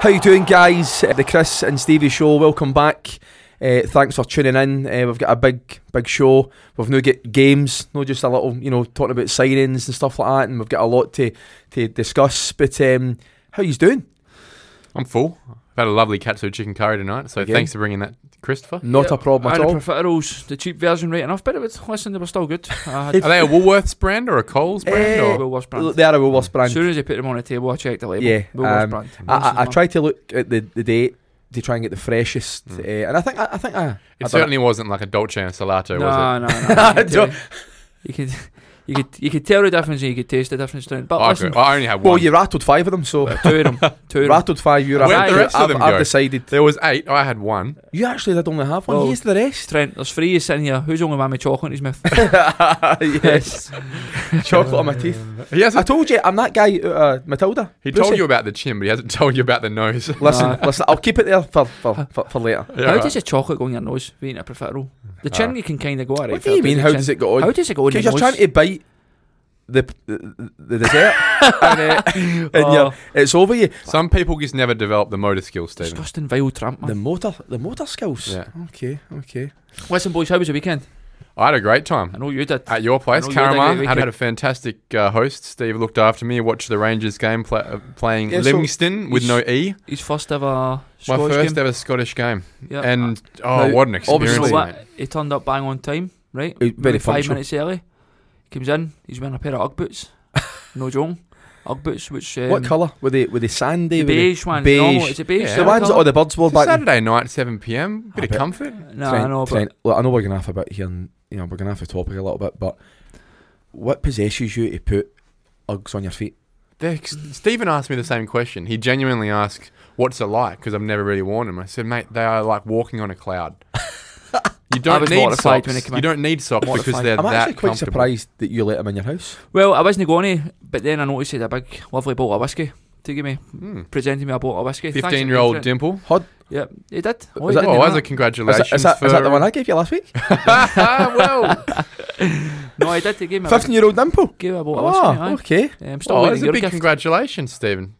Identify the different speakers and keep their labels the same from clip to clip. Speaker 1: How you doing, guys? Uh, The Chris and Stevie Show. Welcome back. Uh, thanks for tuning in. Uh, we've got a big, big show. We've now got games, not just a little, you know, talking about signings and stuff like that. And we've got a lot to to discuss. But um, how you doing?
Speaker 2: I'm full. I've had a lovely katsu chicken curry tonight, so
Speaker 1: Again.
Speaker 2: thanks for bringing that, Christopher.
Speaker 1: Not
Speaker 3: Yeah,
Speaker 1: a problem at
Speaker 3: I
Speaker 1: all.
Speaker 3: prefer those, the cheap version, right enough. But it was, listen, they were still good. I had
Speaker 1: It's-
Speaker 2: Are they a Woolworths brand or a Coles brand?
Speaker 1: Eh,
Speaker 2: or?
Speaker 3: Woolworths brand.
Speaker 1: Look, They are a Woolworths
Speaker 3: As
Speaker 1: brand.
Speaker 3: soon as they put them on the table, I checked the label.
Speaker 1: Yeah,
Speaker 3: Woolworths
Speaker 1: um,
Speaker 3: brand.
Speaker 1: I, I, I
Speaker 3: Nonsense,
Speaker 1: tried to look at the, the date to try and get the freshest, uh, and I think I, I think I, I
Speaker 2: It
Speaker 1: done
Speaker 2: certainly wasn't like a Dolce and Salato, was
Speaker 3: man. No, no,
Speaker 1: I
Speaker 3: no. you could tell-
Speaker 1: don't-
Speaker 3: You could, you could, you could tell the difference, and you could taste the difference. Down.
Speaker 2: it?
Speaker 3: But
Speaker 2: I,
Speaker 3: listen,
Speaker 2: could- I only had one.
Speaker 1: Well, you rattled five of them, so
Speaker 3: two of them, two of them.
Speaker 1: rattled five. You
Speaker 2: Where'd
Speaker 1: rattled.
Speaker 3: the
Speaker 1: two.
Speaker 2: rest of
Speaker 1: I've,
Speaker 2: them
Speaker 1: I've
Speaker 2: go?
Speaker 1: decided
Speaker 2: there was eight. I had one.
Speaker 1: you actually did only have one.
Speaker 3: Well-
Speaker 1: Here's the rest.
Speaker 3: Trent, there's three of you sitting here. Who's the only man with chocolate in his mouth?
Speaker 1: yes, chocolate on my teeth.
Speaker 3: Uh,
Speaker 2: He,
Speaker 1: I
Speaker 2: hasn't,
Speaker 1: told you I'm that guy, uh, Matilda.
Speaker 2: he
Speaker 1: Pussy.
Speaker 2: told you about the chin, but he hasn't told you about the nose.
Speaker 1: Listen,
Speaker 3: Nah.
Speaker 1: listen. I'll keep it there for for, for, for later.
Speaker 2: Yeah,
Speaker 3: how
Speaker 2: right.
Speaker 3: does the chocolate go in your nose? We ain't a preferable. The chin
Speaker 2: Ah.
Speaker 3: you can kind of go at.
Speaker 1: What do you mean? How does it go
Speaker 3: How
Speaker 1: on?
Speaker 3: does it go in your
Speaker 1: Because you're
Speaker 3: nose?
Speaker 1: trying to bite the the, the dessert, and, uh, and you're-
Speaker 3: Oh,
Speaker 1: it's over you.
Speaker 2: Some people just never develop the motor skills, Stephen.
Speaker 3: disgusting, vile tramp, man.
Speaker 1: The motor, the motor skills.
Speaker 2: Yeah.
Speaker 1: Okay, okay.
Speaker 3: Listen, boys, how was your weekend?
Speaker 2: I had a great time.
Speaker 3: I know you did.
Speaker 2: At your place,
Speaker 3: I know you had a great
Speaker 2: Karama, had
Speaker 3: weekend.
Speaker 2: a fantastic uh, host. Steve looked after me, watched the Rangers game pla uh, playing
Speaker 1: Yeah, so-
Speaker 2: Livingston with no E.
Speaker 3: His first ever
Speaker 2: My
Speaker 3: Scottish
Speaker 2: first
Speaker 3: game.
Speaker 2: ever Scottish game.
Speaker 3: Yep.
Speaker 2: And, oh,
Speaker 1: Now,
Speaker 2: what an
Speaker 3: You know
Speaker 2: experience,
Speaker 1: obviously-
Speaker 2: mate.
Speaker 3: what? He turned up bang on time, right?
Speaker 1: Very
Speaker 3: Maybe five
Speaker 1: punctual.
Speaker 3: minutes early. Comes in, he's wearing a pair of Ugg boots. no joking. Ugg boots, which. Um,
Speaker 1: what colour were they? Were they sandy?
Speaker 3: The
Speaker 1: Were they-
Speaker 3: beige one.
Speaker 1: Beige.
Speaker 3: Normal, it's a beige.
Speaker 2: Yeah.
Speaker 1: the
Speaker 3: silver
Speaker 1: ones that
Speaker 3: colour.
Speaker 1: all the birds wore
Speaker 2: It's a
Speaker 1: back. then?
Speaker 2: Saturday night, 7 p.m. Bit
Speaker 1: I
Speaker 2: of
Speaker 1: bet.
Speaker 2: comfort.
Speaker 3: No,
Speaker 1: Trent,
Speaker 3: I know, but
Speaker 1: Trent, look, I know we're gonna have a bit here, and you know we're gonna have to topic a little bit, but what possesses you to put Uggs on your feet?
Speaker 2: They- Stephen asked me the same question. He genuinely asked, "What's it like?" Because I've never really worn them. I said, "Mate, they are like walking on a cloud. you
Speaker 3: I
Speaker 2: don't
Speaker 3: was
Speaker 2: need
Speaker 3: mortified
Speaker 2: socks.
Speaker 3: when they came
Speaker 2: you
Speaker 3: in.
Speaker 2: don't need socks because
Speaker 3: Mortified.
Speaker 2: they're
Speaker 1: I'm
Speaker 2: that
Speaker 1: actually quite
Speaker 2: comfortable."
Speaker 1: surprised that you let them in your house.
Speaker 3: Well, I wasn't going to, but then I noticed he had a big, lovely bottle of whiskey to give me,
Speaker 2: Hmm.
Speaker 3: presenting me a bottle of whiskey. Thanks again,
Speaker 2: Fifteen-year-old
Speaker 3: Trent.
Speaker 2: Dimple.
Speaker 3: Yep, he did.
Speaker 1: Was
Speaker 3: he
Speaker 1: that-
Speaker 3: did
Speaker 2: Oh,
Speaker 3: do
Speaker 2: as a
Speaker 3: that.
Speaker 1: Is
Speaker 2: congratulations
Speaker 1: that, is, that,
Speaker 2: for Oh,
Speaker 1: is that the one I gave you last week?
Speaker 2: well,
Speaker 3: No, he did. He gave me a,
Speaker 1: Fifteen year old dimple.
Speaker 3: gave me a bottle of whiskey.
Speaker 1: Oh,
Speaker 3: aye.
Speaker 1: okay.
Speaker 3: Yeah, I'm still
Speaker 2: oh,
Speaker 3: waiting
Speaker 2: that's
Speaker 3: on
Speaker 2: a
Speaker 3: your
Speaker 2: big
Speaker 3: gift.
Speaker 2: congratulations, Stephen.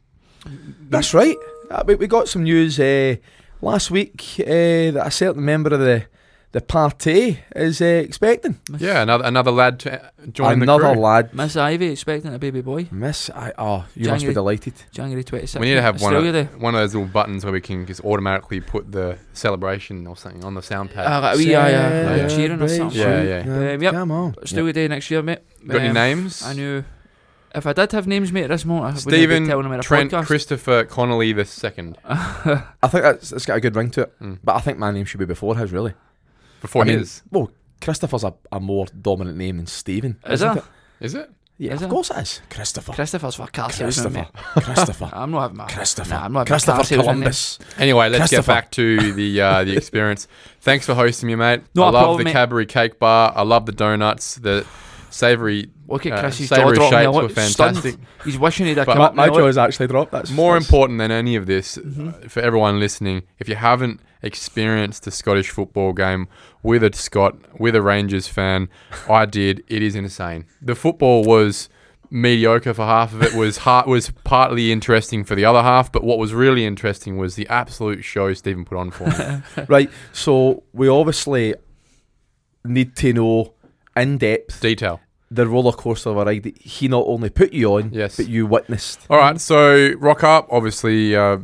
Speaker 3: Mm.
Speaker 1: That's right. Uh, we, we got some news uh, last week uh, that a certain member of the the party is uh, expecting
Speaker 2: Yeah, another another lad to uh, join
Speaker 1: another
Speaker 2: the crew.
Speaker 1: lad.
Speaker 3: Miss Ivy expecting a baby boy,
Speaker 1: Miss, I oh, you must be
Speaker 3: January.
Speaker 1: delighted.
Speaker 3: January 26th.
Speaker 2: We need to have one
Speaker 3: Australia Day.
Speaker 2: of, one of those little buttons where we can just automatically put the celebration or something on the sound pad.
Speaker 3: Uh, we are yeah,
Speaker 2: Yeah.
Speaker 3: cheering or something.
Speaker 2: Yeah, yeah.
Speaker 3: Um, yep.
Speaker 1: Come on.
Speaker 3: Still the day next year, mate.
Speaker 2: Got any
Speaker 3: Um,
Speaker 2: names?
Speaker 3: I knew. If I did have names, mate, at this moment, I
Speaker 2: Stephen,
Speaker 3: wouldn't be telling them at a
Speaker 2: Trent
Speaker 3: podcast.
Speaker 2: Christopher Connolly the second.
Speaker 1: I think that's, that's got a good ring to it,
Speaker 2: Mm.
Speaker 1: but I think my name should be before his, really.
Speaker 2: Before
Speaker 1: I mean-
Speaker 2: his.
Speaker 1: Well, Christopher's a, a more dominant name than Stephen.
Speaker 3: Is
Speaker 1: isn't
Speaker 3: it?
Speaker 2: Is it?
Speaker 1: Yeah,
Speaker 3: Is
Speaker 1: of
Speaker 3: it?
Speaker 1: course it is. Christopher.
Speaker 3: Christopher's for car salesman,
Speaker 1: Christopher.
Speaker 3: mate.
Speaker 1: Christopher.
Speaker 3: I'm not having my.
Speaker 1: Christopher.
Speaker 3: Nah, I'm not having a car
Speaker 1: Christopher
Speaker 3: salesman name.
Speaker 1: Columbus.
Speaker 2: Anyway, let's get
Speaker 1: Christopher.
Speaker 2: back to the uh, the experience. Thanks for hosting me, mate.
Speaker 3: No
Speaker 2: I love
Speaker 3: problem,
Speaker 2: the
Speaker 3: mate.
Speaker 2: Cadbury cake bar. I love the donuts. The savoury,
Speaker 3: Look at
Speaker 2: uh,
Speaker 3: Chris, he's jaw
Speaker 2: savoury
Speaker 3: dropping.
Speaker 2: shapes
Speaker 3: now,
Speaker 2: were
Speaker 3: look, stunned.
Speaker 2: fantastic.
Speaker 3: He's wishing he'd have
Speaker 2: But
Speaker 3: come up. now, look.
Speaker 1: has actually dropped. That's
Speaker 2: More
Speaker 1: that's-
Speaker 2: important than any of this, uh, for everyone listening, if you haven't experienced the Scottish football game with a Scot, with a Rangers fan, I did. It is insane. The football was mediocre for half of it. Was heart was partly interesting for the other half, but what was really interesting was the absolute show Stephen put on for me.
Speaker 1: Right. So we obviously need to know in depth
Speaker 2: Detail.
Speaker 1: the roller coaster of a ride that he not only put you on,
Speaker 2: Yes.
Speaker 1: but you witnessed.
Speaker 2: All right, so rock up. Obviously, uh,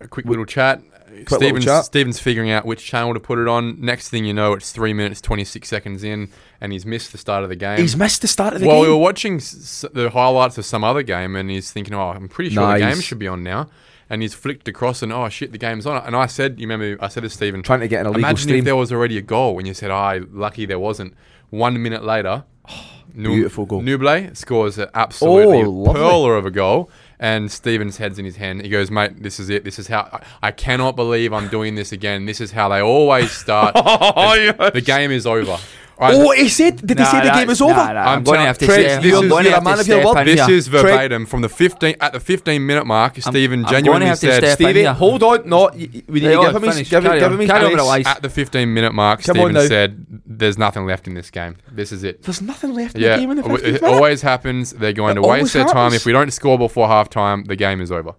Speaker 2: a quick little chat.
Speaker 1: little
Speaker 2: Stephen's,
Speaker 1: chat.
Speaker 2: Stephen's figuring out which channel to put it on. Next thing you know, it's three minutes twenty six seconds in, and he's missed the start of the game.
Speaker 1: He's missed the start of the
Speaker 2: well, we
Speaker 1: game.
Speaker 2: were watching s- s- the highlights of some other game, and he's thinking, "Oh, I'm pretty sure the
Speaker 1: Nice.
Speaker 2: game should be on now." And he's flicked across, and oh shit, the game's on. And I said, "You remember?" I said to Stephen,
Speaker 1: Trying to get an illegal
Speaker 2: "Imagine
Speaker 1: stream.
Speaker 2: if there was already a goal." And you said, "Ah, lucky there wasn't." One minute later,
Speaker 3: Oh,
Speaker 2: Nu-
Speaker 1: Beautiful goal.
Speaker 2: Nuble scores an absolutely
Speaker 1: Oh, lovely.
Speaker 2: pearler of a goal, and Stevens heads in his hand. He goes, "Mate, this is it. This is how I, I cannot believe I'm doing this again. This is how they always start.
Speaker 3: Oh,
Speaker 2: the, the game is over." All right,
Speaker 1: oh, he said, did he
Speaker 3: Nah,
Speaker 1: say the
Speaker 3: nah,
Speaker 1: game is
Speaker 3: nah,
Speaker 1: over?
Speaker 3: nah, I'm,
Speaker 2: I'm
Speaker 3: going to
Speaker 2: tell-
Speaker 3: have to
Speaker 1: Trent,
Speaker 3: say,
Speaker 2: this
Speaker 3: I'm
Speaker 2: is-
Speaker 3: going to
Speaker 1: you're a
Speaker 3: have
Speaker 1: man
Speaker 3: to
Speaker 1: of your
Speaker 3: step
Speaker 1: word.
Speaker 3: in
Speaker 2: This
Speaker 3: here.
Speaker 2: is verbatim from the 15 at the 15 minute mark. Stephen
Speaker 3: I'm gonna
Speaker 2: genuinely
Speaker 3: have to
Speaker 2: said
Speaker 3: step in
Speaker 1: Stevie,
Speaker 3: here.
Speaker 1: hold on. No, y- y- we need
Speaker 3: Hey,
Speaker 1: to
Speaker 3: on,
Speaker 1: give him, his,
Speaker 3: finish.
Speaker 1: give, him-
Speaker 3: Carry
Speaker 1: give
Speaker 3: on.
Speaker 1: him his
Speaker 3: Carry on with
Speaker 1: place.
Speaker 3: the lies.
Speaker 2: at the 15 minute mark.
Speaker 1: Come on
Speaker 2: Stephen
Speaker 1: now.
Speaker 2: said, "There's nothing left in this game. This is it."
Speaker 1: There's nothing left in
Speaker 2: Yeah,
Speaker 1: the game in the 15th
Speaker 2: it
Speaker 1: minute.
Speaker 2: always happens. They're going
Speaker 1: It
Speaker 2: to
Speaker 1: always
Speaker 2: waste their time.
Speaker 1: happens.
Speaker 2: If we don't score before half time, the game is over.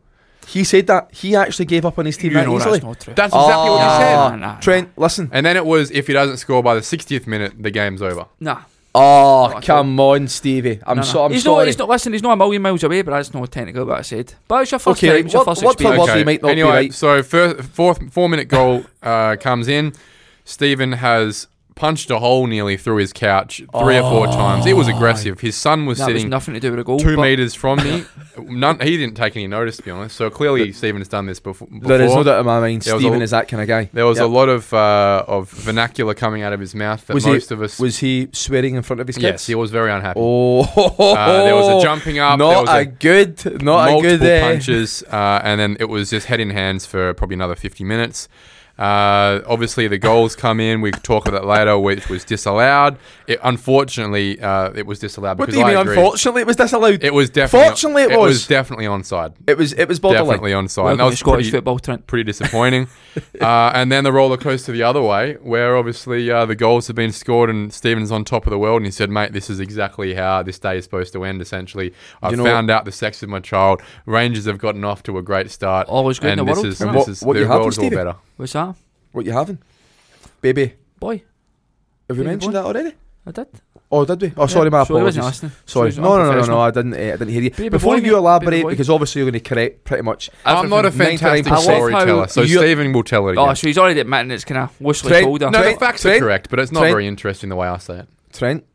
Speaker 1: He said that he actually gave up on his team
Speaker 3: you
Speaker 1: that
Speaker 3: know
Speaker 1: easily.
Speaker 3: that's not true.
Speaker 2: That's exactly what you
Speaker 1: Ah.
Speaker 2: said.
Speaker 3: Nah, nah, nah.
Speaker 1: Trent, listen.
Speaker 2: And then it was if he doesn't score by the 60th minute, the game's over.
Speaker 3: Nah,
Speaker 1: Oh,
Speaker 3: Oh, I
Speaker 1: come on, Stevie. I'm
Speaker 3: nah, nah.
Speaker 1: so I'm
Speaker 3: he's Not,
Speaker 1: sorry.
Speaker 3: he's not. Listen, he's not a million miles away, but that's not technically what I said. But it's your first
Speaker 1: Okay,
Speaker 3: time. It's your
Speaker 1: what-
Speaker 3: first
Speaker 1: what for
Speaker 3: experience.
Speaker 1: what- he might not be
Speaker 2: anyway,
Speaker 1: right.
Speaker 2: so first, fourth four minute goal uh, comes in. Stephen has punched a hole nearly through his couch three or
Speaker 1: Oh.
Speaker 2: four times. It was aggressive. His son was
Speaker 3: That was
Speaker 2: sitting
Speaker 3: nothing to do with a goal.
Speaker 2: two
Speaker 3: but
Speaker 2: meters from me. None, he didn't take any notice, to be honest. So clearly, Stephen's done this befo- before.
Speaker 1: there is no doubt in my mind.
Speaker 2: There was
Speaker 1: Stephen
Speaker 2: a-
Speaker 1: is that kind of guy.
Speaker 2: There was
Speaker 1: Yep.
Speaker 2: a lot of uh, of vernacular coming out of his mouth that
Speaker 1: Was he-
Speaker 2: most of us.
Speaker 1: Was he swearing in front of his kids?
Speaker 2: yes, he was very unhappy.
Speaker 1: Oh,
Speaker 2: Uh, there was a jumping up. there
Speaker 1: Not
Speaker 2: was a
Speaker 1: a good, not a
Speaker 2: multiple
Speaker 1: good. Uh,
Speaker 2: punches, uh, and then it was just head in hands for probably another 50 minutes. Uh, obviously, the goals come in. We could talk about that later, which was disallowed. It, unfortunately, uh, it was disallowed
Speaker 1: What
Speaker 2: because
Speaker 1: do you mean?
Speaker 2: I agree.
Speaker 1: Unfortunately, it was disallowed. It,
Speaker 2: it was definitely
Speaker 1: Fortunately, it
Speaker 2: it was
Speaker 1: was.
Speaker 2: definitely onside.
Speaker 1: was, it was borderline.
Speaker 2: Definitely onside.
Speaker 3: welcome
Speaker 2: And that
Speaker 3: to
Speaker 2: was
Speaker 3: Scottish
Speaker 2: pretty,
Speaker 3: football, Trent.
Speaker 2: pretty disappointing. uh, and then the roller coaster the other way, where obviously uh, the goals have been scored and Stevens on top of the world. And he said, "Mate, this is exactly how this day is supposed to end. Essentially, I
Speaker 1: You know-
Speaker 2: found out the sex of my child. Rangers have gotten off to a great start.
Speaker 1: Oh,
Speaker 3: All is good in
Speaker 2: and
Speaker 3: the
Speaker 2: this
Speaker 3: world.
Speaker 2: is
Speaker 3: Trent.
Speaker 1: What-
Speaker 2: this is
Speaker 1: you
Speaker 2: the
Speaker 1: having,
Speaker 2: world's all
Speaker 1: Stevie?
Speaker 2: better.
Speaker 3: What's that,
Speaker 1: What you having, baby?
Speaker 3: boy?
Speaker 1: Have we
Speaker 3: Baby
Speaker 1: mentioned
Speaker 3: boy.
Speaker 1: that already?
Speaker 3: I did.
Speaker 1: Oh, did we? Oh, sorry, my
Speaker 3: so he wasn't
Speaker 1: apologies.
Speaker 3: listening.
Speaker 1: Sorry.
Speaker 3: So he's
Speaker 1: No, no, no, no,
Speaker 3: unprofessional.
Speaker 1: no. I didn't. Uh, I didn't hear you.
Speaker 3: Baby
Speaker 1: Before
Speaker 3: boy,
Speaker 1: you
Speaker 3: mate. Baby
Speaker 1: elaborate,
Speaker 3: boy.
Speaker 1: because obviously you're going to correct pretty much.
Speaker 2: I'm not a fantastic
Speaker 1: 99%.
Speaker 2: storyteller, so
Speaker 1: I love how
Speaker 2: Stephen will tell it again.
Speaker 3: Oh, so he's already admitting it's kind of loosely
Speaker 1: Trent-
Speaker 3: told. her.
Speaker 2: no, the
Speaker 1: Trent-
Speaker 2: facts
Speaker 1: Trent-
Speaker 2: are correct, but it's not
Speaker 1: Trent-
Speaker 2: very interesting the way I say it.
Speaker 1: Trent,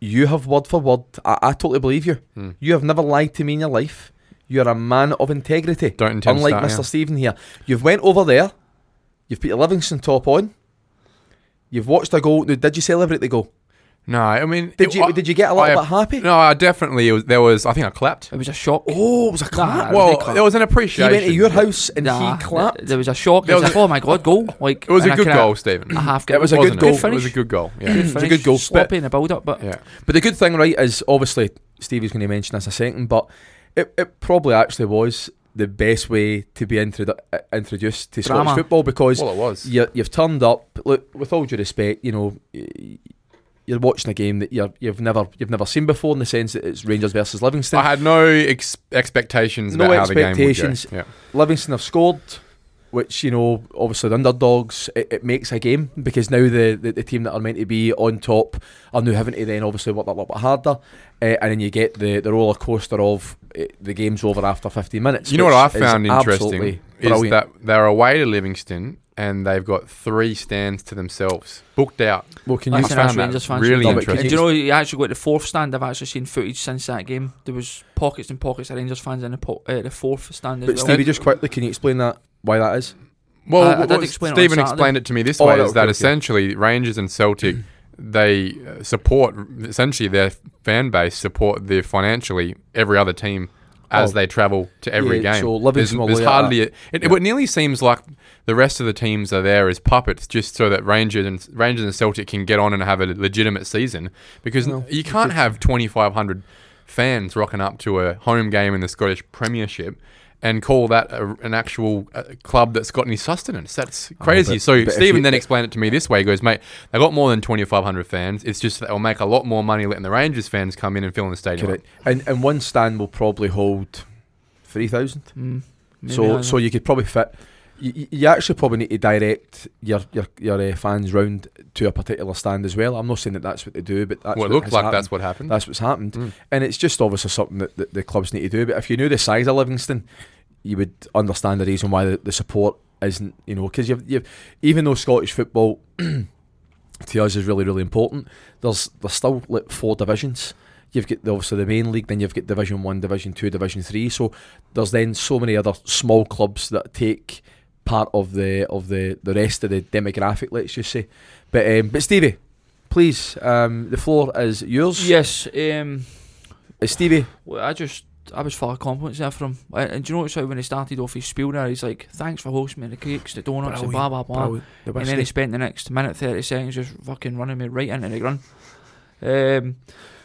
Speaker 1: you have word for word. I, I totally believe you.
Speaker 2: Hmm.
Speaker 1: You have never lied to me in your life. You are a man of integrity.
Speaker 2: Don't intend
Speaker 1: unlike
Speaker 2: to
Speaker 1: Mr.
Speaker 2: start.
Speaker 1: Stephen here. You've went over there. You've put your Livingston top on. You've watched a goal. Now, did you celebrate the goal?
Speaker 2: yeah. No, I mean,
Speaker 1: Did
Speaker 2: it-
Speaker 1: you
Speaker 2: I-
Speaker 1: did you get a
Speaker 2: I
Speaker 1: little
Speaker 2: ap-
Speaker 1: bit happy?
Speaker 2: No, I definitely. It was, there was. I think I clapped.
Speaker 3: It was a shock.
Speaker 1: Oh, it was a clap.
Speaker 3: Nah, it was a
Speaker 2: Well,
Speaker 3: clap.
Speaker 2: there was an
Speaker 1: he
Speaker 2: appreciation.
Speaker 1: went to your house and
Speaker 3: Nah,
Speaker 1: he clapped.
Speaker 3: There was a shock.
Speaker 2: There
Speaker 3: It was
Speaker 2: was
Speaker 3: like, oh my god, goal! Like
Speaker 2: It was
Speaker 3: and
Speaker 2: a
Speaker 3: I
Speaker 2: good
Speaker 3: kinda-
Speaker 2: goal, Stephen.
Speaker 3: A half.
Speaker 1: It was a
Speaker 2: Wasn't
Speaker 1: good goal.
Speaker 2: It was a good goal. Yeah.
Speaker 1: It was a good goal.
Speaker 3: Sloppy in the build up, but
Speaker 2: yeah.
Speaker 1: But the good thing, right, is obviously Stevie's going to mention this a second, but it, it probably actually was the best way to be introdu- uh, introduced to Scottish
Speaker 3: Drama.
Speaker 1: football because
Speaker 2: Well, it was.
Speaker 1: you, you've turned up. Look, with all due respect, you know, y- you're watching a game that you're, you've never you've never seen before in the sense that it's Rangers versus Livingston.
Speaker 2: I had no ex- expectations
Speaker 1: No
Speaker 2: about how the game would go.
Speaker 1: expectations.
Speaker 2: Yeah.
Speaker 1: Livingston have scored, which you know, obviously the underdogs. It, it makes a game because now the, the the team that are meant to be on top are now having to then obviously work that little bit harder, uh, and then you get the the roller coaster of uh, the game's over after 15 minutes.
Speaker 2: You know what
Speaker 1: which
Speaker 2: I
Speaker 1: is
Speaker 2: found
Speaker 1: absolutely
Speaker 2: interesting is
Speaker 1: brilliant.
Speaker 2: that they're away to Livingston and they've got three stands to themselves, booked out.
Speaker 1: well, can
Speaker 3: Like
Speaker 1: you
Speaker 2: I
Speaker 3: an
Speaker 2: found
Speaker 3: actual
Speaker 2: that
Speaker 3: Rangers fan
Speaker 2: really
Speaker 1: should love it, 'cause
Speaker 3: And
Speaker 2: interesting.
Speaker 3: do you know you actually got the fourth stand? I've actually seen footage since that game. There was pockets and pockets of Rangers fans in the po- uh, the fourth stand as
Speaker 1: but
Speaker 3: well.
Speaker 1: Stevie, just quickly, can you explain that why that is?
Speaker 2: Well,
Speaker 1: Uh,
Speaker 3: I- I
Speaker 2: what-
Speaker 3: did
Speaker 2: what
Speaker 3: explain it on
Speaker 2: Stephen
Speaker 3: Saturday.
Speaker 2: explained it to me this
Speaker 1: Oh,
Speaker 2: way:
Speaker 1: right,
Speaker 2: is
Speaker 1: okay,
Speaker 2: that
Speaker 1: okay.
Speaker 2: essentially Rangers and Celtic, they uh, support essentially their fan base support their financially every other team as
Speaker 1: Oh.
Speaker 2: they travel to every
Speaker 1: Yeah,
Speaker 2: game.
Speaker 1: so Livingston will
Speaker 2: there's,
Speaker 1: lay
Speaker 2: there's
Speaker 1: out
Speaker 2: hardly a, it, it. It nearly seems like the rest of the teams are there as puppets, just so that Rangers and Rangers and Celtic can get on and have a legitimate season, because
Speaker 1: No,
Speaker 2: you can't have 2,500 fans rocking up to a home game in the Scottish Premiership and call that a, an actual uh, club that's got any sustenance. That's crazy.
Speaker 1: but-
Speaker 2: so
Speaker 1: but if
Speaker 2: Stephen
Speaker 1: you-
Speaker 2: then explained it to me this way. He goes, mate, they got more than 2,500 fans. It's just that they'll make a lot more money letting the Rangers fans come in and fill in the stadium.
Speaker 1: Correct. And and one stand will probably hold three thousand.
Speaker 3: Mm, maybe I
Speaker 1: So
Speaker 3: don't
Speaker 1: so
Speaker 3: know.
Speaker 1: you could probably fit. You, you actually probably need to direct your your, your uh, fans round to a particular stand as well. I'm not saying that that's what they do, but that's
Speaker 2: well,
Speaker 1: what
Speaker 2: it looked
Speaker 1: has
Speaker 2: like
Speaker 1: happened.
Speaker 2: that's what happened.
Speaker 1: that's what's happened,
Speaker 2: Mm.
Speaker 1: and it's just obviously something that, that the clubs need to do. But if you knew the size of Livingston, you would understand the reason why the, the support isn't. You know, because you've, you've even though Scottish football to us is really really important, there's there's still like four divisions. You've got the- obviously the main league, then you've got Division One, Division Two, Division Three. So there's then so many other small clubs that take part of the of the, the rest of the demographic. Let's just say, but um, but Stevie, please, um, the floor is yours.
Speaker 3: yes, um,
Speaker 1: Uh, Stevie,
Speaker 3: well, I just I was full of compliments there from. And, and do you notice how when he started off his spiel there, he's like, "Thanks for hosting me, the cakes, the donuts, and blah blah blah." and then he spent the next minute thirty seconds just fucking running me right into the ground. Um,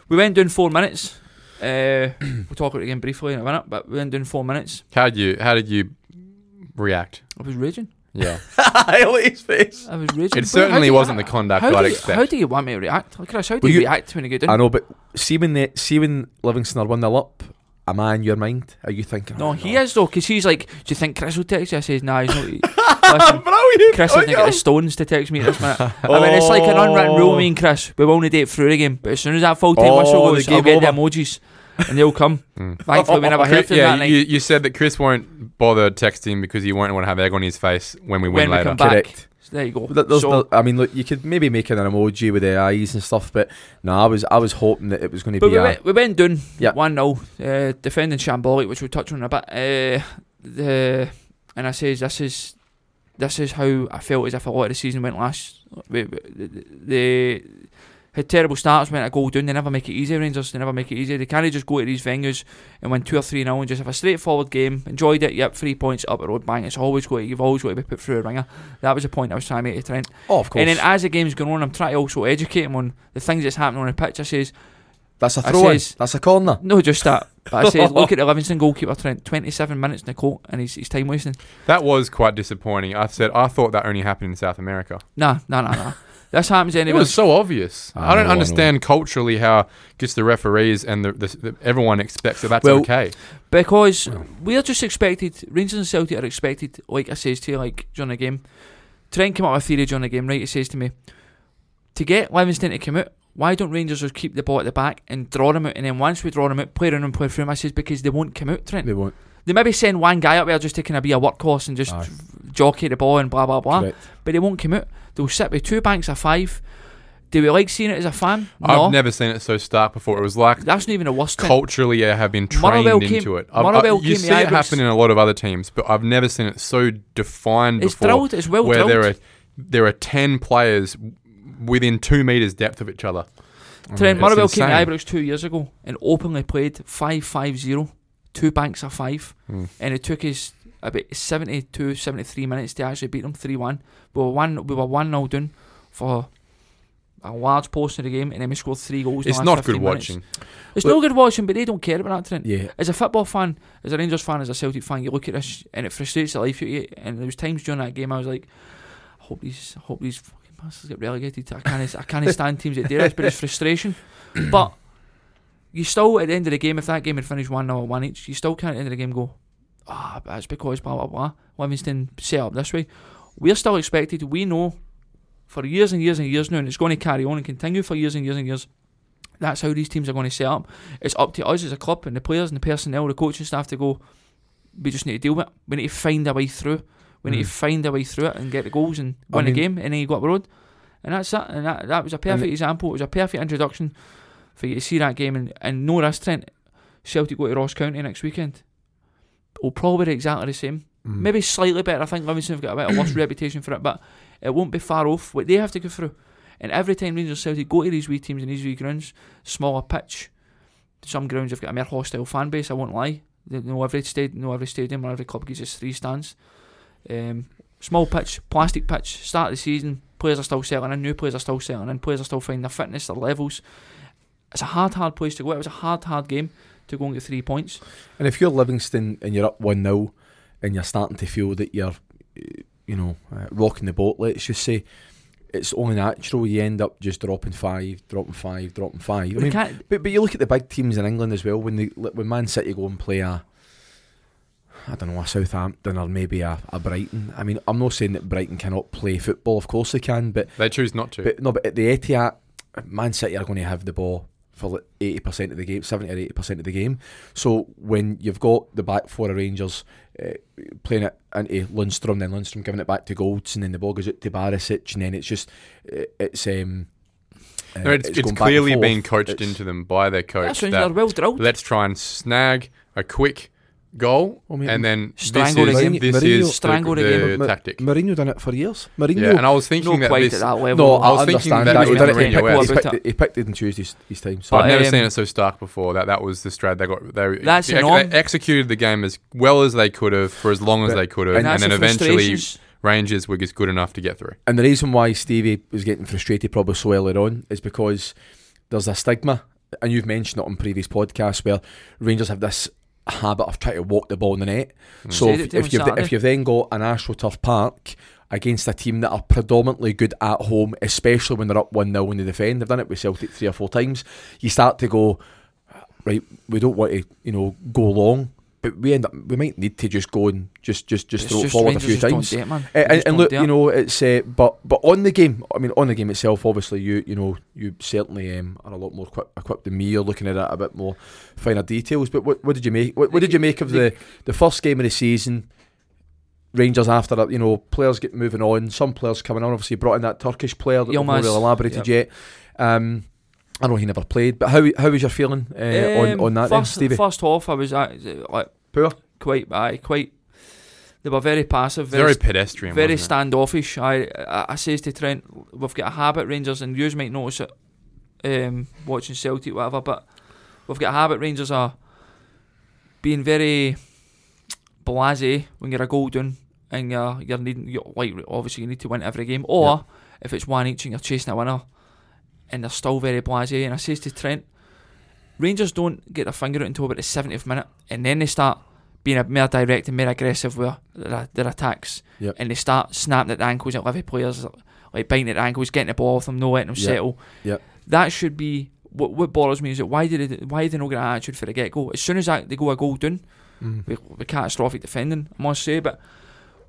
Speaker 3: we went down four minutes. Uh, we'll talk about it again briefly in a minute, but we went down four minutes.
Speaker 2: How did you? How did you react?
Speaker 3: I was raging.
Speaker 2: Yeah,
Speaker 1: I look at his face.
Speaker 3: I was raging.
Speaker 2: it
Speaker 3: But how do
Speaker 2: certainly
Speaker 3: you-
Speaker 2: wasn't the conduct
Speaker 3: How
Speaker 2: I'd
Speaker 3: do, you,
Speaker 2: expect.
Speaker 3: how do you want me to react? Like, Chris, how do
Speaker 1: Well,
Speaker 3: you,
Speaker 1: you-
Speaker 3: react when you get
Speaker 1: I
Speaker 3: down?
Speaker 1: know, but see when they, see when Livingston are one 0 up, a man your mind? Are you thinking?
Speaker 3: No,
Speaker 1: "Oh,
Speaker 3: he is though, because he's like, do you think Chris will text you? I says, nah, he's not. Listen,
Speaker 1: Brilliant.
Speaker 3: Chris
Speaker 1: Oh,
Speaker 3: is gonna
Speaker 1: yeah.
Speaker 3: get the stones to text me at this minute. I mean, it's like an unwritten rule. Me and Chris, we won't date through the game, but as soon as that full time
Speaker 1: Oh,
Speaker 3: whistle
Speaker 1: the
Speaker 3: goes, I'll
Speaker 1: game
Speaker 3: get the
Speaker 1: over.
Speaker 3: emojis, and they'll come.
Speaker 2: Mm.
Speaker 3: Thankfully, we never heard from
Speaker 2: yeah,
Speaker 3: that
Speaker 2: you,
Speaker 3: night.
Speaker 2: you said that Chris won't bother texting because he won't want to have egg on his face when we
Speaker 3: When
Speaker 2: win
Speaker 3: we
Speaker 2: later.
Speaker 3: come back.
Speaker 1: Correct.
Speaker 3: So there you go.
Speaker 1: Th- there's-
Speaker 3: So-
Speaker 1: there- I mean, look, you could maybe make an emoji with the eyes and stuff, but no, I was I was hoping that it was going to
Speaker 3: But
Speaker 1: be
Speaker 3: we
Speaker 1: a,
Speaker 3: went, we went down
Speaker 1: Yeah.
Speaker 3: 1 0, uh, defending Shambolic, which we'll touch on in a bit. Uh, the, and I says, this is this is how I felt as if a lot of the season went last. We, we, they had terrible starts, went a goal down, they never make it easy, Rangers, they never make it easy. They can't just go to these venues and win 2 or 3 0 and just have a straightforward game. Enjoyed it, yep, three points up the road, bang. It's always got to, you've always got to be put through a ringer. That was the point I was trying to make to Trent.
Speaker 1: oh, of course.
Speaker 3: And then as the game's going on, I'm trying to also educate him on the things that's happening on the pitch. I says,
Speaker 1: That's a
Speaker 3: I
Speaker 1: throw in.
Speaker 3: says-
Speaker 1: That's a corner.
Speaker 3: no, just that. But I said, look at the Livingston goalkeeper, Trent. 27 minutes in the court, and he's, he's time wasting.
Speaker 2: That was quite disappointing. I said I thought that only happened in South America.
Speaker 3: Nah, nah, nah, nah. this happens
Speaker 2: It
Speaker 3: anywhere.
Speaker 2: was so obvious.
Speaker 1: I
Speaker 2: I don't
Speaker 1: know, I know.
Speaker 2: understand culturally how just the referees and the, the, the everyone expects that that's
Speaker 1: Well-
Speaker 2: okay.
Speaker 3: Because we're just expected, Rangers and Celtic are expected, like I says to you, like during the game. Trent came up with a theory during the game, right? He says to me, to get Livingston to come out, why don't Rangers just keep the ball at the back and draw them out? And then once we draw them out, play around and play through them. I says, because they won't come out, Trent.
Speaker 1: They won't.
Speaker 3: They maybe send one guy up there just to kind of be a workhorse and just
Speaker 1: Aye.
Speaker 3: jockey the ball and blah, blah, blah.
Speaker 1: Correct.
Speaker 3: but they won't come out. They'll sit with two banks of five. Do we like seeing it as a fan? No.
Speaker 2: I've never seen it so stark before. It was like
Speaker 3: That's not even a worst thing.
Speaker 2: culturally I have been trained
Speaker 3: Motherwell came-
Speaker 2: into it. I've, I,
Speaker 3: Motherwell
Speaker 2: you
Speaker 3: came
Speaker 2: see
Speaker 3: to
Speaker 2: it
Speaker 3: Ibrox.
Speaker 2: happen in a lot of other teams, but I've never seen it so defined
Speaker 3: It's
Speaker 2: before.
Speaker 3: drilled, it's well
Speaker 2: where
Speaker 3: drilled.
Speaker 2: there are there are ten players w- within two meters depth of each other. Mm.
Speaker 3: Trent
Speaker 2: It's
Speaker 3: Motherwell came to
Speaker 2: insane.
Speaker 3: Ibrox two years ago and openly played 5 5 0, two banks of five,
Speaker 2: Mm.
Speaker 3: and it took us about 72, 73 minutes to actually beat them 3 1. We were 1 we were 1 0 down for a large portion of the game, and then we scored three goals. in
Speaker 2: It's
Speaker 3: the last
Speaker 2: not good
Speaker 3: 15 minutes.
Speaker 2: watching.
Speaker 3: It's
Speaker 1: Well-
Speaker 3: no good watching, but they don't care about that, Trent.
Speaker 1: Yeah.
Speaker 3: as a football fan, as a Rangers fan, as a Celtic fan, you look at this and it frustrates the life out of you. And there was times during that game I was like, I hope these, I hope these fucking bastards get relegated. I can't, I can't stand teams that do this, but it's frustration. But you still, at the end of the game, if that game had finished one 0 one each, you still can't at the end of the game go, ah, but that's because blah blah blah. Livingston set up this way. We're still expected. We know for years and years and years now, and it's going to carry on and continue for years and years and years. That's how these teams are going to set up. It's up to us as a club and the players and the personnel, the coaching staff to go. We just need to deal with it. We need to find a way through. We need
Speaker 1: Mm.
Speaker 3: to find a way through it and get the goals and
Speaker 1: I
Speaker 3: win
Speaker 1: mean-
Speaker 3: a game, and then you go up the road. And that's it. And that, that was a perfect example. It was a perfect introduction for you to see that game and, and know this, Trent. Celtic go to Ross County next weekend. Will probably be exactly the same. Mm. Maybe slightly better. I think Livingston have got a bit of worse reputation for it, but it won't be far off what they have to go through. And every time Rangers Celtic go to these wee teams and these wee grounds, smaller pitch, some grounds have got a more hostile fan base, I won't lie. They know every stadium, know every stadium or every club gives us three stands. Um, small pitch, plastic pitch, start of the season, players are still settling in, new players are still settling in, players are still finding their fitness, their levels. It's a hard, hard place to go. It was a hard, hard game to go and get three points.
Speaker 1: And if you're Livingston and you're up one 0 and you're starting to feel that you're, eh, you know, uh, rocking the boat, let's just say, it's only natural you end up just dropping five, dropping five, dropping five. I
Speaker 3: They
Speaker 1: mean,
Speaker 3: can't-
Speaker 1: But but you look at the big teams in England as well. When they when Man City go and play a, I don't know, a Southampton or maybe a, a Brighton. I mean, I'm not saying that Brighton cannot play football. Of course they can, but
Speaker 2: They choose not to.
Speaker 1: but no, but at the Etihad, Man City are going to have the ball for like eighty percent of the game, seventy or eighty percent of the game. So when you've got the back four of Rangers uh, playing it into Lundstrom, then Lundstrom giving it back to Golds, and then the ball goes out to Barisic, and then it's just it, it's um. uh,
Speaker 2: No, it's, it's,
Speaker 1: going back and
Speaker 2: clearly
Speaker 1: forth.
Speaker 2: being coached
Speaker 1: It's-
Speaker 2: into them by their coach.
Speaker 3: That's Rangers
Speaker 2: that
Speaker 3: are well drilled.
Speaker 2: let's try and snag a quick goal
Speaker 1: Well, mate,
Speaker 2: and then
Speaker 3: strangle
Speaker 2: this
Speaker 1: the
Speaker 2: is,
Speaker 1: game.
Speaker 2: This
Speaker 1: Mourinho-
Speaker 2: is
Speaker 3: Strangle the
Speaker 2: the,
Speaker 3: game.
Speaker 2: the
Speaker 1: Ma-
Speaker 2: tactic.
Speaker 1: Mourinho done it for years. Mourinho.
Speaker 2: Yeah, and I was thinking
Speaker 3: not
Speaker 2: that
Speaker 3: quite
Speaker 2: this.
Speaker 3: at that level.
Speaker 1: no,
Speaker 2: I was thinking
Speaker 1: understand
Speaker 2: that
Speaker 1: that.
Speaker 2: was
Speaker 1: He, done it,
Speaker 2: Mourinho,
Speaker 1: he, picked,
Speaker 2: yeah.
Speaker 1: he
Speaker 3: Well,
Speaker 1: picked
Speaker 3: but-
Speaker 1: it, he picked it in Tuesday's his time. So
Speaker 3: But,
Speaker 2: I've never
Speaker 3: um,
Speaker 2: seen it so stark before. That that was the strat they got. They,
Speaker 3: That's
Speaker 2: they,
Speaker 3: the
Speaker 2: they
Speaker 3: norm.
Speaker 2: executed the game as well as they could have for as long as
Speaker 1: But-
Speaker 2: they could have,
Speaker 1: and
Speaker 2: and,
Speaker 3: that's
Speaker 2: then
Speaker 3: the
Speaker 2: eventually
Speaker 3: frustrations.
Speaker 2: Rangers were just good enough to get through.
Speaker 1: and the reason why Stevie was getting frustrated probably so earlier on is because there's a stigma, and you've mentioned it on previous podcasts where Rangers have this habit of trying to walk the ball in the net. So
Speaker 3: Said Hmm. it
Speaker 1: if,
Speaker 3: to
Speaker 1: if
Speaker 3: him
Speaker 1: you've
Speaker 3: Saturday.
Speaker 1: if you've then got an AstroTurf park against a team that are predominantly good at home, especially when they're up one 0 in the defend, they've done it with Celtic three or four times. You start to go. right, we don't want to, you know, go long, but we end up we might need to just go and just just just
Speaker 3: It's
Speaker 1: throw it
Speaker 3: just
Speaker 1: forward a
Speaker 3: Rangers
Speaker 1: few
Speaker 3: just don't
Speaker 1: times.
Speaker 3: do it, man.
Speaker 1: Uh,
Speaker 3: They
Speaker 1: and,
Speaker 3: just
Speaker 1: and
Speaker 3: don't
Speaker 1: look,
Speaker 3: do it.
Speaker 1: you know, it's uh, but but on the game. I mean, on the game itself, obviously, you you know, you certainly um, are a lot more equip, equipped than me. You're looking at it a bit more finer details. But what, what did you make? What, what did you make of the the first game of the season? Rangers after that, you know, players get moving on. Some players coming on. Obviously, brought in that Turkish player that we've not
Speaker 3: Yilmaz,
Speaker 1: really elaborated yet. Um, I know he never played, but how how was your feeling uh, on
Speaker 3: Um,
Speaker 1: on that, then,
Speaker 3: first,
Speaker 1: Stevie?
Speaker 3: First half, I was uh, like
Speaker 1: Poor?
Speaker 3: quite, aye, quite. They were very passive,
Speaker 2: It's very
Speaker 3: very,
Speaker 2: pedestrian.
Speaker 3: very
Speaker 2: wasn't
Speaker 3: standoffish. I, I, I says to Trent, we've got a habit, Rangers, and you might notice it um, watching Celtic, whatever, but we've got a habit, Rangers are being very blase when you're a goal down and you're, you're needing, you're, like, obviously, you need to win every game, or if it's one each and you're chasing a winner and they're still very blase. And I says to Trent, Rangers don't get their finger out until about the 70th minute, and then they start being a more direct and more aggressive with their, their attacks.
Speaker 1: Yep.
Speaker 3: And they start snapping at the ankles at Livy players, like biting at the ankles, getting the ball off them, not letting them
Speaker 1: Yep.
Speaker 3: settle.
Speaker 1: Yep.
Speaker 3: That should be what, what bothers me is that why did they, why they not get an attitude for the get go? As soon as that, they go a goal down,
Speaker 1: Mm.
Speaker 3: we, we catastrophic defending, I must say, but.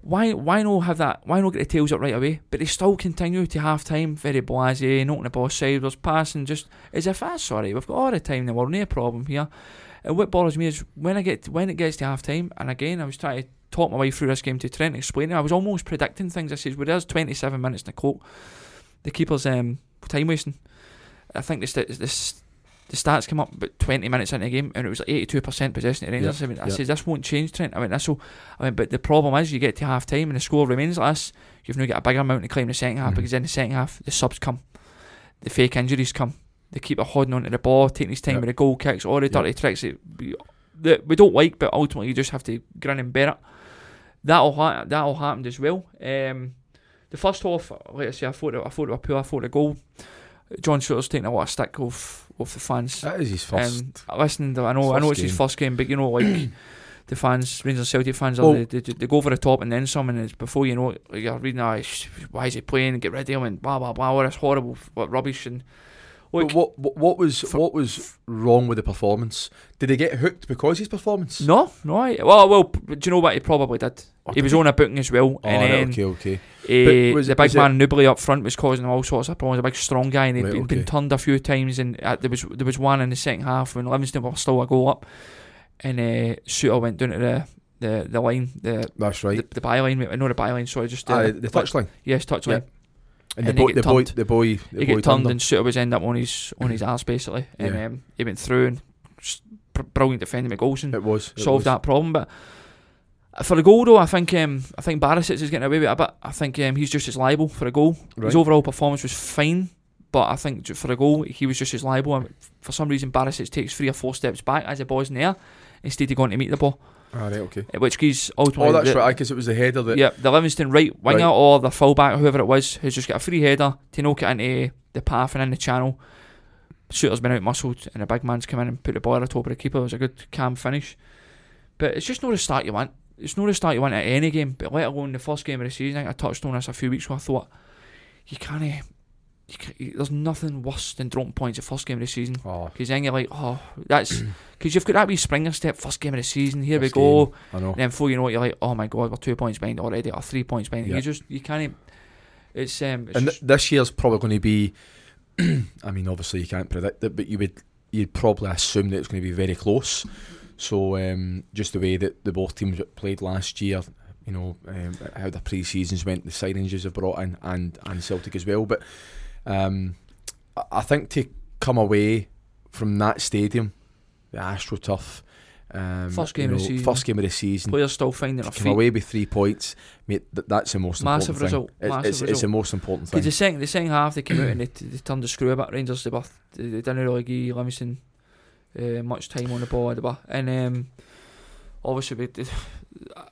Speaker 3: Why, why not have that? Why not get the tails up right away? But they still continue to half time, very blasé, not on the ball sideways, passing just as if that's sorry, we've got all the time in the world, no problem here. And what bothers me is when I get when it gets to half time, and again I was trying to talk my way through this game to Trent, explaining I was almost predicting things. I says, Well there's twenty seven minutes in the clock. The keeper's um time wasting. I think the st- the, s- the stats came up about twenty minutes into the game and it was like eighty two percent possession to Rangers. I, mean, I
Speaker 1: yeah.
Speaker 3: says this won't change Trent. I mean that's so I mean but the problem is you get to half time and the score remains like this, you've now got a bigger amount to climb in the second half
Speaker 1: Mhm.
Speaker 3: because in the second half the subs come. The fake injuries come they keep a holding onto the ball, taking his time
Speaker 1: Yep.
Speaker 3: with the goal kicks, all the
Speaker 1: Yep.
Speaker 3: dirty tricks that we, that we don't like, but ultimately you just have to grin and bear it. That all ha- that all happened as well. Um, the first half, like I say, I thought it- I thought it was poor. I thought the goal. John Shooter's taking a lot of stick off off the fans.
Speaker 1: That is his first.
Speaker 3: Um, listen, I know I know
Speaker 1: first
Speaker 3: it's his
Speaker 1: game.
Speaker 3: first game, but you know like. The fans, Rangers Celtic fans, are
Speaker 1: Well-
Speaker 3: they, they, they go over the top and then some, and it's before you know it, like, you're reading, "Ah, sh- why is he playing? Get rid of him, and blah blah blah, all this horrible f- rubbish. And
Speaker 1: But
Speaker 3: Look-
Speaker 1: what, what what was what was wrong with the performance? Did he get hooked because of his performance?
Speaker 3: No, no. I, well, well. p- Do you know what? He probably did.
Speaker 1: Or
Speaker 3: He
Speaker 1: Oh, did
Speaker 3: was on a booking as well,
Speaker 1: Oh,
Speaker 3: and
Speaker 1: right,
Speaker 3: then
Speaker 1: okay, okay.
Speaker 3: eh,
Speaker 1: But was-
Speaker 3: the big
Speaker 1: was it-
Speaker 3: man Nubly up front was causing him all sorts of problems. A big strong guy, and he had
Speaker 1: Right,
Speaker 3: been,
Speaker 1: okay.
Speaker 3: been turned a few times. And uh, there was there was one in the second half when Livingston were still a goal up, and uh, Suter went down to the the, the line, the,
Speaker 1: That's right.
Speaker 3: the the byline. No, the byline. Sorry, just
Speaker 1: The,
Speaker 3: uh,
Speaker 1: the touchline.
Speaker 3: Yes, touchline.
Speaker 1: Yeah. And, the,
Speaker 3: and he
Speaker 1: boy,
Speaker 3: get
Speaker 1: the boy,
Speaker 3: turned.
Speaker 1: the boy,
Speaker 3: he
Speaker 1: the boy
Speaker 3: got turned
Speaker 1: him.
Speaker 3: and Suter was end up on his on his ass basically, and
Speaker 1: Yeah.
Speaker 3: um, he went through and s- br- brilliant defending McGolson.
Speaker 1: It was it
Speaker 3: solve
Speaker 1: was.
Speaker 3: that problem. But for a goal, though, I think um, I think Barisic is getting away with it a bit. I think um, he's just as liable for a goal.
Speaker 1: Right.
Speaker 3: His overall performance was fine, but I think ju- for a goal, he was just as liable. And for some reason, Barisic takes three or four steps back as the ball's in the air instead of going to meet the ball,
Speaker 1: Ah, right, okay.
Speaker 3: uh, which gives ultimately.
Speaker 1: Oh, that's
Speaker 3: the,
Speaker 1: right. I guess it was the header that.
Speaker 3: Yeah, the Livingston right winger
Speaker 1: Right.
Speaker 3: or the fullback, whoever it was, who's just got a free header to knock it into the path and in the channel. Shooter's been out muscled, and the big man's come in and put the ball at the top of the keeper. It was a good calm finish, but it's just not the start you want. It's not the start you want at any game, but let alone the first game of the season. I, think I touched on this a few weeks ago. I thought you can't. eh, You can't you- there's nothing worse than dropping points the first game of the season.
Speaker 1: Oh,
Speaker 3: Because then you're like, oh, that's because you've got that wee Springer step first game of the season. Here
Speaker 1: First
Speaker 3: we go.
Speaker 1: game. I know.
Speaker 3: And then before you know it, you're like, oh my god, we're two points behind already, or three points behind.
Speaker 1: Yeah.
Speaker 3: You just you can't. It's um.
Speaker 1: and
Speaker 3: It's
Speaker 1: th-
Speaker 3: just,
Speaker 1: this year's probably going to be. I mean, obviously you can't predict it, but you would you'd probably assume that it's going to be very close. So um, just the way that the both teams that played last year, you know, um, how the pre-seasons went, the signings have brought in, and and Celtic as well. But um, I- I think to come away from that stadium, the AstroTurf, um,
Speaker 3: First
Speaker 1: you
Speaker 3: game of the
Speaker 1: know,
Speaker 3: season.
Speaker 1: first game of the season,
Speaker 3: players still finding their
Speaker 1: to come
Speaker 3: feet.
Speaker 1: away with three points, mate, th- that's the most
Speaker 3: Massive
Speaker 1: important
Speaker 3: result,
Speaker 1: thing. It's-
Speaker 3: massive
Speaker 1: it's, it's the most important thing.
Speaker 3: Because the second the second half they came out and they, they turned the screw about Rangers. They were they, they didn't really give Livingston uh, much time on the ball. They were and um, obviously we did.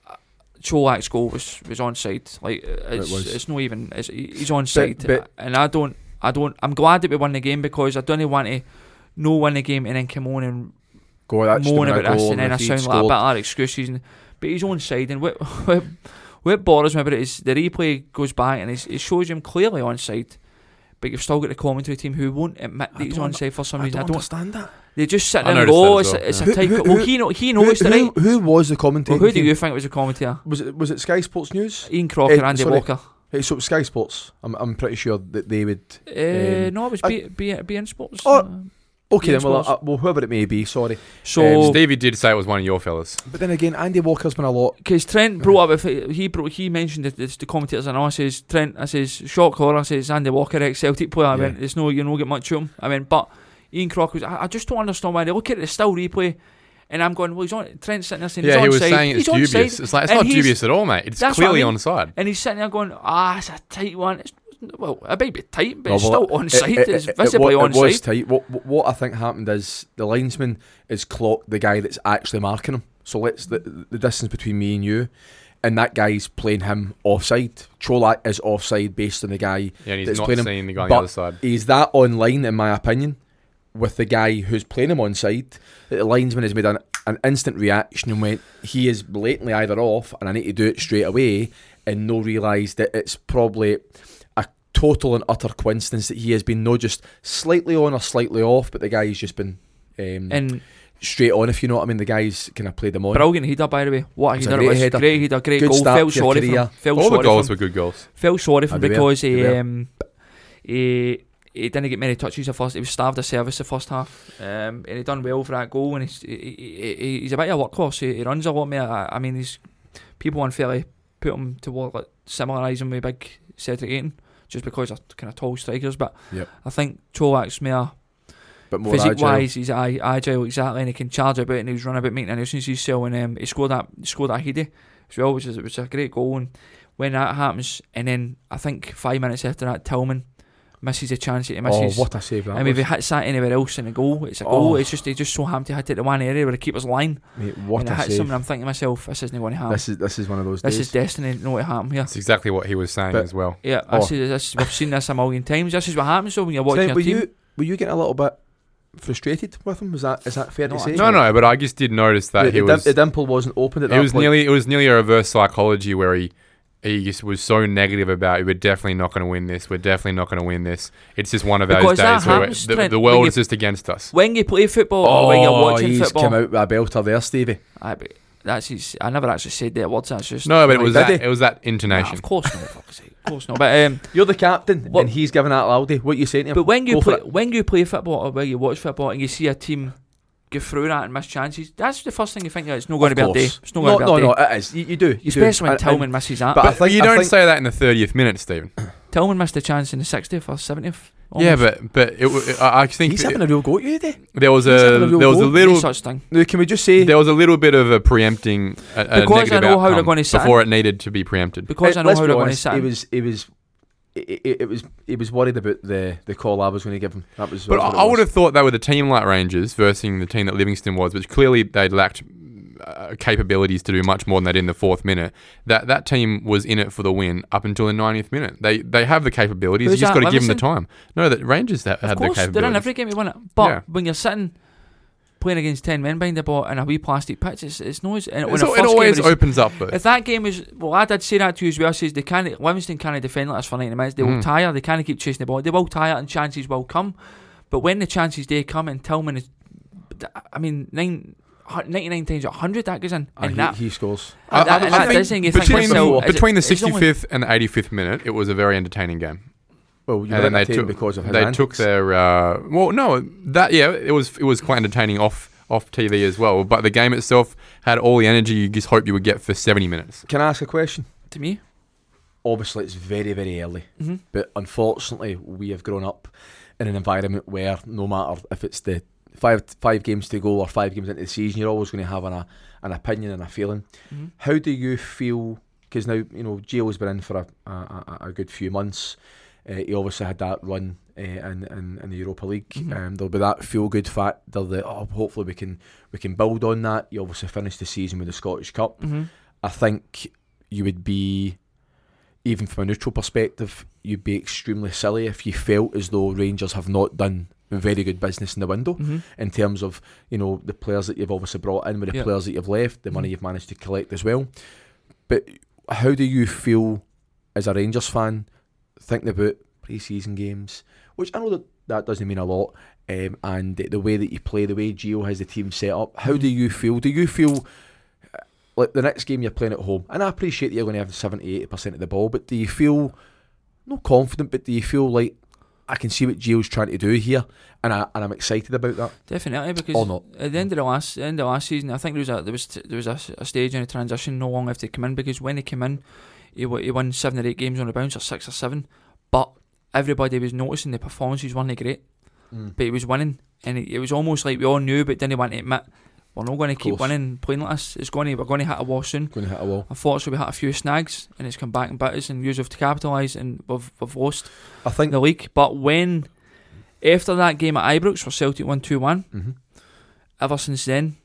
Speaker 3: Cholak's goal was was onside. Like it's
Speaker 1: was.
Speaker 3: it's not even it's, he- he's onside,
Speaker 1: but-
Speaker 3: and I don't I don't. I'm glad that we won the game because I don't want to no win the game and then come on and
Speaker 1: Go that's the
Speaker 3: moan
Speaker 1: one I
Speaker 3: about
Speaker 1: go
Speaker 3: this
Speaker 1: on
Speaker 3: and then
Speaker 1: the
Speaker 3: I
Speaker 1: feed
Speaker 3: sound like a
Speaker 1: scored.
Speaker 3: bit like excuses. And, but he's on side and what, what, what bothers me about it is the replay goes back and it's, it shows him clearly on side. But you've still got the commentary team who won't admit
Speaker 1: I
Speaker 3: that he's
Speaker 1: don't
Speaker 3: on side for some
Speaker 1: I
Speaker 3: reason.
Speaker 1: don't
Speaker 3: I don't.
Speaker 1: understand that.
Speaker 3: They just sit
Speaker 2: I
Speaker 3: there and
Speaker 2: noticed
Speaker 3: go, oh,
Speaker 2: that as
Speaker 3: it's,
Speaker 2: well,
Speaker 3: it's
Speaker 1: yeah.
Speaker 3: a tight
Speaker 1: Who-
Speaker 3: co-
Speaker 1: who-
Speaker 3: Well, he, know, he
Speaker 1: Who,
Speaker 3: knows the
Speaker 1: who,
Speaker 3: right.
Speaker 1: who was the
Speaker 3: Well,
Speaker 1: commentator?
Speaker 3: who do you think was the commentator?
Speaker 1: Was it was it Sky Sports News?
Speaker 3: Ian Crocker,
Speaker 1: Eh,
Speaker 3: Andy
Speaker 1: sorry.
Speaker 3: Walker.
Speaker 1: Hey, so it was Sky Sports. I'm I'm pretty sure that they would.
Speaker 3: Eh,
Speaker 1: Um,
Speaker 3: no, it was
Speaker 1: I-
Speaker 3: B, B, BN Sports.
Speaker 1: Oh,
Speaker 3: Uh,
Speaker 1: Okay,
Speaker 3: Yeah,
Speaker 1: then. Well,
Speaker 3: Sports.
Speaker 1: uh, well, whoever it may be. Sorry, um,
Speaker 3: so,
Speaker 2: Stevie did say it was one of your fellas.
Speaker 1: but then again, Andy Walker's been a lot.
Speaker 3: because Trent brought up, if he brought, he mentioned it, it's the commentators, and I says Trent, I says shock horror, I says Andy Walker, ex Celtic player. I
Speaker 1: Yeah.
Speaker 3: went, it's no, you don't get much of him. I mean, but Ian Crocker, was, I, I just don't understand why they look at the still replay, and I'm going, well, he's on Trent sitting there saying,
Speaker 2: Yeah,
Speaker 3: he's
Speaker 2: he was
Speaker 3: onside,
Speaker 2: saying it's
Speaker 3: he's
Speaker 2: dubious.
Speaker 3: onside,
Speaker 2: It's like it's
Speaker 3: and
Speaker 2: not
Speaker 3: he's-
Speaker 2: dubious at all, mate. It's
Speaker 3: That's what I
Speaker 2: clearly
Speaker 3: mean.
Speaker 2: onside.
Speaker 3: and he's sitting there going, ah, it's a tight one. It's, well, it might be tight, but
Speaker 1: No,
Speaker 3: it's
Speaker 1: well,
Speaker 3: still onside.
Speaker 1: It- it-
Speaker 3: it's
Speaker 1: it- it
Speaker 3: visibly
Speaker 1: wa- it was
Speaker 3: onside.
Speaker 1: tight. What, what what I think happened is the linesman is clocked the guy that's actually marking him. So let's the, the distance between me and you, and that guy's playing him offside. Trollack is offside based on the guy.
Speaker 2: Yeah, and he's
Speaker 1: that's
Speaker 2: not
Speaker 1: playing him,
Speaker 2: seeing the guy on
Speaker 1: but-
Speaker 2: the other side.
Speaker 1: Is that online in my opinion? With the guy who's playing him onside, that the linesman has made an, an instant reaction and went, he is blatantly either off, and I need to do it straight away, and no realise that it's probably a total and utter coincidence that he has been no just slightly on or slightly off, but the guy has just been um,
Speaker 3: And
Speaker 1: straight on. If you know what I mean, the guys kind of played him on.
Speaker 3: brilliant header, by the way. What a
Speaker 1: It's a
Speaker 3: header
Speaker 1: great
Speaker 3: it was.
Speaker 1: header.
Speaker 3: Great header, great
Speaker 1: Good
Speaker 3: goal.
Speaker 1: start
Speaker 3: Felt
Speaker 1: to your
Speaker 3: sorry for him.
Speaker 1: career.
Speaker 3: Felt
Speaker 2: All the
Speaker 3: sorry for him.
Speaker 2: goals were good goals.
Speaker 3: Felt sorry for him
Speaker 1: Aye, they were.
Speaker 3: because he,
Speaker 1: They were.
Speaker 3: um, eh, he he didn't get many touches the first. He was starved of service the first half, um, and he done well for that goal. And he's he, he, he's a bit of a workhorse. He, he eh, runs a lot, mate. I, I mean, he's people unfairly put uh, him to work, like, similarise him with big Cedric Ayton just because they're kind of tall strikers. But
Speaker 1: Yep.
Speaker 3: I think Cholak's more
Speaker 1: but more
Speaker 3: physique
Speaker 1: agile.
Speaker 3: wise, he's ag- agile exactly, and he can charge about, and he was running about making a nuisance of himself, and um, he scored that he scored that header as well, which is which is a great goal. And when that happens, and then I think five minutes after that, Tillman misses a chance that he
Speaker 1: Oh,
Speaker 3: misses.
Speaker 1: what a save that
Speaker 3: I mean, if he
Speaker 1: was.
Speaker 3: hits that anywhere else in a goal, it's a goal.
Speaker 1: Oh.
Speaker 3: It's just he just so happened to hit it the one area where the keeper's line,
Speaker 1: Mate, what
Speaker 3: and it
Speaker 1: a
Speaker 3: hits him.
Speaker 1: save.
Speaker 3: And I'm thinking to myself, this isn't going to happen. This,
Speaker 1: This is, this is one of those days.
Speaker 3: is destiny. No, it happened here.
Speaker 2: That's exactly what he was saying
Speaker 1: But-
Speaker 2: as well.
Speaker 3: Yeah, this
Speaker 1: Oh.
Speaker 3: is, this, we've seen this a million times. This is what happens though when you're watching
Speaker 1: Trent, were
Speaker 3: your team.
Speaker 1: you were you getting a little bit frustrated with him? Was that is that fair
Speaker 3: No,
Speaker 1: to say?
Speaker 2: No, no, but I just did notice that
Speaker 1: the,
Speaker 2: he
Speaker 1: the
Speaker 2: was.
Speaker 1: dim- the dimple wasn't opened at
Speaker 2: it
Speaker 1: that
Speaker 2: was
Speaker 1: point.
Speaker 2: nearly. It was nearly a reverse psychology where he, he just was so negative about. We're definitely not going to win this. We're definitely not going to win this. It's just one of those
Speaker 3: Because that
Speaker 2: days where
Speaker 3: happens,
Speaker 2: the,
Speaker 3: Trent,
Speaker 2: the
Speaker 3: when
Speaker 2: world
Speaker 3: you-
Speaker 2: is just against us.
Speaker 3: when you play football
Speaker 1: oh,
Speaker 3: or when you're watching
Speaker 1: he's
Speaker 3: football,
Speaker 1: come out with a belter there, Stevie.
Speaker 3: Aye, but that's his. I never actually said that words. That's just
Speaker 2: No, but it
Speaker 3: like,
Speaker 2: was
Speaker 1: did
Speaker 2: that.
Speaker 1: he?
Speaker 2: It was that
Speaker 3: nah,
Speaker 2: intonation.
Speaker 3: of course not. fuck's sake, Of course not. But um,
Speaker 1: You're the captain,
Speaker 3: What-
Speaker 1: and he's giving that loudie. What you saying to him?
Speaker 3: but when you
Speaker 1: Go for
Speaker 3: play
Speaker 1: it.
Speaker 3: when you play football or when you watch football and you see a team go through that and miss chances, that's the first thing you think. yeah, It's not going to be our day. It's not
Speaker 1: no,
Speaker 3: going to be
Speaker 1: no,
Speaker 3: our day.
Speaker 1: no, it is. You, you do, you do.
Speaker 3: Especially when
Speaker 1: And-
Speaker 3: Tillman
Speaker 1: and-
Speaker 3: misses that.
Speaker 1: but I
Speaker 2: But
Speaker 1: think
Speaker 2: you
Speaker 1: I
Speaker 2: don't
Speaker 1: think-
Speaker 2: say that in the 30th minute, Stephen.
Speaker 3: Tillman missed a chance in the 60th or 70th.
Speaker 2: Yeah,
Speaker 3: almost.
Speaker 2: but but it, w- I I
Speaker 1: Oh
Speaker 2: think
Speaker 1: he's
Speaker 2: th-
Speaker 1: having a real go at you today.
Speaker 2: there was
Speaker 1: he's having
Speaker 2: a
Speaker 1: a real
Speaker 2: um, there was a
Speaker 1: go.
Speaker 3: No
Speaker 2: little
Speaker 3: such thing.
Speaker 1: Now, can we just say
Speaker 2: there was a little bit of a preempting a, a
Speaker 3: Because I
Speaker 2: negative
Speaker 3: know how they're
Speaker 2: outcome
Speaker 3: gonna sit-
Speaker 2: before it needed to be preempted.
Speaker 3: Because
Speaker 1: Uh,
Speaker 3: I know
Speaker 1: let's
Speaker 3: how
Speaker 1: be
Speaker 3: they're going to
Speaker 1: honest,
Speaker 3: sit.
Speaker 1: He
Speaker 3: him.
Speaker 1: was, he was, it, it, it was, he was worried about the the call I was going to give him. That was.
Speaker 2: But
Speaker 1: that was what
Speaker 2: I,
Speaker 1: it
Speaker 2: I
Speaker 1: was.
Speaker 2: would have thought that with a team like Rangers versus the team that Livingston was, which clearly they lacked uh, capabilities to do much more than they did in the fourth minute. That that team was in it for the win up until the 90th minute. They they have the capabilities.
Speaker 3: Who's
Speaker 2: you just
Speaker 3: that,
Speaker 2: got to give them the
Speaker 3: Livingston?
Speaker 2: time. No, that Rangers that
Speaker 3: Of
Speaker 2: had
Speaker 3: course,
Speaker 2: the
Speaker 3: they're in
Speaker 2: capabilities.
Speaker 3: every game you win it. But
Speaker 2: Yeah.
Speaker 3: when you're sitting playing against 10 men behind the ball in a wee plastic pitch, it's, it's noise. And when
Speaker 2: It's
Speaker 3: a
Speaker 2: al-
Speaker 3: first
Speaker 2: it
Speaker 3: game
Speaker 2: always
Speaker 3: is-
Speaker 2: opens up. Though.
Speaker 3: If that game is well, I did say that to you as well. Says they can't. Livingston can't defend like this for ninety minutes. They will
Speaker 2: Mm.
Speaker 3: tire. They can't keep chasing the ball. They will tire, and chances will come. But when the chances they come, and Tillman is, I mean, nine, hu- 99 times a hundred that goes in,
Speaker 1: Ah,
Speaker 3: and
Speaker 1: he,
Speaker 3: that.
Speaker 1: he scores.
Speaker 3: and that-
Speaker 2: I- I
Speaker 3: and that
Speaker 2: think
Speaker 3: does thing, you think
Speaker 2: between,
Speaker 1: to yourself,
Speaker 2: the,
Speaker 3: is it-
Speaker 2: between the
Speaker 3: it's only-
Speaker 2: 65th and the 85th minute, it was a very entertaining game.
Speaker 1: Well, you
Speaker 2: and
Speaker 1: were
Speaker 2: then they
Speaker 1: entertained
Speaker 2: took
Speaker 1: because of his
Speaker 2: they
Speaker 1: antics.
Speaker 2: took their uh, well, no, that yeah, it was it was quite entertaining off off TV as well. But the game itself had all the energy you just hope you would get for 70 minutes.
Speaker 1: Can I ask a question?
Speaker 3: to me,
Speaker 1: Obviously, it's very, very early.
Speaker 3: hmm
Speaker 1: But unfortunately, we have grown up in an environment where no matter if it's the five five games to go or five games into the season, you're always going to have an, a, an opinion and a feeling.
Speaker 3: hmm
Speaker 1: How do you feel? Because now you know Gio has been in for a a, a, a good few months. Uh, he obviously had that run uh, in, in in the Europa League.
Speaker 3: Mhm.
Speaker 1: Um, there'll be that feel good factor that oh, hopefully we can we can build on that. You obviously finished the season with the Scottish Cup.
Speaker 3: hmm
Speaker 1: I think you would be, even from a neutral perspective, you'd be extremely silly if you felt as though Rangers have not done very good business in the window
Speaker 3: hmm
Speaker 1: in terms of you know the players that you've obviously brought in, with the
Speaker 3: Yeah.
Speaker 1: players that you've left, the money
Speaker 3: Mhm.
Speaker 1: you've managed to collect as well. But how do you feel as a Rangers fan thinking about pre-season games? which I know that that doesn't mean a lot. Um, and the, the way that you play, the way Gio has the team set up, how do you feel? Do you feel uh, like the next game you're playing at home? And I appreciate that you're going to have 70 80% of the ball, but do you feel not confident, but do you feel like I can see what Gio's trying to do here, and I and I'm excited about that.
Speaker 3: Definitely, because
Speaker 1: Or not.
Speaker 3: at the end of the last end of last season, I think there was a there was there was a, s- a stage in a transition no longer after he came in because when he came in, he, wa- he won seven or eight games on the bounce or six or seven, but everybody was noticing the performances weren't great,
Speaker 1: Mm.
Speaker 3: but he was winning, and it, it was almost like we all knew but didn't want to admit we're not going to keep
Speaker 1: course.
Speaker 3: winning playing like this. It's going to we're going to hit a wall soon.
Speaker 1: Going to hit a wall.
Speaker 3: Unfortunately, we had a few snags, and it's come back and bit us, and we have to capitalise, and we've we've lost
Speaker 1: I think.
Speaker 3: the league. But when after that game at Ibrox where Celtic won two one,
Speaker 1: Mhm.
Speaker 3: ever since then,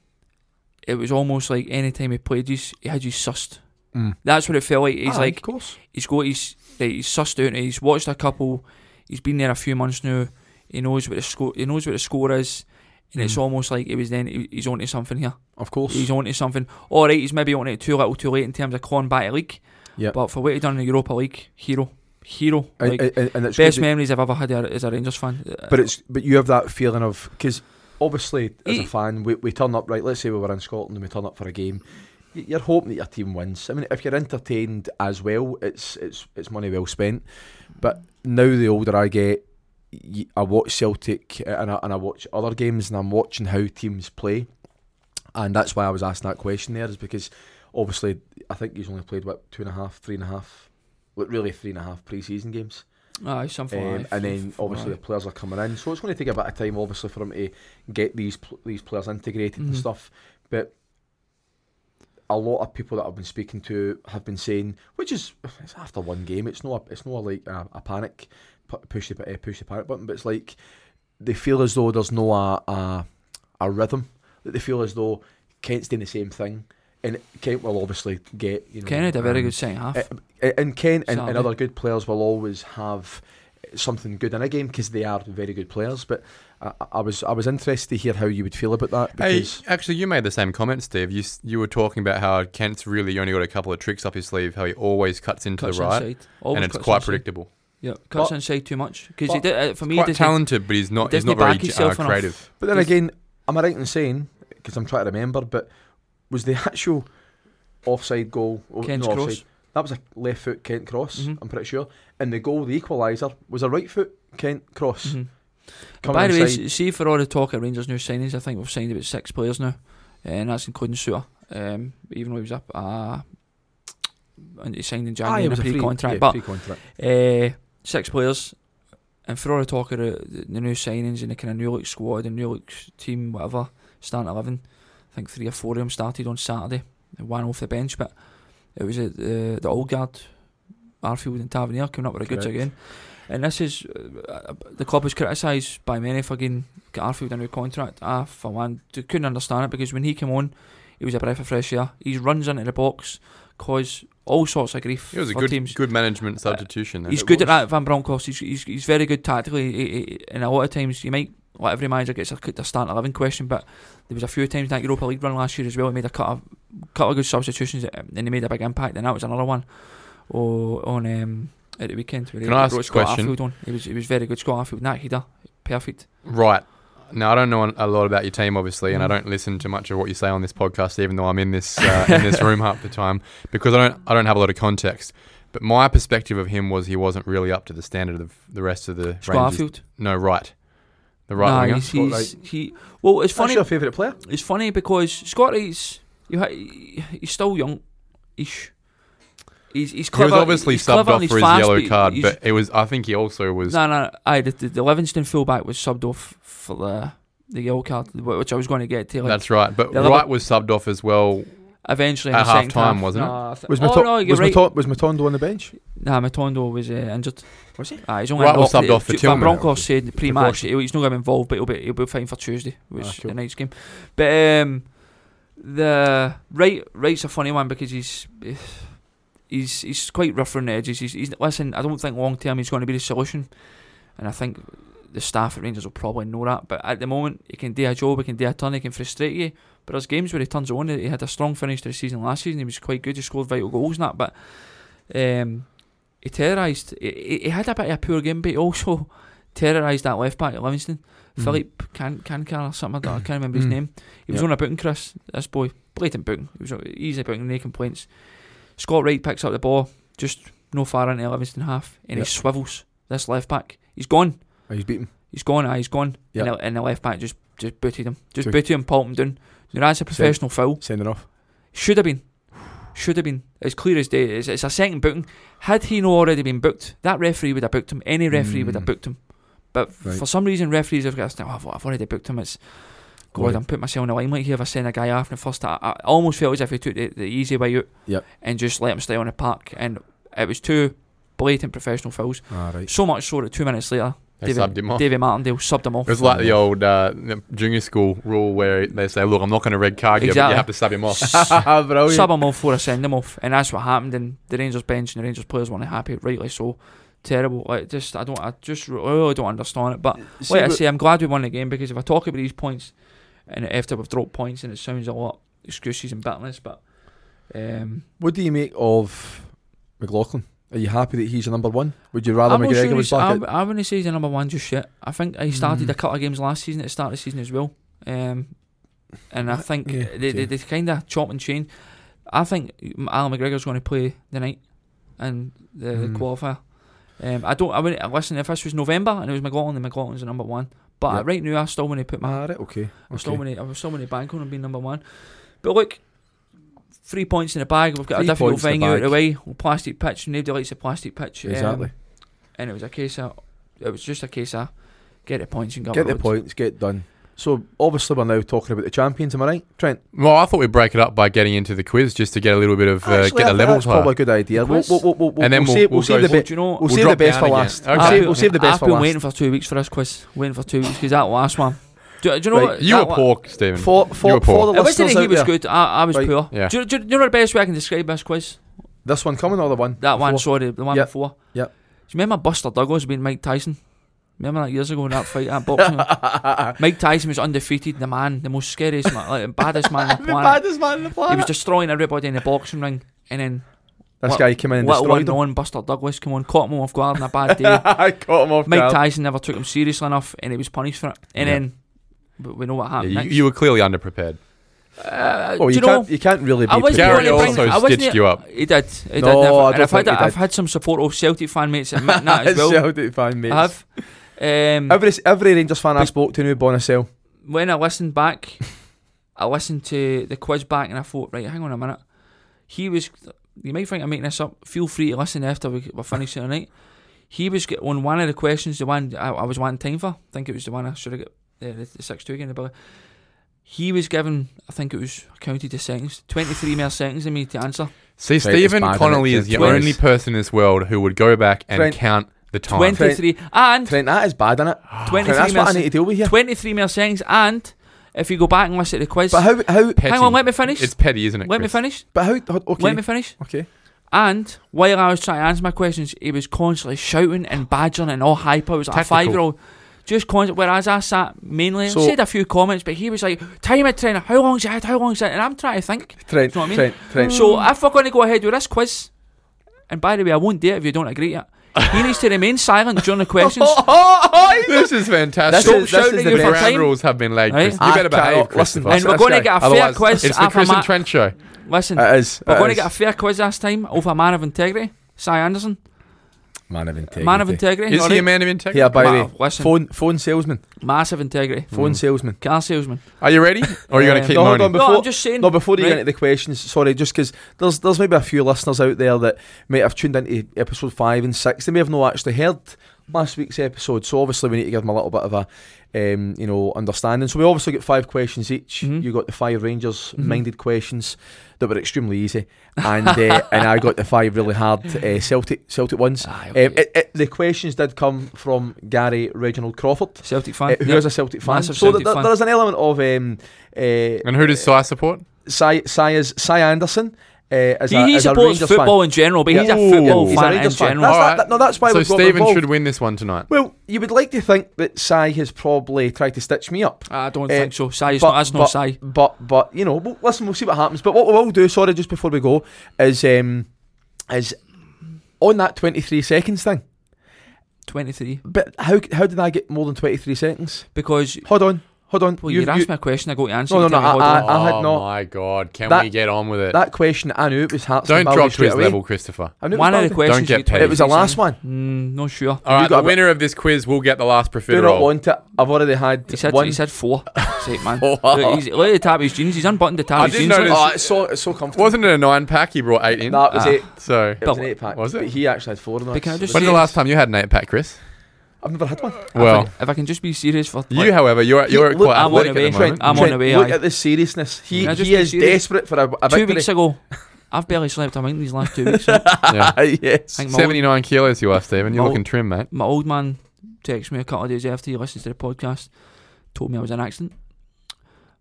Speaker 3: it was almost like any time he played you, he had you sussed.
Speaker 1: Mm.
Speaker 3: That's what it felt like. He's
Speaker 1: Aye, of
Speaker 3: like
Speaker 1: course.
Speaker 3: he's got his like, he's sussed out. He's watched a couple. He's been there a few months now. He knows what the score. He knows what the score is. And it's
Speaker 1: Mm.
Speaker 3: almost like it was then he- he's onto something here.
Speaker 1: Of course.
Speaker 3: He's onto something. All right, he's maybe onto it too little, too late in terms of calling back a league.
Speaker 1: Yep.
Speaker 3: But for what he done in the Europa League, hero, hero.
Speaker 1: and,
Speaker 3: like,
Speaker 1: and- and it's
Speaker 3: Best
Speaker 1: good that-
Speaker 3: memories I've ever had are- as a Rangers fan.
Speaker 1: But it's but you have that feeling of because obviously as a
Speaker 3: He-
Speaker 1: fan we, we turn up right. Let's say we were in Scotland and we turn up for a game. y- You're hoping that your team wins. I mean, if you're entertained as well, it's it's it's money well spent. But now the older I get, y- I watch Celtic uh, and I, and I watch other games and I'm watching how teams play, and that's why I was asking that question there is because obviously I think he's only played what two and a half, three and a half, well, really three and a half pre-season games.
Speaker 3: aye, Ah, something.
Speaker 1: Um,
Speaker 3: like that.
Speaker 1: and then
Speaker 3: F-
Speaker 1: obviously the
Speaker 3: aye.
Speaker 1: players are coming in, so it's going to take a bit of time, obviously, for them to get these pl- these players integrated and
Speaker 3: Mhm.
Speaker 1: stuff. But a lot of people that I've been speaking to have been saying, which is it's after one game, it's not a, it's not like a, a panic pu- push the uh, push the panic button, but it's like they feel as though there's no a a, a rhythm that they feel as though Kent's doing the same thing, and Kent will obviously get you know
Speaker 3: Kenny had a very
Speaker 1: um,
Speaker 3: good second half.
Speaker 1: uh, a- and Kent and, and
Speaker 3: Saturday.
Speaker 1: other good players will always have something good in a game because they are very good players. But I, I- I was I was interested to hear how you would feel about that
Speaker 2: Hey,
Speaker 1: because
Speaker 2: actually, you made the same comment, Steve. You s- you were talking about how Kent's really only got a couple of tricks up his sleeve. How he always cuts into
Speaker 3: cuts
Speaker 2: the right,
Speaker 3: inside. Always
Speaker 2: and it's
Speaker 3: cuts
Speaker 2: quite
Speaker 3: inside.
Speaker 2: predictable.
Speaker 3: Yeah, cuts
Speaker 1: But-
Speaker 3: inside too much because he
Speaker 1: but-
Speaker 3: did. Uh, for me, he
Speaker 2: quite
Speaker 3: did-
Speaker 2: talented, but he's not. He's
Speaker 3: doesn't he
Speaker 2: not very
Speaker 3: back
Speaker 2: j-
Speaker 3: himself
Speaker 2: uh,
Speaker 3: enough?
Speaker 2: creative.
Speaker 1: But then
Speaker 3: Does-
Speaker 1: again, am I right in saying because I'm trying to remember? But was the actual offside goal? oh,
Speaker 3: Kent's
Speaker 1: no,
Speaker 3: cross.
Speaker 1: offside, that was a left foot Kent cross.
Speaker 3: Mhm.
Speaker 1: I'm pretty sure. And the goal, the equaliser, was a right foot Kent cross.
Speaker 3: Mhm.
Speaker 1: coming
Speaker 3: By the way,
Speaker 1: inside.
Speaker 3: s- see for all the talk of Rangers' new signings, I think we've signed about six players now, uh, and that's including Suter. Um, even though he was up, uh, and he signed in
Speaker 1: Aye, it
Speaker 3: January in a
Speaker 1: Ah, was a free-
Speaker 3: pre-contract,
Speaker 1: yeah,
Speaker 3: but
Speaker 1: pre-contract.
Speaker 3: Uh, six players, and for all the talk of the, the, the new signings and the kind of new look squad and new look s- team, whatever, starting eleven. I think three or four of them started on Saturday, and one off the bench. But it was at eh, the, the old guard, Arfield and Tavernier coming up with a goods
Speaker 1: Correct.
Speaker 3: again. And this is uh, uh, the club was criticised by many for getting get Arfield a new contract. I for one d- couldn't understand it because when he came on, he was a breath of fresh air. He runs into the box, cause all sorts of grief.
Speaker 2: It was a
Speaker 3: for
Speaker 2: good
Speaker 3: teams. Uh,
Speaker 2: good management substitution. there.
Speaker 3: He's
Speaker 1: it
Speaker 3: good at
Speaker 1: was.
Speaker 3: that, Van Bronckhorst. He's, he's, he's very good tactically. He, he, and a lot of times, you might, like every manager gets a, a start 11 question, but there was a few times in that Europa League run last year as well. He made a couple of, couple of good substitutions um, and he made a big impact. And that was another one oh, on um, at the weekend. Where
Speaker 2: Can
Speaker 3: he
Speaker 2: I ask
Speaker 3: brought
Speaker 2: a
Speaker 3: Scott
Speaker 2: question?
Speaker 3: Arfield on. He was, he was very good. Scott Arfield, that header, perfect.
Speaker 2: Right. Now I don't know a lot about your team, obviously, and I
Speaker 3: Mm.
Speaker 2: don't listen to much of what you say on this podcast, even though I'm in this uh, in this room half the time because I don't I don't have a lot of context. But my perspective of him was he wasn't really up to the standard of the rest of the
Speaker 3: Scott
Speaker 2: Rangers.
Speaker 3: Arfield.
Speaker 2: No, right, the right
Speaker 3: Nah,
Speaker 2: winger.
Speaker 3: he's, he's, he, well, it's
Speaker 1: What's
Speaker 3: funny.
Speaker 1: your favourite player?
Speaker 3: It's funny because Scotty's you ha- he's still young, ish. He's he's
Speaker 2: He was
Speaker 3: clever.
Speaker 2: obviously
Speaker 3: he's
Speaker 2: subbed
Speaker 3: clever
Speaker 2: off
Speaker 3: and he's
Speaker 2: for his
Speaker 3: fast,
Speaker 2: yellow
Speaker 3: he-
Speaker 2: card,
Speaker 3: he's-
Speaker 2: but it was I think he also was
Speaker 3: no, no, aye, the, the, the Livingston fullback was subbed off for the the yellow card, wh- which I was going to get to. Like,
Speaker 2: that's right. But
Speaker 3: The other-
Speaker 2: Wright was subbed off as well.
Speaker 3: eventually in
Speaker 2: at
Speaker 3: the second
Speaker 2: half-time,
Speaker 3: half.
Speaker 2: wasn't it?
Speaker 3: Nah, I thi-
Speaker 1: Was,
Speaker 3: oh
Speaker 1: Mato-
Speaker 3: no, you're
Speaker 1: was,
Speaker 3: right.
Speaker 1: Mato- was Matondo on the bench?
Speaker 3: nah, Matondo was uh, injured.
Speaker 1: Was he?
Speaker 3: Ah, he's only
Speaker 2: Right,
Speaker 3: knocked
Speaker 2: well, subbed
Speaker 3: it-
Speaker 2: off for
Speaker 3: Van
Speaker 2: Tillman.
Speaker 3: Bronckhorst said pre-match
Speaker 1: Precaution.
Speaker 3: he- he's not going to be involved, but he'll be he'll be fine for Tuesday, which
Speaker 1: Ah,
Speaker 3: is
Speaker 1: cool.
Speaker 3: a nice game. But um, the right right's a funny one because he's he's he's quite rough on the edges. He's, he's listen. I don't think long term he's going to be the solution, and I think the staff at Rangers will probably know that. But at the moment, he can do a job, he can do a turn, he can frustrate you. But there's games where he turns it on. He had a strong finish to the season last season. He was quite good. He scored vital goals and that. But um, he terrorised. He, he- he had a bit of a poor game, but he also terrorised that left back at Livingston.
Speaker 1: Hmm.
Speaker 2: Mm.
Speaker 3: Philippe Can Cancar or something like that. I can't remember his
Speaker 1: Mm.
Speaker 3: name. He was
Speaker 1: Yeah.
Speaker 3: on a booting, Chris. This boy, blatant booting. He was on, easy booting, no complaints. Scott Wright picks up the ball, just no far into Livingston half, and
Speaker 1: Yep.
Speaker 3: he swivels this left back. He's gone.
Speaker 1: Oh, he's beaten.
Speaker 3: He's gone. Ah, he's gone.
Speaker 1: Yep.
Speaker 3: And, the, and the left back just just booted him. Just
Speaker 1: Took-
Speaker 3: booted him, pulped him down. Now, that's a professional foul.
Speaker 1: Sending off.
Speaker 3: Should have been. Should have been. It's clear as day. It's, it's a second booking. Had he not already been booked, that referee would have booked him. Any referee would have
Speaker 2: Mm.
Speaker 3: booked him. But
Speaker 1: Right.
Speaker 3: for some reason, referees have got to say, oh, I've, I've already booked him. It's, God,
Speaker 1: Right.
Speaker 3: I'm putting myself in the limelight here if I send a guy off in the first. I, I almost felt as if he took the, the easy way out
Speaker 1: Yep.
Speaker 3: and just let him stay on the park. And it was two blatant professional fouls.
Speaker 1: Ah, right.
Speaker 3: So much so that two minutes later,
Speaker 2: They subbed him off.
Speaker 3: David Martindale subbed him off.
Speaker 2: It was like the old uh, junior school rule where they say, "Look, I'm not going to red card you, but
Speaker 3: Exactly.
Speaker 2: you have to sub him off."
Speaker 1: Brilliant.
Speaker 3: sub him off for a send him off, er and that's what happened. And the Rangers bench and the Rangers players weren't happy, rightly so. Terrible. Like just, I don't, I just re- really don't understand it. But
Speaker 1: See,
Speaker 3: like I
Speaker 1: but-
Speaker 3: say, I'm glad we won the game because if I talk about these points, and after we've dropped points, and it sounds a lot excuses and bitterness, but um,
Speaker 1: What do you make of McLaughlin? Are you happy that he's your number one? Would you rather
Speaker 3: I'm not
Speaker 1: McGregor
Speaker 3: sure
Speaker 1: was
Speaker 3: he's,
Speaker 1: back
Speaker 3: I,
Speaker 1: at?
Speaker 3: I wouldn't say he's a number one just yet. I think he started
Speaker 1: Mm.
Speaker 3: a couple of games last season at the start of the season as well. Um, and I think
Speaker 1: yeah,
Speaker 3: they,
Speaker 1: okay.
Speaker 3: they, they kind of chop and chain. I think Alan McGregor's going to play the night and the,
Speaker 1: Mm.
Speaker 3: the qualifier. Um, I don't. I wouldn't listen. If this was November and it was McLaughlin, then McLaughlin's the number one. But
Speaker 1: Yep.
Speaker 3: right now, I still want to put my.
Speaker 1: Ah, right, okay.
Speaker 3: I still
Speaker 1: okay.
Speaker 3: want to. I still want to bank on him being number one. But look, three points in the bag. We've got
Speaker 1: Three
Speaker 3: a difficult
Speaker 1: points in the
Speaker 3: venue out of the
Speaker 1: bag.
Speaker 3: way. Plastic pitch. Nobody likes a plastic pitch. Um,
Speaker 1: Exactly.
Speaker 3: and it was a case of it was just a case of get the points and go.
Speaker 1: get the points, get done. So obviously we're now talking about the champions, am I right, Trent?
Speaker 2: well, I thought we'd break it up by getting into the quiz just to get a little bit of uh, get
Speaker 1: I
Speaker 2: the
Speaker 1: think
Speaker 2: levels
Speaker 1: That's probably
Speaker 2: higher.
Speaker 1: a good idea.
Speaker 3: The
Speaker 1: We'll,
Speaker 3: quiz.
Speaker 1: we'll, we'll, we'll,
Speaker 2: And then
Speaker 1: we'll,
Speaker 2: we'll-
Speaker 1: save, we'll
Speaker 2: we'll
Speaker 1: save
Speaker 2: go-
Speaker 1: the bit.
Speaker 3: do you know?
Speaker 1: We'll,
Speaker 2: We'll
Speaker 1: save the
Speaker 2: drop
Speaker 1: best for
Speaker 2: down again.
Speaker 1: last.
Speaker 2: Okay.
Speaker 1: We'll, save, we'll save the best
Speaker 3: I've
Speaker 1: for
Speaker 3: been
Speaker 1: last.
Speaker 3: waiting for two weeks for this quiz, waiting for two weeks because that last one. Do, do you know
Speaker 1: Right,
Speaker 3: what?
Speaker 2: You
Speaker 3: that
Speaker 2: were
Speaker 3: one-
Speaker 2: poor, Stephen.
Speaker 1: For, for, for
Speaker 2: were poor.
Speaker 1: the
Speaker 3: It wasn't
Speaker 1: listeners
Speaker 3: that he
Speaker 1: out
Speaker 3: was
Speaker 1: there,
Speaker 3: good. I, I was
Speaker 1: Right.
Speaker 3: poor.
Speaker 2: Yeah.
Speaker 3: Do, you- do, you- do you know the best way I can describe this quiz?
Speaker 1: this one coming or the one?
Speaker 3: That one,
Speaker 1: before?
Speaker 3: sorry, the one
Speaker 1: Yep.
Speaker 3: before.
Speaker 1: Yep.
Speaker 3: Do you remember Buster Douglas being Mike Tyson? Remember that years ago in that fight, that boxing? Mike Tyson was undefeated, the man, the most scariest man, like, baddest man on the
Speaker 1: the
Speaker 3: planet.
Speaker 1: baddest man on the
Speaker 3: He was
Speaker 1: planet.
Speaker 3: destroying everybody in the boxing ring, and then
Speaker 1: This
Speaker 3: what-
Speaker 1: guy came in and
Speaker 3: Little
Speaker 1: destroyed him.
Speaker 3: unknown Buster Douglas come on, caught him off guard on a bad day.
Speaker 1: I caught him off
Speaker 3: Mike
Speaker 1: guard.
Speaker 3: Tyson never took him seriously enough, and he was punished for it. And
Speaker 2: Yeah.
Speaker 3: then we- we know what
Speaker 2: Yeah,
Speaker 3: happened.
Speaker 2: you,
Speaker 3: next.
Speaker 2: you were clearly underprepared.
Speaker 3: Uh,
Speaker 1: Oh,
Speaker 3: do
Speaker 1: you
Speaker 3: you know?
Speaker 1: can't, you can't really be
Speaker 3: I wasn't
Speaker 1: prepared.
Speaker 2: Gary
Speaker 3: really
Speaker 2: also
Speaker 3: bring- I wasn't-
Speaker 2: stitched you up.
Speaker 3: He did.
Speaker 1: No, I
Speaker 3: He did. and
Speaker 1: don't
Speaker 3: I've had,
Speaker 1: think he
Speaker 3: I've
Speaker 1: did.
Speaker 3: had some support of Celtic fan mates admitting that as well.
Speaker 1: Celtic fan, mate.
Speaker 3: I have. Um,
Speaker 1: Every, every Rangers fan I spoke to knew Bonacel.
Speaker 3: when I listened back, I listened to the quiz back and I thought, right, hang on a minute. He was, you might think I'm making this up. Feel free to listen after we, we're finished tonight. He was get- on one of the questions, the one I, I was wanting time for. I think it was the one I should have got the, the, the 6 2 again. About. He was given, I think it was I counted the seconds, 23 more seconds than me to answer.
Speaker 2: See,
Speaker 1: Right, it's
Speaker 2: Stephen
Speaker 1: bad, isn't
Speaker 2: Connolly
Speaker 1: it?
Speaker 2: is the
Speaker 1: Twice.
Speaker 2: only person in this world who would go back and
Speaker 1: Trent-
Speaker 2: count the
Speaker 1: Oh,
Speaker 2: time.
Speaker 3: 23 and
Speaker 1: Trent, that is bad, innit? Trent,
Speaker 3: 23
Speaker 1: Oh, that's
Speaker 3: more,
Speaker 1: what I
Speaker 3: se-
Speaker 1: need to deal with here.
Speaker 3: 23 more seconds. And if you go back and listen to the quiz,
Speaker 1: But how, how,
Speaker 2: Petty.
Speaker 3: hang on, let me finish.
Speaker 2: It's petty, isn't it?
Speaker 3: let me
Speaker 2: Chris?
Speaker 3: finish.
Speaker 1: but how, okay.
Speaker 3: Let me finish.
Speaker 1: okay.
Speaker 3: And while I was trying to answer my questions, he was constantly shouting and badgering and all hyper. It was like
Speaker 2: Tactical.
Speaker 3: a five year old. Just constant. Whereas I sat mainly,
Speaker 1: So-
Speaker 3: said a few comments, but he was like, time it, trainer, how long's it? How long's it? And I'm trying to think.
Speaker 1: Trent,
Speaker 3: Do you know what I mean?
Speaker 1: Trent, Trent.
Speaker 3: So if we're going to go ahead with this quiz, and by the way, I won't do it if you don't agree yet. He needs to remain silent during the questions.
Speaker 1: Oh,
Speaker 2: This is fantastic.
Speaker 1: This
Speaker 3: Stop
Speaker 1: is-
Speaker 3: shouting
Speaker 1: is
Speaker 3: at
Speaker 1: the
Speaker 3: you
Speaker 2: the
Speaker 3: for
Speaker 1: best.
Speaker 2: ground
Speaker 3: time.
Speaker 2: rules have been laid,
Speaker 3: Right?
Speaker 2: Chris. You
Speaker 1: I
Speaker 2: better behave,
Speaker 1: cannot-
Speaker 2: Chris.
Speaker 1: listen,
Speaker 2: if I-
Speaker 3: and
Speaker 1: listen.
Speaker 3: we're going to get a fair
Speaker 2: Otherwise,
Speaker 3: quiz
Speaker 2: it's the
Speaker 3: off a
Speaker 2: Chris
Speaker 3: man.
Speaker 2: and Trent show.
Speaker 3: Listen,
Speaker 1: It is.
Speaker 3: we're
Speaker 1: it
Speaker 3: going to
Speaker 1: is.
Speaker 3: get a fair quiz this time off a man of integrity, Cy Anderson.
Speaker 1: Man of integrity.
Speaker 3: Man of integrity.
Speaker 2: Is he a man of integrity?
Speaker 1: Yeah, by the way.
Speaker 3: Listen,
Speaker 1: Phone, phone salesman.
Speaker 3: massive integrity.
Speaker 1: Phone salesman.
Speaker 3: Car salesman.
Speaker 2: Are you ready? Or are you going
Speaker 3: Uh,
Speaker 2: to keep
Speaker 1: no, hold
Speaker 2: moaning?
Speaker 1: on, Before-
Speaker 3: no, I'm just saying.
Speaker 1: No, before you
Speaker 3: Right.
Speaker 1: get into the questions, sorry, just because there's there's maybe a few listeners out there that might have tuned into episode five and six. They may have not actually heard last week's episode, so obviously we need to give them a little bit of a um, you know understanding. So we obviously got five questions each.
Speaker 3: Mhm.
Speaker 1: You got the five Rangers
Speaker 3: Mhm.
Speaker 1: minded questions that were extremely easy, and uh, and I got the five really hard uh, Celtic Celtic ones.
Speaker 3: Aye,
Speaker 1: Um,
Speaker 3: Ah, okay.
Speaker 1: it, it, the questions did come from Gary Reginald Crawford.
Speaker 3: Celtic
Speaker 1: Uh,
Speaker 3: fan.
Speaker 1: who
Speaker 3: yeah.
Speaker 1: is a Celtic fan?
Speaker 3: Massive
Speaker 1: so th-
Speaker 3: Celtic
Speaker 1: th-
Speaker 3: fan.
Speaker 1: there's an element of um, uh,
Speaker 2: And who does Sai support?
Speaker 1: Cy, Cy, is, Cy Anderson uh, is
Speaker 3: he
Speaker 1: a,
Speaker 3: he
Speaker 1: is a
Speaker 3: supports
Speaker 1: Rangers
Speaker 3: football in general, but he's a
Speaker 1: fan.
Speaker 2: Ooh.
Speaker 3: football
Speaker 1: He's a
Speaker 3: fan in
Speaker 1: Rangers fan.
Speaker 3: general.
Speaker 1: That's,
Speaker 2: Alright.
Speaker 1: that, no, that's why
Speaker 2: So
Speaker 1: we've got
Speaker 2: Stephen
Speaker 1: involved.
Speaker 2: should win this one tonight.
Speaker 1: Well, you would like to think that Cy has probably tried to stitch me up.
Speaker 3: Ah, I don't
Speaker 1: Eh,
Speaker 3: think so. Sai, is
Speaker 1: but-
Speaker 3: not, that's
Speaker 1: but-
Speaker 3: not Sai.
Speaker 1: But but you know, well, listen, we'll see what happens. But what we will do, sorry, just before we go, is um, is on that twenty three seconds thing.
Speaker 3: 23.
Speaker 1: But how how did I get more than 23 seconds?
Speaker 3: Because
Speaker 1: Hold on, hold on.
Speaker 3: well,
Speaker 1: You-
Speaker 3: you,
Speaker 1: you-
Speaker 3: asked me a question, I got to answer.
Speaker 1: No, no,
Speaker 3: you tell
Speaker 1: no,
Speaker 3: me hold
Speaker 1: I-
Speaker 3: on.
Speaker 1: I had
Speaker 2: oh
Speaker 1: not-
Speaker 2: my god! Can
Speaker 1: That-
Speaker 2: we get on with it?
Speaker 1: that question, I knew it was Hearts.
Speaker 2: Don't
Speaker 1: and Burnley
Speaker 2: drop to
Speaker 1: straight
Speaker 2: his
Speaker 1: away.
Speaker 2: level, Christopher.
Speaker 1: I knew it was
Speaker 3: one of
Speaker 1: Burnley.
Speaker 3: the questions.
Speaker 2: Don't get
Speaker 3: you got
Speaker 2: paid.
Speaker 1: It was the last one.
Speaker 3: Mm, not sure.
Speaker 2: All
Speaker 1: got
Speaker 2: right, the
Speaker 1: a bit-
Speaker 2: winner of this quiz will get the last
Speaker 1: Do
Speaker 2: profiterole.
Speaker 1: not want it. I've already had
Speaker 3: He said,
Speaker 1: one.
Speaker 3: he said four. Sick, man.
Speaker 2: Wow.
Speaker 3: Look, he's, look at the tab of his jeans. He's unbuttoned the tab
Speaker 2: I
Speaker 3: of his
Speaker 2: didn't
Speaker 3: jeans.
Speaker 2: notice-
Speaker 1: oh, it's so it's so comfortable.
Speaker 2: Wasn't it a nine pack? He brought eight in.
Speaker 1: No, it was
Speaker 3: Ah.
Speaker 1: eight.
Speaker 2: So
Speaker 1: It was an
Speaker 3: But-
Speaker 1: eight pack.
Speaker 2: Was it?
Speaker 1: But he actually had four of them.
Speaker 3: But can I
Speaker 1: That's-
Speaker 3: just-
Speaker 2: when's the last time you had an eight pack, Chris?
Speaker 1: I've never had one.
Speaker 2: Well,
Speaker 3: if I can just be serious for
Speaker 2: you, however, you're you're
Speaker 1: Look,
Speaker 2: quite
Speaker 3: I'm on
Speaker 2: athletic
Speaker 3: the
Speaker 2: at the
Speaker 3: way.
Speaker 2: moment.
Speaker 3: I'm on
Speaker 1: Trent,
Speaker 3: the way,
Speaker 1: Look
Speaker 3: aye.
Speaker 1: at the seriousness. He
Speaker 3: Can I just
Speaker 1: he
Speaker 3: be
Speaker 1: is
Speaker 3: serious?
Speaker 1: desperate for a, a
Speaker 3: two
Speaker 1: victory.
Speaker 3: weeks ago, I've barely slept a wink these last two weeks. I
Speaker 2: Yeah.
Speaker 1: yes.
Speaker 3: think my old,
Speaker 2: Seventy nine kilos you are, Stephen. You're
Speaker 3: Mo-
Speaker 2: looking trim, mate.
Speaker 3: my old man texted me a couple of days after he listens to the podcast, told me I was in an accident.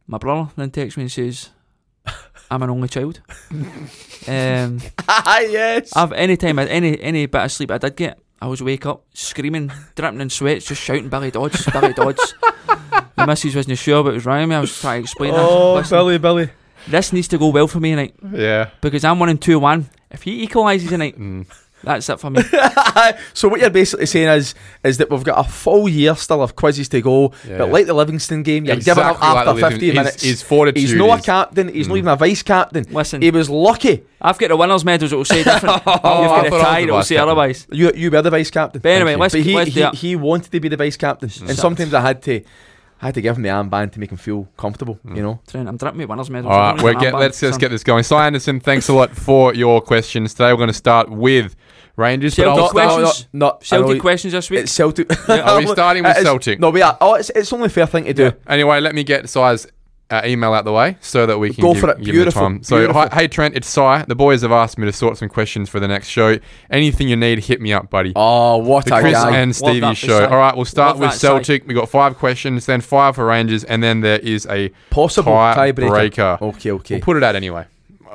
Speaker 3: My brother then texts me and says, "I'm an only child." um,
Speaker 1: yes.
Speaker 3: I've any time at any any bit of sleep I did get, I was wake up screaming, dripping in sweats, just shouting Billy Dodds, Billy Dodds. The missus wasn't sure but it was rhyming. I was trying to explain. I said,
Speaker 1: Oh,
Speaker 3: "Listen,
Speaker 1: Billy.
Speaker 3: this needs to go well for me tonight
Speaker 2: Yeah.
Speaker 3: because I'm winning two one. If he equalises tonight,
Speaker 2: Mm.
Speaker 3: that's it for me.
Speaker 1: so what you're basically saying is is that we've got a full year still of quizzes to go.
Speaker 2: Yeah.
Speaker 1: But like the Livingston game, you give it up
Speaker 2: Exactly like
Speaker 1: after
Speaker 2: the living-
Speaker 1: 15
Speaker 2: his-
Speaker 1: minutes.
Speaker 2: His fortitude.
Speaker 1: he's not a
Speaker 2: is-
Speaker 1: captain. He's not
Speaker 2: Mm.
Speaker 1: even a vice captain.
Speaker 3: Listen,
Speaker 1: He was lucky.
Speaker 3: I've got the winners' medals. It'll say different. Oh, You've
Speaker 2: I
Speaker 3: got a
Speaker 2: thought I was
Speaker 3: tie.
Speaker 2: the
Speaker 3: It'll
Speaker 2: vice
Speaker 3: say
Speaker 2: captain.
Speaker 3: otherwise.
Speaker 1: You you were the vice captain.
Speaker 3: But anyway,
Speaker 2: you.
Speaker 3: let's,
Speaker 1: But he,
Speaker 3: let's do
Speaker 1: he,
Speaker 3: it.
Speaker 1: he wanted to be the vice captain, and
Speaker 2: Mm.
Speaker 3: Shut
Speaker 1: sometimes I had to, I had to give him the armband to make him feel comfortable.
Speaker 2: Mm.
Speaker 1: You know,
Speaker 3: Trent, I'm dripping my winners'
Speaker 2: All
Speaker 3: medals. I
Speaker 2: right,
Speaker 3: don't
Speaker 2: we're
Speaker 3: need an
Speaker 2: get,
Speaker 3: armband,
Speaker 2: let's, let's
Speaker 3: son.
Speaker 2: get this going. Si Anderson, thanks a lot for your questions today. We're going to start with Rangers. but
Speaker 3: Celtic
Speaker 2: I'll-
Speaker 3: questions.
Speaker 1: No, no, I
Speaker 3: Celtic
Speaker 1: know-
Speaker 3: questions this week.
Speaker 1: It's Celtic.
Speaker 2: Are we starting with
Speaker 1: It is-
Speaker 2: Celtic?
Speaker 1: No, we are. Oh, it's it's only a fair thing to do.
Speaker 2: Anyway, let me get Si's uh, email out the way so that we can
Speaker 1: Go
Speaker 2: give,
Speaker 1: for it.
Speaker 2: give him
Speaker 1: Beautiful.
Speaker 2: the time. So,
Speaker 1: Beautiful.
Speaker 2: hi, hey Trent, it's Si. The boys have asked me to sort some questions for the next show. Anything you need, hit me up, buddy.
Speaker 1: Oh, what
Speaker 2: The
Speaker 1: a
Speaker 2: Chris
Speaker 1: guy!
Speaker 2: and Stevie
Speaker 3: that,
Speaker 2: show.
Speaker 3: Si.
Speaker 2: All right, we'll start
Speaker 3: Love
Speaker 2: with
Speaker 3: that, Si.
Speaker 2: Celtic. We got five questions, then five for Rangers, and then there is a
Speaker 1: Possible tiebreaker.
Speaker 2: tiebreaker.
Speaker 1: Okay, okay.
Speaker 2: We'll put it out anyway.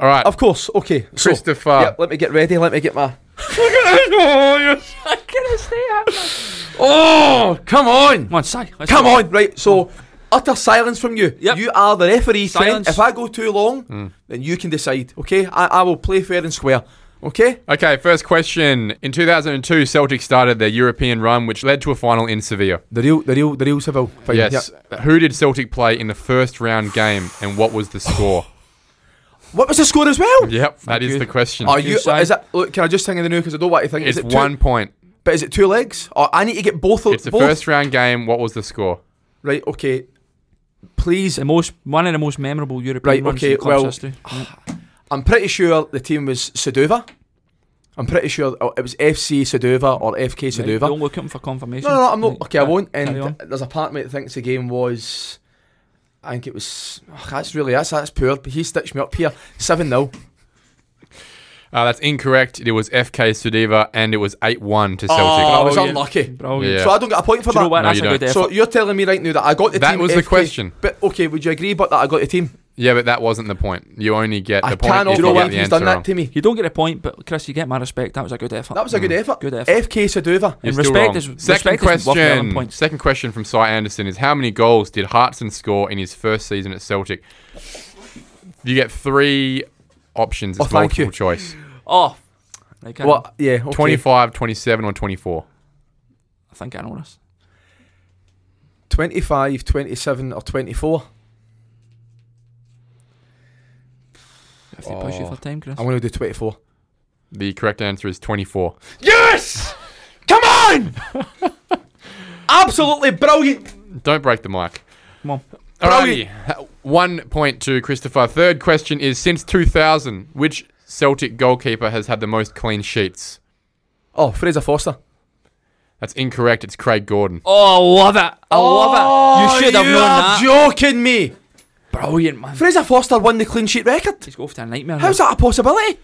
Speaker 2: All right,
Speaker 1: Of course. Okay, so
Speaker 2: Christopher.
Speaker 1: yeah, let me get ready. Let me get my. Oh, come on!
Speaker 3: Come on, Si. let's
Speaker 1: Come
Speaker 3: go.
Speaker 1: on! Right, so utter silence from you.
Speaker 3: Yep.
Speaker 1: You are the referee, Trent.
Speaker 3: Silence.
Speaker 1: If I go too long,
Speaker 2: Hmm.
Speaker 1: then you can decide. Okay, I, I will play fair and square. Okay.
Speaker 2: Okay, first question. In 2002, Celtic started their European run, which led to a final in Sevilla.
Speaker 1: The real, the real, the real Seville. Fine,
Speaker 2: Yes.
Speaker 1: yep.
Speaker 2: Who did Celtic play in the first round game, and what was the score?
Speaker 1: What was the score as well?
Speaker 2: yep, that is
Speaker 3: you.
Speaker 2: the question.
Speaker 1: Are you?
Speaker 3: Inside.
Speaker 1: Is that? Look, can I just think of the new? Because I don't want to think.
Speaker 2: it's
Speaker 1: is it two,
Speaker 2: one point.
Speaker 1: But is it two legs? Or I need to get both. of
Speaker 2: It's the
Speaker 1: both.
Speaker 2: first round game. What was the score?
Speaker 1: Right. Okay. Please.
Speaker 3: The most, one of the most memorable European
Speaker 1: Right,
Speaker 3: runs
Speaker 1: okay,
Speaker 3: in the club's
Speaker 1: well,
Speaker 3: history.
Speaker 1: I'm pretty sure the team was Sadova. I'm pretty sure oh, it was FC Sadova or FK
Speaker 3: Right,
Speaker 1: Sadova.
Speaker 3: Don't look at him for confirmation.
Speaker 1: No, no, no, I'm not.
Speaker 3: Right,
Speaker 1: Okay, I
Speaker 3: right,
Speaker 1: won't.
Speaker 3: carry
Speaker 1: And
Speaker 3: on.
Speaker 1: there's a part of me that thinks the game was. I think it was. ugh, that's really that's that's poor. But he stitched me up here. Seven 0
Speaker 2: Uh, that's incorrect. It was FK Sudiva, and it was 8 1 to Celtic.
Speaker 1: Oh, I was
Speaker 3: Brilliant.
Speaker 1: unlucky.
Speaker 3: Brilliant.
Speaker 2: Yeah.
Speaker 1: So I don't get a point for
Speaker 3: Do you know what?
Speaker 1: that.
Speaker 2: No,
Speaker 3: That's
Speaker 2: you
Speaker 3: a good
Speaker 2: don't.
Speaker 3: effort.
Speaker 1: So you're telling me right now that I got the
Speaker 2: That
Speaker 1: team.
Speaker 2: was the
Speaker 1: FK.
Speaker 2: question.
Speaker 1: But okay, would you agree? But that I got the team.
Speaker 2: Yeah, but that wasn't the point. You only get the
Speaker 1: I
Speaker 2: point
Speaker 1: cannot
Speaker 2: if you
Speaker 1: believe
Speaker 2: get the
Speaker 1: he's
Speaker 2: answer
Speaker 1: done that
Speaker 2: wrong.
Speaker 1: to me.
Speaker 3: you don't get a point, but Chris, you get my respect. That was a good effort. Mm.
Speaker 1: That was a good effort.
Speaker 3: good effort.
Speaker 1: FK Sadova.
Speaker 2: You're
Speaker 3: And
Speaker 2: still
Speaker 3: respect
Speaker 2: wrong.
Speaker 3: is-
Speaker 2: second
Speaker 3: respect is worth the
Speaker 2: question.
Speaker 3: eleven points.
Speaker 2: second question from Si Anderson is how many goals did Hartson score in his first season at Celtic? You get three options.
Speaker 1: Oh,
Speaker 2: It's
Speaker 1: thank
Speaker 2: multiple
Speaker 1: you.
Speaker 2: choice.
Speaker 1: e-
Speaker 3: Oh, right, carry on.
Speaker 1: Well, yeah. Okay.
Speaker 2: 25, 27, or 24.
Speaker 3: I think I know this.
Speaker 1: 25, 27 or 24.
Speaker 3: If they push you
Speaker 2: Oh.
Speaker 3: for time, Chris.
Speaker 1: I'm going to do 24.
Speaker 2: The correct answer is 24.
Speaker 1: Yes! Come on! Absolutely brilliant.
Speaker 2: Don't break the mic.
Speaker 3: Come on.
Speaker 2: Alrighty. One point to Christopher. Third question is since 2000, which Celtic goalkeeper has had the most clean sheets?
Speaker 1: Oh, Fraser Foster.
Speaker 2: That's incorrect. It's Craig Gordon.
Speaker 3: Oh, I love it. I love it. You should have
Speaker 1: Oh, you
Speaker 3: known
Speaker 1: are
Speaker 3: that.
Speaker 1: joking me.
Speaker 3: Brilliant, man.
Speaker 1: Fraser Foster won the clean sheet record.
Speaker 3: He's off to a nightmare.
Speaker 1: How's
Speaker 3: now.
Speaker 1: that a possibility?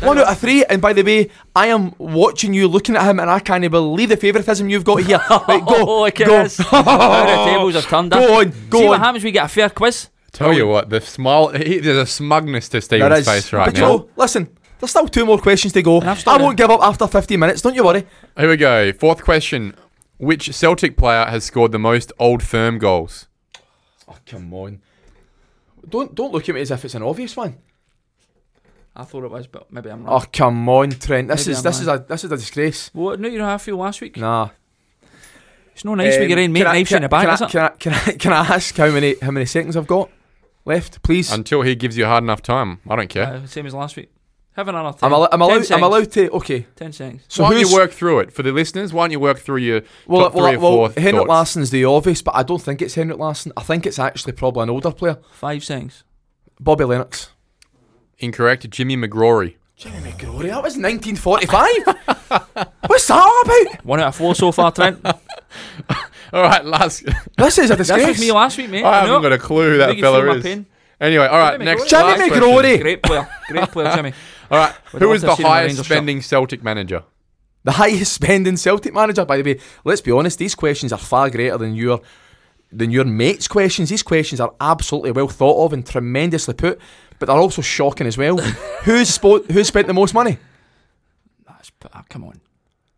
Speaker 1: One out of three, and by the way, I am watching you looking at him, and I can't believe the favouritism you've got here. Right, go, go,
Speaker 3: Oh, Chris. How the tables have turned up.
Speaker 1: go on, go
Speaker 3: See
Speaker 1: on.
Speaker 3: what happens? We get a fair quiz.
Speaker 2: Tell you what, the smile, he, there's a smugness
Speaker 1: There
Speaker 2: to Stephen's
Speaker 1: is.
Speaker 2: face right
Speaker 1: but
Speaker 2: now.
Speaker 1: Joe, listen, there's still two more questions to go.
Speaker 3: And I've
Speaker 1: I
Speaker 3: started.
Speaker 1: won't give up after 15 minutes. Don't you worry.
Speaker 2: Here we go. Fourth question. Which Celtic player has scored the most old firm goals?
Speaker 1: Oh come on! Don't don't look at me as if it's an obvious one.
Speaker 3: I thought it was, but maybe I'm wrong.
Speaker 1: Oh come on, Trent. This
Speaker 3: Maybe
Speaker 1: is
Speaker 3: I'm
Speaker 1: this is a this is a disgrace.
Speaker 3: What? No, you know how I feel last week.
Speaker 1: Nah.
Speaker 3: It's no nice when
Speaker 1: Um,
Speaker 3: you're in mate
Speaker 1: can I-
Speaker 3: knives
Speaker 1: can-
Speaker 3: in the back,
Speaker 1: can I-
Speaker 3: is it?
Speaker 1: Can I, can I can I ask how many how many seconds I've got left, please?
Speaker 2: Until he gives you a hard enough time, I don't care.
Speaker 3: Uh, same as last week. Have another ten.
Speaker 1: I'm, al- I'm allowed.
Speaker 3: ten
Speaker 1: I'm allowed to. Okay.
Speaker 3: Ten seconds.
Speaker 1: So
Speaker 2: why don't
Speaker 1: who's
Speaker 2: you work through it for the listeners? Why don't you work through your?
Speaker 1: well?
Speaker 2: top
Speaker 1: well,
Speaker 2: three or
Speaker 1: well,
Speaker 2: four
Speaker 1: Henrik
Speaker 2: thoughts?
Speaker 1: Larsson's the obvious, but I don't think it's Henrik Larsson. I think it's actually probably an older player,
Speaker 3: Five seconds.
Speaker 1: Bobby Lennox.
Speaker 2: Incorrect, Jimmy McGrory.
Speaker 1: Jimmy McGrory. That was 1945. What's that about?
Speaker 3: One out of four so far, Trent.
Speaker 2: All right, last.
Speaker 1: This is a
Speaker 3: That's with
Speaker 1: disgrace.
Speaker 3: me last week, mate.
Speaker 2: I
Speaker 3: know.
Speaker 2: haven't got a clue who that
Speaker 3: Think you feel
Speaker 2: fella
Speaker 3: my
Speaker 2: is.
Speaker 3: pain?
Speaker 2: Anyway, all right,
Speaker 3: Jimmy
Speaker 2: next.
Speaker 1: Jimmy
Speaker 2: last question.
Speaker 1: McGrory.
Speaker 3: Great player. Great player, Jimmy.
Speaker 2: All right,
Speaker 3: We'd
Speaker 2: who
Speaker 3: love
Speaker 2: is
Speaker 3: to
Speaker 2: the
Speaker 3: have seen him in a
Speaker 2: highest
Speaker 3: Rangers
Speaker 2: spending Celtic manager?
Speaker 1: the highest spending Celtic manager, by the way. Let's be honest. These questions are far greater than your than your mates' questions. These questions are absolutely well thought of and tremendously put, but they're also shocking as well. who's spo- who's spent the most money?
Speaker 3: That's, ah, come on.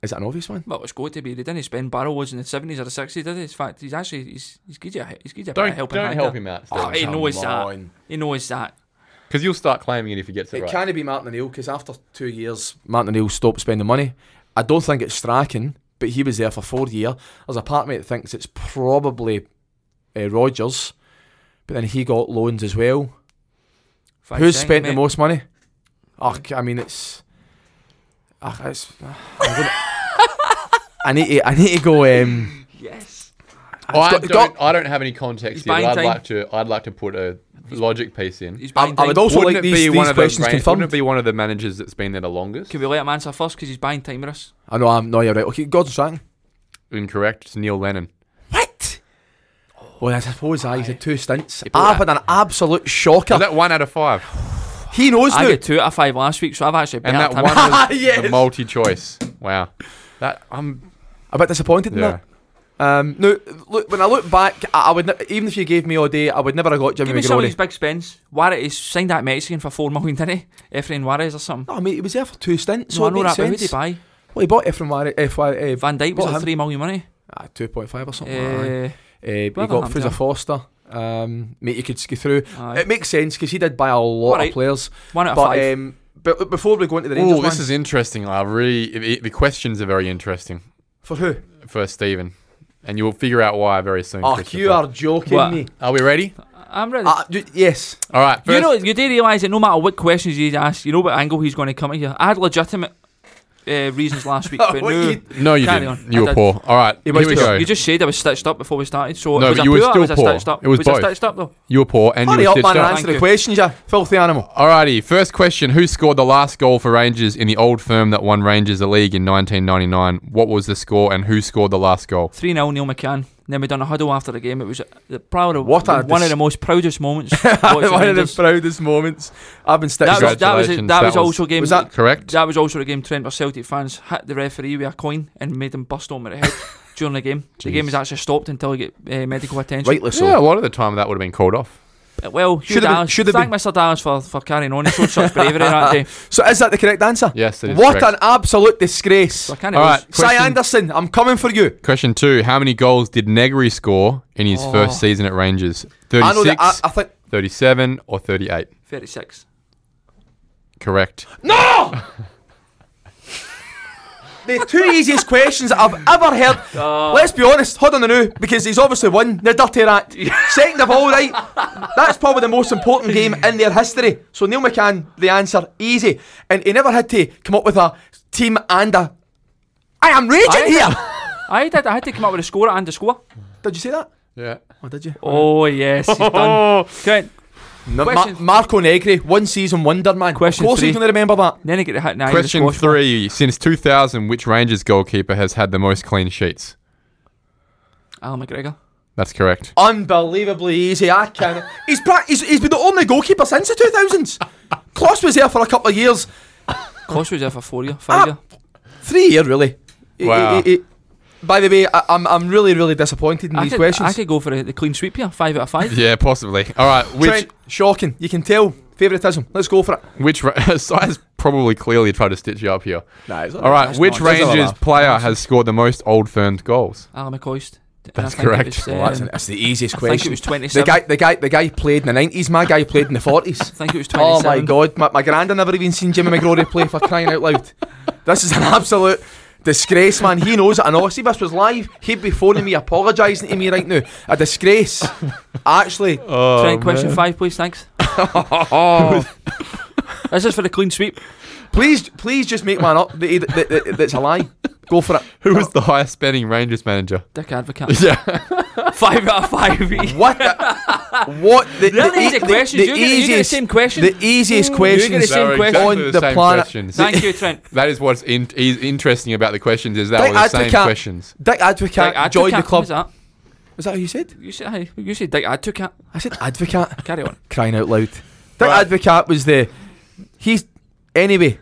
Speaker 1: Is that an obvious one?
Speaker 3: Well, it's going to be. They didn't spend barrel woods in the seventies or the sixties, did they? In fact, he's actually he's he's good. Yeah, he's good.
Speaker 2: Don't
Speaker 3: help
Speaker 2: don't help him out,
Speaker 3: Oh, he
Speaker 1: Come
Speaker 3: knows that.
Speaker 1: on.
Speaker 3: He knows that.
Speaker 2: because you'll start claiming it if he gets it,
Speaker 1: It
Speaker 2: right.
Speaker 1: can't be Martin O'Neill because after two years, Martin O'Neill stopped spending money. I don't think it's Strachan, but he was there for four years. There's a part of me that thinks it's probably uh, Rogers, but then he got loans as well.
Speaker 3: Five
Speaker 1: Who's
Speaker 3: seconds,
Speaker 1: spent the
Speaker 3: mate.
Speaker 1: most money? Oh, c- I mean, it's. ah, it's I'm gonna- I need to. I need to go. Um,
Speaker 3: Yes.
Speaker 2: I
Speaker 1: got-
Speaker 2: don't.
Speaker 1: got-
Speaker 2: I don't have any context
Speaker 3: He's
Speaker 2: here. but
Speaker 3: buying
Speaker 2: I'd
Speaker 3: time.
Speaker 2: like to. I'd like to put a logic piece in.
Speaker 3: He's
Speaker 1: I-
Speaker 3: buying
Speaker 1: I
Speaker 3: time.
Speaker 1: would also
Speaker 2: Wouldn't
Speaker 1: like
Speaker 2: it
Speaker 1: these,
Speaker 2: be
Speaker 1: these
Speaker 2: one of the
Speaker 1: questions
Speaker 2: ra-
Speaker 1: confirmed.
Speaker 2: Wouldn't it be one of the managers that's been there the longest?
Speaker 3: Can we let him answer first because he's buying time with us?
Speaker 1: I know. I'm no. You're right. Okay, Gordon Strachan.
Speaker 2: Incorrect. It's Neil Lennon.
Speaker 1: What? Well, I suppose I had two stints.
Speaker 2: People
Speaker 1: I've
Speaker 2: that-
Speaker 1: had an absolute shocker.
Speaker 2: Is that one out of five?
Speaker 1: he knows
Speaker 3: I
Speaker 1: now. Ah,
Speaker 3: got two out of five last week, so I've actually
Speaker 2: And
Speaker 3: better
Speaker 2: that
Speaker 3: time.
Speaker 2: one was
Speaker 1: Yes.
Speaker 2: the multi-choice. Wow. That I'm.
Speaker 1: A bit disappointed in
Speaker 2: Yeah.
Speaker 1: that. Um, no, look. When I look back, I, I would ne- even if you gave me all day, I would never have got Jimmy
Speaker 3: Give me some of these
Speaker 1: McGrory.
Speaker 3: big spends. Juarez signed that Mexican for four million, didn't he? Efrain Juarez or something.
Speaker 1: No, I mean he was there for two stints.
Speaker 3: no,
Speaker 1: so
Speaker 3: I
Speaker 1: it
Speaker 3: know
Speaker 1: makes
Speaker 3: that, but who did he
Speaker 1: sense.
Speaker 3: buy?
Speaker 1: Well, he bought it from Wari- eh, Wari- eh,
Speaker 3: Van Dijk was
Speaker 1: Bought
Speaker 3: at
Speaker 1: him.
Speaker 3: three million money.
Speaker 1: ah, two point five or something. like that.
Speaker 3: Uh,
Speaker 1: Uh, you got
Speaker 3: Rotherham,
Speaker 1: Fraser
Speaker 3: Tim.
Speaker 1: Foster. Um, mate, you could ski through.
Speaker 3: aye.
Speaker 1: It makes sense because he did buy a lot
Speaker 3: Alright.
Speaker 1: of players.
Speaker 3: one out of
Speaker 1: Eh, But
Speaker 3: five.
Speaker 1: um, but look, before we go into the Rangers,
Speaker 2: Oh, this
Speaker 1: one-
Speaker 2: is interesting. I really. it- it- the questions are very interesting
Speaker 1: for who?
Speaker 2: for Stephen, and you will figure out why very soon.
Speaker 1: Oh,
Speaker 2: Christopher.
Speaker 1: you are joking
Speaker 3: What?
Speaker 1: me.
Speaker 2: Are we ready?
Speaker 3: I'm ready.
Speaker 1: Ah, d- yes,
Speaker 2: All right. First,
Speaker 3: you know, you do realise that no matter what questions you ask, you know what angle he's going to come at you. I had legitimate uh, reasons last week, but
Speaker 1: What
Speaker 3: no.
Speaker 1: you-
Speaker 2: no, you
Speaker 3: Carry
Speaker 2: didn't.
Speaker 3: on.
Speaker 2: You
Speaker 3: I
Speaker 2: were
Speaker 3: did.
Speaker 2: poor. All right. Here
Speaker 1: was
Speaker 2: we
Speaker 1: poor.
Speaker 2: go.
Speaker 3: You just said I was stitched up before we started, so
Speaker 2: No,
Speaker 3: was
Speaker 2: but
Speaker 3: I
Speaker 2: you were
Speaker 3: poor or
Speaker 2: still
Speaker 3: was I
Speaker 2: poor.
Speaker 3: stitched up?
Speaker 2: It was
Speaker 3: I
Speaker 2: both.
Speaker 3: stitched up though?
Speaker 2: You were poor, and you
Speaker 1: hurry
Speaker 2: were
Speaker 1: up,
Speaker 2: stitched
Speaker 1: man, and
Speaker 2: up.
Speaker 1: answer
Speaker 3: Thank
Speaker 1: the
Speaker 3: you.
Speaker 1: questions, you filthy animal.
Speaker 2: Alrighty, first question. Who scored the last goal for Rangers in the old firm that won Rangers the league in 1999? What was the score and who scored the last goal?
Speaker 3: 3 0 Neil McCann. Then we done a huddle after the game. It was the, probably
Speaker 1: What a
Speaker 3: one of
Speaker 1: dis-
Speaker 3: the most proudest moments. watching
Speaker 1: One of the
Speaker 3: Rangers.
Speaker 1: proudest moments. I've been stitched
Speaker 3: that was
Speaker 1: up.
Speaker 3: that was
Speaker 2: Congratulations,
Speaker 3: that was
Speaker 2: that was-
Speaker 3: also a game.
Speaker 1: was that-
Speaker 2: Correct?
Speaker 3: that was also a game. Trent or Celtic fans hit the referee with a coin and made him bust on with the head during the game. The game
Speaker 2: Jeez.
Speaker 3: was actually stopped until he got uh, medical attention.
Speaker 1: Rightly so.
Speaker 2: Yeah, a lot of the time that would have been called off.
Speaker 3: Uh, Well,
Speaker 1: Should
Speaker 3: Hugh
Speaker 1: have been-
Speaker 3: Dallas.
Speaker 1: should have
Speaker 3: thank Mr. Dallas for, for carrying on. He showed such bravery that day.
Speaker 1: So is that the correct answer?
Speaker 2: Yes, it is
Speaker 1: What
Speaker 2: correct.
Speaker 1: an absolute disgrace.
Speaker 3: So I kind of.
Speaker 2: All right,
Speaker 1: Cy
Speaker 2: question,
Speaker 1: Anderson, I'm coming for you.
Speaker 2: question two. How many goals did Negri score in his
Speaker 3: Oh.
Speaker 2: first season at Rangers?
Speaker 1: I know
Speaker 2: 36,
Speaker 1: that. I, I think
Speaker 2: 37, or 38?
Speaker 3: 36.
Speaker 2: Correct.
Speaker 1: No! the two easiest questions that I've ever heard.
Speaker 3: Uh,
Speaker 1: Let's be honest, hold on the new, because he's obviously won the dirty rat. Second of all, right, that's probably the most important game in their history. So Neil McCann, the answer, easy. And he never had to come up with a team and a. I am raging
Speaker 3: Aye.
Speaker 1: here!
Speaker 3: I did. I had to come up with a score and a score.
Speaker 1: Did you say that?
Speaker 2: Yeah.
Speaker 1: Oh, did you?
Speaker 3: Oh yes, he's done.
Speaker 2: Oh,
Speaker 3: Trent,
Speaker 1: No, Ma-
Speaker 3: Question-
Speaker 1: Marco Negri, one season wonder man.
Speaker 3: Question
Speaker 1: of course,
Speaker 3: three.
Speaker 1: he's going to remember that.
Speaker 3: Then he get the hit. in the eye with a
Speaker 2: question
Speaker 3: squash ball.
Speaker 2: three. Since 2000, which Rangers goalkeeper has had the most clean sheets?
Speaker 3: Alan McGregor.
Speaker 2: That's correct.
Speaker 1: Unbelievably easy. I can. he's, pra- he's he's been the only goalkeeper since the two thousands. Kloss was there for a couple of years,
Speaker 3: Cost was there for four year,
Speaker 1: Ah,
Speaker 3: five year.
Speaker 1: three year really. He-
Speaker 2: Wow.
Speaker 1: he- he- by the way, I, I'm I'm really really disappointed in
Speaker 3: I
Speaker 1: these
Speaker 3: could,
Speaker 1: questions.
Speaker 3: I could go for the, the clean sweep here. Five out of five.
Speaker 2: Yeah, possibly. All right. Which
Speaker 1: Trent, shocking. You can tell favouritism. Let's go for it.
Speaker 2: Which ra- Si's probably clearly tried to stitch you up here.
Speaker 1: Nah, it's
Speaker 2: All right,
Speaker 1: that's
Speaker 2: which
Speaker 1: not- that's not
Speaker 2: Rangers
Speaker 1: allowed.
Speaker 2: player has scored the most Old Firm goals?
Speaker 3: Alan McCoist. and
Speaker 2: That's
Speaker 3: I think it
Speaker 2: correct.
Speaker 3: was,
Speaker 1: Well, that's,
Speaker 3: um,
Speaker 1: that's the easiest
Speaker 3: I think it
Speaker 1: question.
Speaker 3: was
Speaker 1: The
Speaker 3: 27.
Speaker 1: guy, the guy, the guy played in the 90s. My guy played in the 40s.
Speaker 3: I think it was 27.
Speaker 1: Oh my god, my, my granda never even seen Jimmy McGrory play for crying out loud. This is an absolute disgrace, man. He knows it. I know. See, if this was live, he'd be phoning me apologising to me right now. A disgrace. Actually,
Speaker 3: Trent, question five, please. Thanks. this is for the clean sweep.
Speaker 1: please, please just make one up that, he- that, that- that's a lie. Go for it.
Speaker 2: Who was the highest spending Rangers manager?
Speaker 3: Dick Advocate.
Speaker 2: yeah.
Speaker 3: five out of five.
Speaker 1: What? The, what? The,
Speaker 3: The other
Speaker 1: e-
Speaker 3: easy questions. you, get, you get the same question.
Speaker 1: the easiest
Speaker 3: You're
Speaker 1: questions.
Speaker 3: gonna same
Speaker 2: They were
Speaker 3: question.
Speaker 2: exactly
Speaker 1: On the planet.
Speaker 2: questions.
Speaker 3: Thank you, Trent.
Speaker 2: That is what's in- is interesting about the questions is that
Speaker 1: They
Speaker 2: were the
Speaker 1: had to
Speaker 2: same
Speaker 1: cap-
Speaker 2: questions.
Speaker 1: Dick Advocate
Speaker 3: Dick
Speaker 1: joined
Speaker 3: Advocate,
Speaker 1: the club.
Speaker 3: what Was that?
Speaker 1: Was that how you said?
Speaker 3: You said, hey, you said Dick Advocate.
Speaker 1: I said Advocate.
Speaker 3: Carry on.
Speaker 1: Crying out loud. Dick
Speaker 2: Right.
Speaker 1: Advocate was the. He's. Anyway.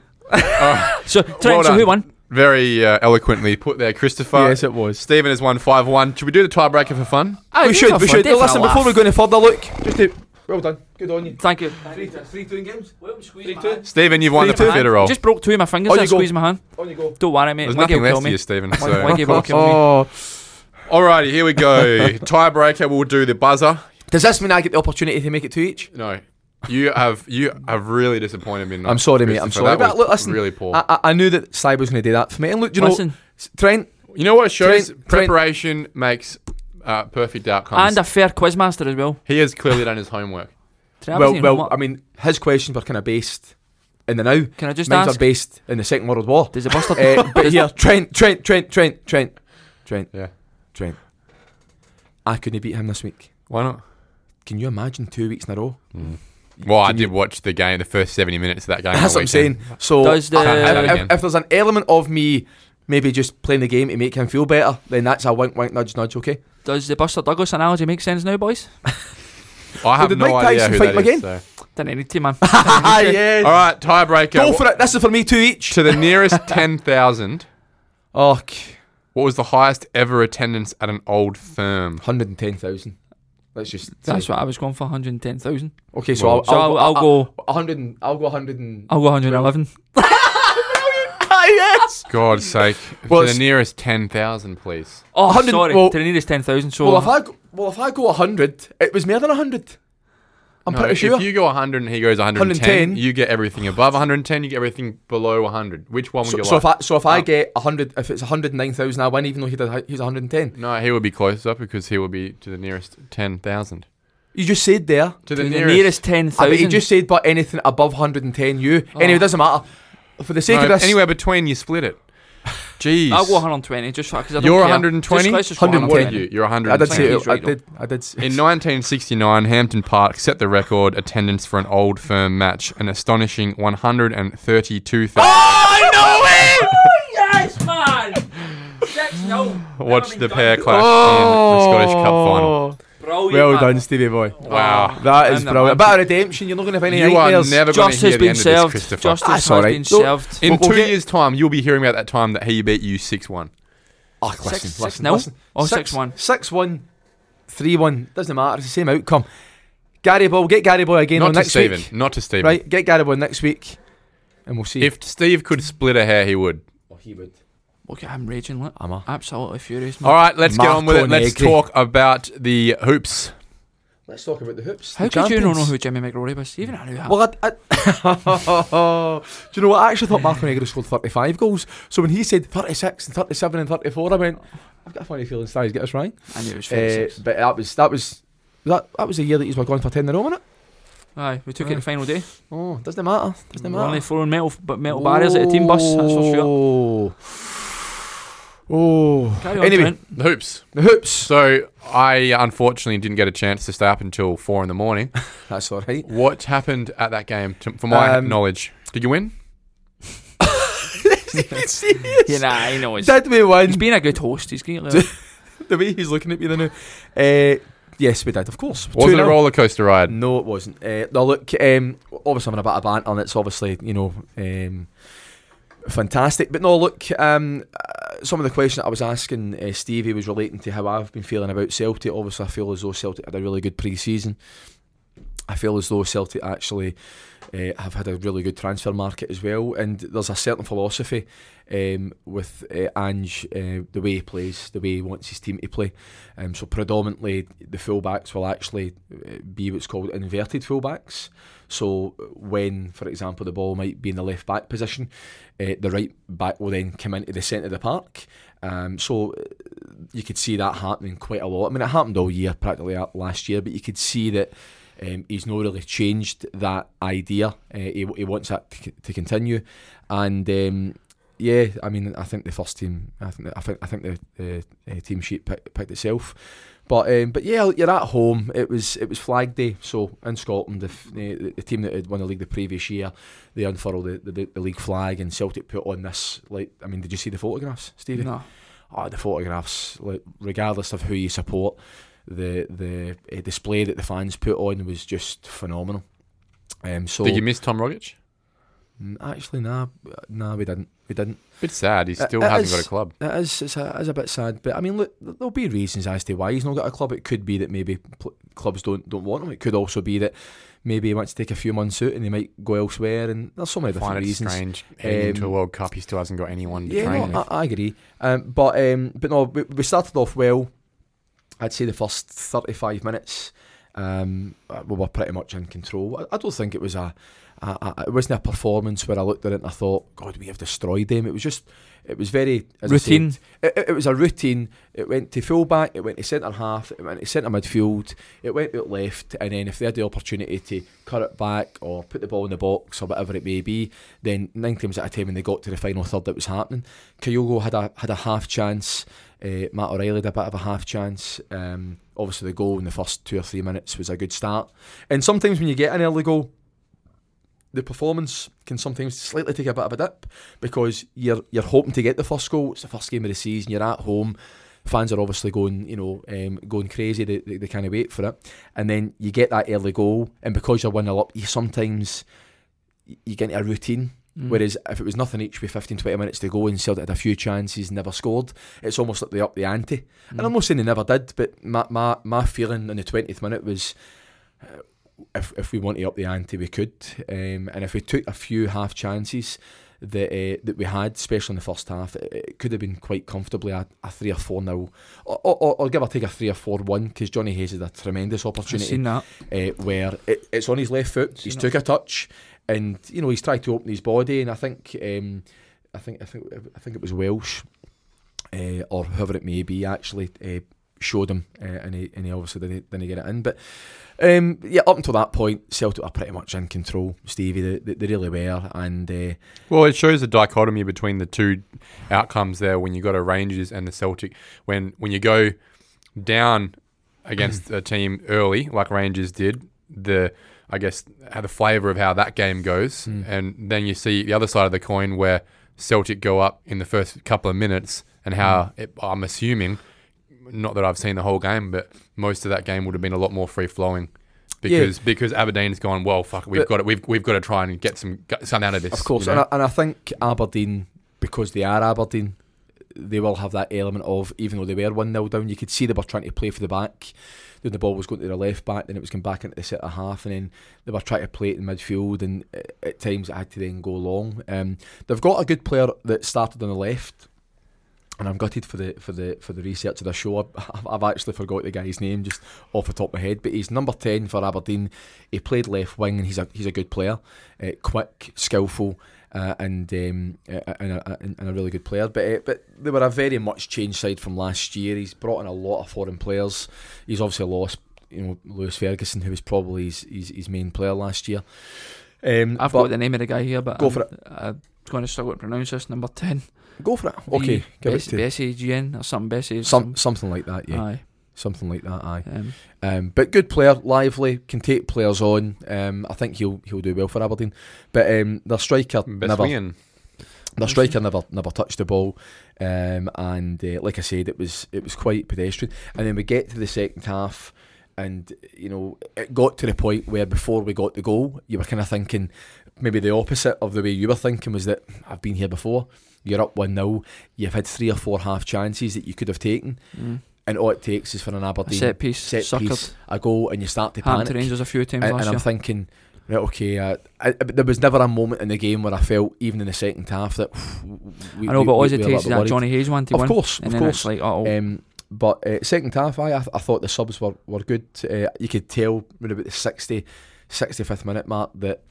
Speaker 3: So, Trent,
Speaker 2: Well
Speaker 3: so who
Speaker 2: done.
Speaker 3: won?
Speaker 2: Very uh, eloquently put there, Christopher.
Speaker 1: it was.
Speaker 2: Stephen has won five one. Should we do the tiebreaker for fun?
Speaker 3: Oh,
Speaker 1: we
Speaker 3: these
Speaker 1: should,
Speaker 3: are
Speaker 1: we
Speaker 3: fun.
Speaker 1: should.
Speaker 3: These
Speaker 1: No,
Speaker 3: are
Speaker 1: listen,
Speaker 3: laugh.
Speaker 1: before we go any further, look, just to, well done, good on you.
Speaker 3: Thank you.
Speaker 1: Three, three, two in games.
Speaker 3: Welcome, squeeze
Speaker 1: Three, two.
Speaker 2: Stephen, you've won
Speaker 1: Three,
Speaker 2: the
Speaker 1: two.
Speaker 2: potato roll.
Speaker 3: Just broke two of my fingers.
Speaker 1: Oh,
Speaker 3: I
Speaker 1: you go.
Speaker 3: squeezed my hand.
Speaker 1: On you go.
Speaker 3: Don't worry, mate.
Speaker 2: There's
Speaker 3: One
Speaker 2: nothing
Speaker 3: game
Speaker 2: left
Speaker 3: kill
Speaker 2: to
Speaker 3: me.
Speaker 2: you, Stephen.
Speaker 3: One-
Speaker 2: So.
Speaker 3: one game will kill me.
Speaker 1: Oh,
Speaker 2: Alrighty, here we go. tiebreaker. We'll do the buzzer.
Speaker 1: does this mean I get the opportunity to make it two each?
Speaker 2: No, you have you have really disappointed me.
Speaker 1: I'm sorry, mate, I'm
Speaker 2: Christopher.
Speaker 1: sorry.
Speaker 2: That
Speaker 1: But
Speaker 2: was
Speaker 1: look, listen, uh,
Speaker 2: really poor.
Speaker 1: I, I, I knew that Cy was going to do that for me. And look, do you know,
Speaker 3: Listen,
Speaker 1: S- Trent,
Speaker 2: you know what it
Speaker 1: Trent-
Speaker 2: shows?
Speaker 1: Trent-
Speaker 2: Preparation makes uh, perfect outcomes.
Speaker 3: and a fair quizmaster as well.
Speaker 2: he has clearly done his homework.
Speaker 3: Travis
Speaker 1: well,
Speaker 3: Ian,
Speaker 1: well,
Speaker 3: what-
Speaker 1: I mean, his questions were kind of based in the now.
Speaker 3: can I just
Speaker 1: Mine's are
Speaker 3: ask?
Speaker 1: based in the Second World War.
Speaker 3: Does the bastard?
Speaker 1: uh, but
Speaker 3: does-
Speaker 1: here, Trent, Trent, Trent, Trent, Trent, Trent,
Speaker 2: Yeah.
Speaker 1: Trent. I couldn't beat him this week.
Speaker 2: Why not?
Speaker 1: Can you imagine two weeks in a row?
Speaker 2: Well, I
Speaker 1: Can you-
Speaker 2: did watch the game, the first 70 minutes of that game.
Speaker 1: That's
Speaker 2: on
Speaker 1: what
Speaker 2: the
Speaker 1: I'm
Speaker 2: weekend.
Speaker 1: saying. So
Speaker 3: Does the-
Speaker 1: if- if,
Speaker 2: Again.
Speaker 1: if there's an element of me maybe just playing the game to make him feel better, then that's a wink, wink, nudge, nudge. Okay.
Speaker 3: Does the Buster Douglas analogy make sense now, boys?
Speaker 2: I have
Speaker 1: did
Speaker 2: no
Speaker 1: Mike
Speaker 2: idea
Speaker 1: Tyson
Speaker 2: who
Speaker 1: fight
Speaker 2: that
Speaker 1: him
Speaker 2: is,
Speaker 3: Didn't need to, man.
Speaker 1: yes.
Speaker 2: so. All right, tiebreaker.
Speaker 1: Go
Speaker 2: Wh-
Speaker 1: for it. This is for me two each.
Speaker 2: To the nearest 10,000,
Speaker 1: Oh, c-
Speaker 2: what was the highest ever attendance at an old firm?
Speaker 1: 110,000. Let's just. say-
Speaker 3: That's what I was going for, 110,000.
Speaker 1: Okay, so
Speaker 2: Well-
Speaker 1: I'll,
Speaker 3: So I'll, I'll, go,
Speaker 1: 100 and, I'll go 100 and.
Speaker 3: I'll go 111.
Speaker 2: Ah,
Speaker 1: yes!
Speaker 2: God's sake.
Speaker 1: Well,
Speaker 2: to
Speaker 1: it's-
Speaker 2: the nearest 10,000, please.
Speaker 3: Oh,
Speaker 1: 100
Speaker 3: sorry.
Speaker 1: well-
Speaker 3: to the nearest 10,000. So
Speaker 1: Well if, I go, well, if I go 100, it was more than 100. I'm
Speaker 2: No,
Speaker 1: pretty sure.
Speaker 2: If you go 100 and he goes 110,
Speaker 1: 110.
Speaker 2: you get everything above 110, you get everything below 100. Which one would
Speaker 1: so,
Speaker 2: you
Speaker 1: so
Speaker 2: like?
Speaker 1: if I so if I
Speaker 2: Huh?
Speaker 1: get 100, if it's 109,000, I win, even though he did, he's 110.
Speaker 2: no, he would be closer because he would be to the nearest 10,000.
Speaker 1: You just said there.
Speaker 2: To
Speaker 3: to
Speaker 2: the
Speaker 3: the
Speaker 2: nearest.
Speaker 3: nearest
Speaker 1: I bet
Speaker 3: 10,000.
Speaker 1: you just said, but anything above 110 you.
Speaker 3: Oh.
Speaker 1: Anyway, it doesn't matter. For the sake
Speaker 2: Ah. No,
Speaker 1: of this,
Speaker 2: anywhere between, you split it. Jeez.
Speaker 3: I'll go 120 just because I don't
Speaker 2: You're
Speaker 3: care.
Speaker 2: 120?
Speaker 3: Just, let's just go
Speaker 1: 110.
Speaker 2: What are
Speaker 3: 120.
Speaker 2: you? You're 110.
Speaker 1: I did say Uh,
Speaker 3: Thank
Speaker 1: it.
Speaker 3: you,
Speaker 1: I
Speaker 3: Rachel.
Speaker 1: did. I did. s-
Speaker 2: In 1969, Hampton Park set the record attendance for an old firm match, an astonishing 132,000
Speaker 1: Oh, I know it.
Speaker 3: Yes, man! Six, no.
Speaker 2: watched the pair clash in the Scottish Cup final.
Speaker 1: Oh.
Speaker 3: Brilliant,
Speaker 1: Well
Speaker 3: man.
Speaker 1: done, Stevie boy.
Speaker 2: Wow.
Speaker 1: That
Speaker 3: I'm
Speaker 1: is
Speaker 3: not
Speaker 1: brilliant. A bit
Speaker 3: happy.
Speaker 1: of redemption. You're not going to have any
Speaker 2: You are
Speaker 1: nightmares.
Speaker 2: never going to
Speaker 3: Justice
Speaker 2: hear
Speaker 3: has
Speaker 2: the
Speaker 3: been
Speaker 2: end of this,
Speaker 3: served.
Speaker 2: Christopher.
Speaker 3: Justice
Speaker 1: That's
Speaker 3: has
Speaker 1: alright.
Speaker 3: been
Speaker 1: Don't-
Speaker 3: served.
Speaker 2: in
Speaker 1: We'll- we'll
Speaker 2: two
Speaker 1: get-
Speaker 2: years' time, you'll be hearing about that time that he beat you 6 1.
Speaker 1: Oh, listen,
Speaker 3: Six,
Speaker 1: listen,
Speaker 3: six, no.
Speaker 1: listen.
Speaker 3: Oh, six, one.
Speaker 1: Six one. Three one. Doesn't matter. It's the same outcome. Gary Boy, we'll get Gary Boy again
Speaker 2: Not
Speaker 1: on
Speaker 2: to
Speaker 1: next
Speaker 2: Stephen.
Speaker 1: week.
Speaker 2: Not to Stephen.
Speaker 1: Right, get Gary Boy next week, and we'll see.
Speaker 2: If Steve could split a hair, he would.
Speaker 1: oh, he would.
Speaker 3: Look at him raging. Look.
Speaker 1: I'm a.
Speaker 3: Absolutely furious, man.
Speaker 2: All right, let's get
Speaker 1: Marco
Speaker 2: on with it. Let's
Speaker 1: Negri.
Speaker 2: talk about the hoops.
Speaker 1: Let's talk about the hoops.
Speaker 3: How
Speaker 1: the
Speaker 3: could you not know
Speaker 1: champions.
Speaker 3: who Jimmy McRory was? Even I knew that.
Speaker 1: Well, I, I do you know what? I actually thought Marco Negro scored 35 goals. So when he said 36 and 37 and 34, I went, I've got a funny feeling Styles get this right.
Speaker 3: I knew it was
Speaker 1: Uh,
Speaker 3: 36.
Speaker 1: but that was that was that that was the year that he was going for 10 in a row, wasn't it? uh,
Speaker 3: Aye, we took it the final day.
Speaker 1: Oh, doesn't matter. Doesn't
Speaker 3: We're
Speaker 1: matter.
Speaker 3: only throwing metal, but metal barriers at the team bus, that's for sure.
Speaker 1: Oh. Oh.
Speaker 3: Carry on,
Speaker 1: anyway,
Speaker 3: Trent.
Speaker 2: The hoops.
Speaker 1: the hoops.
Speaker 2: So I unfortunately didn't get a chance to stay up until four in the morning.
Speaker 1: That's all right.
Speaker 2: What happened at that game, to, for my
Speaker 1: Um,
Speaker 2: knowledge? Did you win?
Speaker 3: Yeah, nah, I know it's.
Speaker 1: Did we win?
Speaker 3: He's being a good host. He's getting like,
Speaker 1: the way he's looking at me, the now. Uh, yes, we did, of course.
Speaker 2: Was it a
Speaker 1: 2-0.
Speaker 2: roller coaster ride?
Speaker 1: No, it wasn't. Uh, no, look, um, obviously I'm in a bit of banter, and it's obviously you know um, fantastic. But no, look, um, uh, some of the questions that I was asking uh, Stevie was relating to how I've been feeling about Celtic. Obviously, I feel as though Celtic had a really good pre-season. I feel as though Celtic actually uh, have had a really good transfer market as well, and there's a certain philosophy um, with uh, Ange, uh, the way he plays, the way he wants his team to play. Um, so predominantly, the fullbacks will actually uh, be what's called inverted fullbacks. So when, for example, the ball might be in the left back position, uh, the right back will then come into the centre of the park. Um, so uh, you could see that happening quite a lot. I mean, it happened all year, practically uh, last year, but you could see that um, he's not really changed that idea. Uh, he, he wants that to, c- to continue, and um, yeah, I mean, I think the first team, I think, I think, I think the uh, uh, team sheet pick, picked itself. But um, but yeah, you're at home. It was it was Flag Day, so in Scotland, the, f- the, the team that had won the league the previous year, they unfurled the, the, the league flag, and Celtic put on this. Like, I mean, did you see the photographs, Stevie?
Speaker 3: No.
Speaker 1: oh, the photographs, like, regardless of who you support, the the uh, display that the fans put on was just phenomenal. Um, so
Speaker 2: Did you miss Tom Rogic?
Speaker 1: Mm, actually, nah, nah, we didn't, we didn't.
Speaker 2: Bit sad. He
Speaker 1: Uh,
Speaker 2: still
Speaker 1: it
Speaker 2: hasn't
Speaker 1: is-
Speaker 2: got a club.
Speaker 1: It is, it's a, it's a bit sad, but I mean, look, th- there'll be reasons as to why he's not got a club. It could be that maybe pl- clubs don't don't want him. It could also be that maybe he wants to take a few months out and he might go elsewhere. And there's so many different
Speaker 2: Find it
Speaker 1: reasons.
Speaker 2: strange. Heading into a
Speaker 1: Um,
Speaker 2: World Cup, he still hasn't got anyone to
Speaker 1: Yeah,
Speaker 2: train
Speaker 1: no,
Speaker 2: with.
Speaker 1: I, I agree. Um, but um, but no, we, we started off well. I'd say the first thirty-five minutes, um, uh, we were pretty much in control. I, I don't think it was a, a, a, it wasn't a performance where I looked at it and I thought, God, we have destroyed them. It was just, it was very as I
Speaker 3: Routine.
Speaker 1: said, it, it- it was a routine. It went to full back, it went to centre half, it went to centre midfield, it went out left, and then if they had the opportunity to cut it back or put the ball in the box or whatever it may be, then nine times out of ten when they got to the final third, it was happening. Kyogo had a had a half chance. Uh, Matt O'Reilly had a bit of a half chance. Um, obviously, the goal in the first two or three minutes was a good start. And sometimes when you get an early goal, the performance can sometimes slightly take a bit of a dip because you're you're hoping to get the first goal. It's the first game of the season. You're at home. Fans are obviously going, you know, um, going crazy. They, they, they can't wait for it. And then you get that early goal, and because you're one 0 up, you sometimes you get into a routine.
Speaker 3: Mm.
Speaker 1: Whereas if it was nothing each with 15, 20 minutes to go and Celtic had a few chances, never scored, it's almost like they up the ante. And I'm not saying they never did, but my, my, my feeling in the 20th minute was uh, if, if we want to up the ante, we could. Um, and if we took a few half chances that uh, that we had, especially in the first half, it, it could have been quite comfortably a, a 3 or 4 now, or, or, or- or give or take a 3 or 4 1, because Johnny Hayes had a tremendous
Speaker 3: I've
Speaker 1: opportunity
Speaker 3: seen that.
Speaker 1: uh, where it, it's on his left foot. He's
Speaker 3: Seen
Speaker 1: took a touch, and you know he's tried to open his body. And I think, um, I think, I think, I think it was Welsh, uh, or whoever it may be, actually uh, showed him, uh, and he and he obviously didn't, didn't get it in. But um, yeah, up until that point, Celtic are pretty much in control. Stevie, they, they, they really were, and uh,
Speaker 2: Well, it shows the dichotomy between the two outcomes there when you got a Rangers and the Celtic. When when you go down against a team early, like Rangers did, the I guess how the flavour of how that game goes,
Speaker 1: Mm.
Speaker 2: and then you see the other side of the coin where Celtic go up in the first couple of minutes, and
Speaker 1: Hmm.
Speaker 2: how it, I'm assuming, not that I've seen the whole game, but most of that game would have been a lot more free flowing.
Speaker 1: Yeah.
Speaker 2: Because because Aberdeen's gone well, fuck, we've
Speaker 1: But-
Speaker 2: got it, we've we've got to try and get some get something out of this.
Speaker 1: of course,
Speaker 2: you
Speaker 1: and,
Speaker 2: know?
Speaker 1: I, and I think Aberdeen because they are Aberdeen. They will have that element of even though they were one 0 down, you could see they were trying to play for the back. then the ball was going to the left back, then it was going back into the centre half, and then they were trying to play it in midfield, and uh, at times it had to then go long. Um, they've got a good player that started on the left, and I'm gutted for the for the for the research of the show. I've, I've actually forgot the guy's name just off the top of my head, but he's number ten for Aberdeen. He played left wing, and he's a he's a good player, uh, quick, skillful. Uh, and um, uh, and, a, and a really good player, but uh, but they were a very much changed side from last year. He's brought in a lot of foreign players he's obviously lost you know Lewis Ferguson who was probably his his, his main player last year um,
Speaker 3: I've
Speaker 1: but
Speaker 3: got the name of the guy here, but
Speaker 1: Go
Speaker 3: I'm,
Speaker 1: for
Speaker 3: I'm going to struggle to pronounce this. Number ten.
Speaker 1: go for it okay give it
Speaker 3: Bessie,
Speaker 1: to
Speaker 3: Bessie GN or something. Bessie.
Speaker 1: some, something like that yeah
Speaker 3: Aye.
Speaker 1: something like that aye
Speaker 3: Um,
Speaker 1: um, but good player lively can take players on um, I think he'll he'll do well for Aberdeen but um, their striker
Speaker 2: Best
Speaker 1: never
Speaker 2: winging.
Speaker 1: The striker never never touched the ball, um, and uh, like I said, it was it was quite pedestrian. And then we get to the second half, and you know it got to the point where before we got the goal, you were kind of thinking maybe the opposite of the way you were thinking was that I've been here before. You're up one 0 You've had three or four half chances that you could have taken
Speaker 3: mm.
Speaker 1: and all it takes is for an Aberdeen
Speaker 3: set piece,
Speaker 1: set
Speaker 3: suckered.
Speaker 1: piece, a goal, and you start to
Speaker 3: Hampton
Speaker 1: panic.
Speaker 3: Rangers a few times
Speaker 1: And,
Speaker 3: last
Speaker 1: and I'm
Speaker 3: year.
Speaker 1: thinking, right, okay. Uh, I, I- but there was never a moment in the game where I felt, even in the second half, that we,
Speaker 3: I know,
Speaker 1: we- we-
Speaker 3: but always it
Speaker 1: we were a
Speaker 3: takes is
Speaker 1: little
Speaker 3: that
Speaker 1: worried.
Speaker 3: Johnny Hayes one to
Speaker 1: Of
Speaker 3: win.
Speaker 1: course,
Speaker 3: and
Speaker 1: of
Speaker 3: then
Speaker 1: course.
Speaker 3: it's like, oh,
Speaker 1: Um, but uh, second half, I, I th- I thought the subs were, were good. Uh, you could tell around about the 60, 65th minute mark that,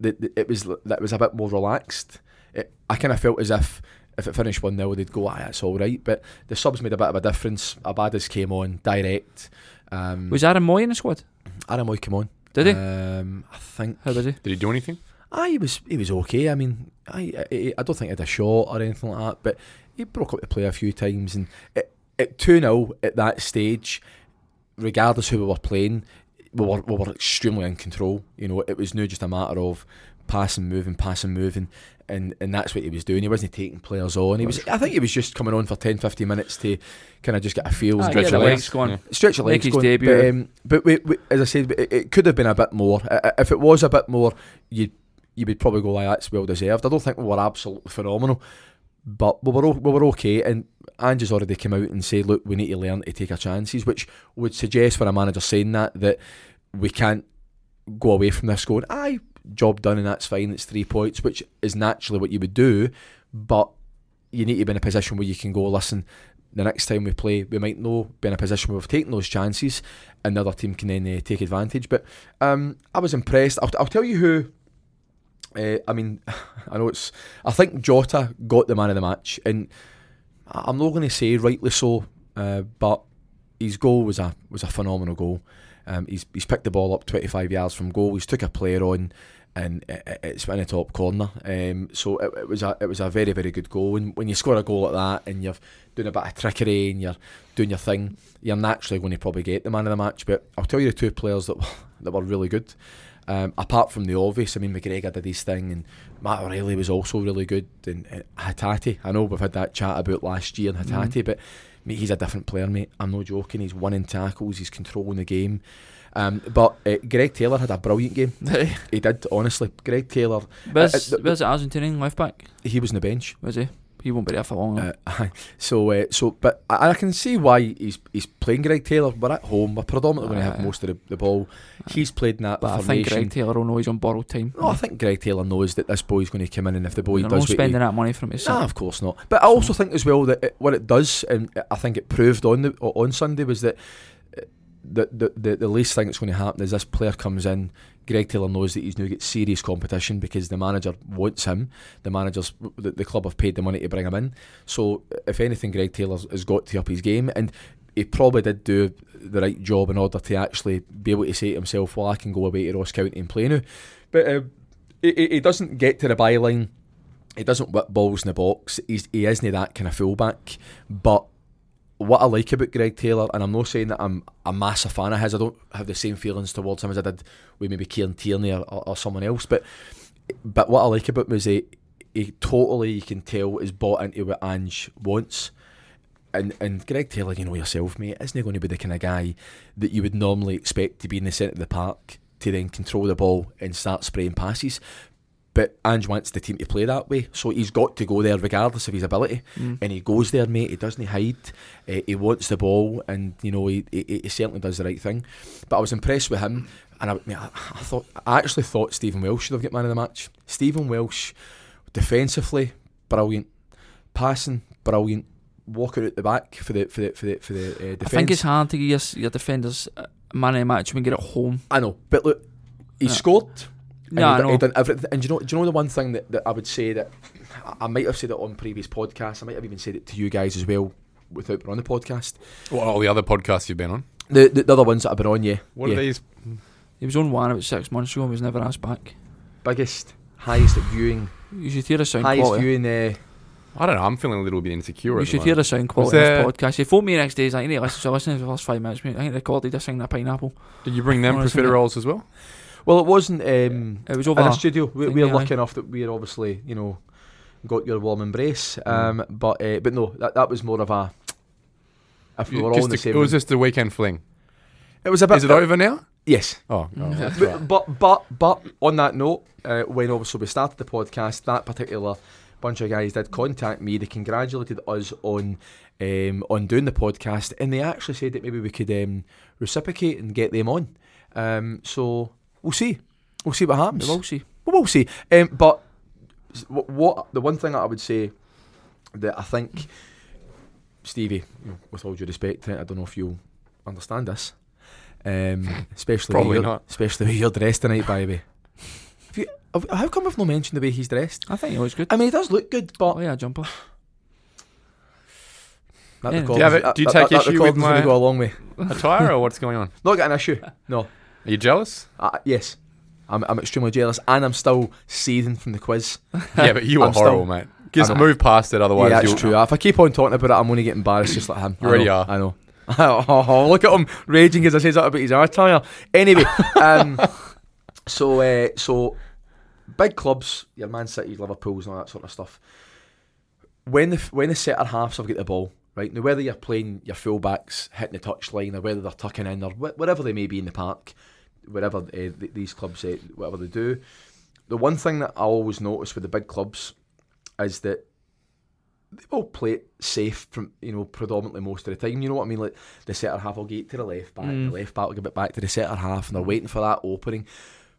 Speaker 1: that, that it was l- that it was a bit more relaxed. It, I kind of felt as if if it finished 1 0, they'd go, ah, that's all right. But the subs made a bit of a difference. Abadis came on direct. Um,
Speaker 3: was Aaron Moy in the squad?
Speaker 1: Aramoy came on.
Speaker 3: Did he?
Speaker 1: Um, I think.
Speaker 3: How did he?
Speaker 2: Did he do anything?
Speaker 1: Aye, Ah, he was he was okay. I mean, I I, I don't think he had a shot or anything like that, but he broke up the play a few times and it at two 0 at that stage, regardless who we were playing, we were we were extremely in control. You know, it was now just a matter of passing, moving, passing, moving, and and that's what he was doing. He wasn't taking players on. He was I think he was just coming on for 10, 15 minutes to kind of just get a feel. and
Speaker 3: Aye,
Speaker 1: get
Speaker 2: Stretch
Speaker 3: the
Speaker 2: your
Speaker 1: a
Speaker 2: legs.
Speaker 3: legs going.
Speaker 2: Yeah.
Speaker 1: stretch your
Speaker 3: Make
Speaker 1: legs
Speaker 3: his
Speaker 1: going,
Speaker 3: debut.
Speaker 1: But, um, but we, we, as I said, it, it could have been a bit more. I- I- If it was a bit more, you you would probably go, "Aye, that's well deserved." I don't think we were absolutely phenomenal, but we were o- we were okay. And Ange's already come out and said, "Look, we need to learn to take our chances," which would suggest for a manager saying that that we can't go away from this going, "Aye, job done, and that's fine. It's three points," which is naturally what you would do, but you need to be in a position where you can go, listen, the next time we play, we might know be in a position where we've taken those chances, and the other team can then uh, take advantage. But um, I was impressed. I'll, I'll tell you who. Uh, I mean, I know it's. I think Jota got the man of the match, and I- I'm not going to say rightly so, uh, but his goal was a was a phenomenal goal. Um, he's he's picked the ball up 25 yards from goal. He's took a player on, and uh, it, it- it's in the top corner. Um, so it, it was a it was a very very good goal. And when you score a goal like that, and you're doing a bit of trickery and you're doing your thing, you're naturally going to probably get the man of the match. But I'll tell you the two players that were, that were really good. Um, apart from the obvious, I mean McGregor did his thing, and Matt O'Reilly was also really good. And, and Hattati, I know we've had that chat about last year and Hattati, but mate, he's a different player, mate. I'm not joking. He's winning tackles, he's controlling the game. Um, but uh, Greg Taylor had a brilliant game. He did, honestly. Greg Taylor,
Speaker 3: where's
Speaker 1: uh, the-
Speaker 3: where's the Argentinian left back?
Speaker 1: he was on the bench.
Speaker 3: Where's he? He won't be there for long. though.
Speaker 1: Uh, aye. so, uh, so, but I, I can see why he's he's playing Greg Taylor. We're at home. We're predominantly going to have
Speaker 3: Aye.
Speaker 1: most of the, the ball. He's played in that
Speaker 3: but I
Speaker 1: formation.
Speaker 3: think Greg Taylor will know he's on borrowed time.
Speaker 1: no, I think Greg Taylor knows that this boy's going to come in, and if the boy
Speaker 3: They're
Speaker 1: does,
Speaker 3: not
Speaker 1: what he-
Speaker 3: spending that money from his
Speaker 1: Nah,
Speaker 3: son.
Speaker 1: of course not. But I also think as well that it, what it does, and I think it proved on the o- on Sunday, was that uh, the the, the, the least thing that's going to happen is this player comes in. Greg Taylor knows that he's now got serious competition because the manager wants him. The managers, the, the club have paid the money to bring him in. So if anything, Greg Taylor has got to up his game, and he probably did do the right job in order to actually be able to say to himself, "Well, I can go away to Ross County and play now." But uh, he, he he doesn't get to the byline he doesn't whip balls in the box. He's, he isn't that kind of fullback. But what I like about Greg Taylor, and I'm not saying that I'm a massive fan of his, I don't have the same feelings towards him as I did with maybe Kieran Tierney or, or, or someone else. But but what I like about him is he, he totally, you can tell, is bought into what Ange wants. And and Greg Taylor, you know yourself, mate, isn't he going to be the kind of guy that you would normally expect to be in the centre of the park to then control the ball and start spraying passes? But Ange wants the team to play that way, so he's got to go there regardless of his ability.
Speaker 3: Mm.
Speaker 1: And he goes there, mate. He doesn't hide. Eh, he wants the ball, and you know he, he, he certainly does the right thing. But I was impressed with him, and I, mate, I, I thought I actually thought Stephen Welsh should have got man of the match. Stephen Welsh, defensively brilliant, passing brilliant, walking out the back for the for the for the for the uh, defense.
Speaker 3: I think it's hard to give your, s- your defenders uh, man of the match when you get it home.
Speaker 1: I know, but look, he
Speaker 3: Yeah.
Speaker 1: scored. And
Speaker 3: Yeah,
Speaker 1: he
Speaker 3: I
Speaker 1: done- he
Speaker 3: know.
Speaker 1: done everything. And do you know, do you know the one thing that, that I would say that I- I might have said it on previous podcasts. I might have even said it to you guys as well, without being on the podcast.
Speaker 2: Well, all the other podcasts you've been on.
Speaker 1: The the, the other ones that I've been on, yeah,
Speaker 2: What
Speaker 1: yeah.
Speaker 2: are these?
Speaker 3: He was on one about six months ago and was never asked back.
Speaker 1: biggest, highest viewing,
Speaker 3: You should hear the sound
Speaker 1: highest
Speaker 3: quality.
Speaker 1: viewing. Uh,
Speaker 2: I don't know. I'm feeling a little bit insecure. at
Speaker 3: You
Speaker 2: the
Speaker 3: should
Speaker 2: moment.
Speaker 3: hear the sound quality
Speaker 2: Was
Speaker 3: of
Speaker 2: there-
Speaker 3: this podcast. He phoned me the next day. He's like, "I need to listen." So I listened to the first five minutes. Mate. I think I recorded this thing in a pineapple.
Speaker 2: Did you bring
Speaker 1: Oh,
Speaker 2: them
Speaker 3: Well, isn't it?
Speaker 2: profiteroles as well?
Speaker 1: well, it wasn't um,
Speaker 3: It was
Speaker 1: in
Speaker 3: over.
Speaker 1: the studio. We,
Speaker 3: Uh, thing,
Speaker 1: we're
Speaker 3: yeah,
Speaker 1: lucky enough that we're obviously you know got your warm embrace.
Speaker 3: Mm.
Speaker 1: Um, but uh, but no, that that was more of a. If we were all
Speaker 2: Just
Speaker 1: in the
Speaker 2: a-
Speaker 1: same
Speaker 2: it was
Speaker 1: room.
Speaker 2: just the weekend fling.
Speaker 1: it was a bit.
Speaker 2: Is it over now?
Speaker 1: Yes.
Speaker 2: Oh,
Speaker 1: Mm.
Speaker 2: oh, that's right.
Speaker 1: but, but but but on that note, uh, when obviously we started the podcast, that particular bunch of guys did contact me. They congratulated us on um, on doing the podcast, and they actually said that maybe we could um, reciprocate and get them on. Um, so we'll see. We'll see what happens.
Speaker 3: We'll see.
Speaker 1: But we'll see. Um, but s- wh- what the one thing that I would say that I think Stevie, you know, with all due respect, I don't know if you'll understand this, um, especially the way
Speaker 2: Probably
Speaker 1: you're-
Speaker 2: not.
Speaker 1: especially the way you're dressed tonight, by the way. Have you, have, how come I've not mentioned the way he's dressed?
Speaker 3: I think it looks good.
Speaker 1: I mean, he does look good, but
Speaker 3: Oh yeah, jumper.
Speaker 1: that
Speaker 3: yeah.
Speaker 1: recording-
Speaker 2: Yeah, but
Speaker 1: that-
Speaker 2: do you
Speaker 1: that-
Speaker 2: take
Speaker 1: that- that
Speaker 2: issue with
Speaker 1: recording's gonna
Speaker 2: my-
Speaker 1: go a long way.
Speaker 2: Attire or what's going on?
Speaker 1: Not got an issue. No,
Speaker 2: Are you jealous?
Speaker 1: Uh, yes, I'm, I'm extremely jealous, and I'm still seething from the quiz.
Speaker 2: yeah, but you
Speaker 1: I'm
Speaker 2: were horrible, mate. Just
Speaker 1: I know.
Speaker 2: move past it, otherwise
Speaker 1: yeah, that's
Speaker 2: you'll.
Speaker 1: true. If I keep on talking about it, I'm only get embarrassed just like him.
Speaker 2: You
Speaker 1: I
Speaker 2: already
Speaker 1: know,
Speaker 2: are.
Speaker 1: I know. oh, look at him raging as I say that about his attire. Anyway, um, so uh, so big clubs, your Man City, Liverpool's, and all that sort of stuff. When the f- when the centre halves have got the ball, right now, whether you're playing your full backs hitting the touchline or whether they're tucking in or wh- wherever they may be in the park, wherever uh, th- these clubs, uh, whatever they do, the one thing that I always notice with the big clubs is that they will play it safe from you know predominantly most of the time. You know what I mean? Like the centre half will get to the left back,
Speaker 3: Mm.
Speaker 1: the left back will give it back to the centre half, and they're waiting for that opening.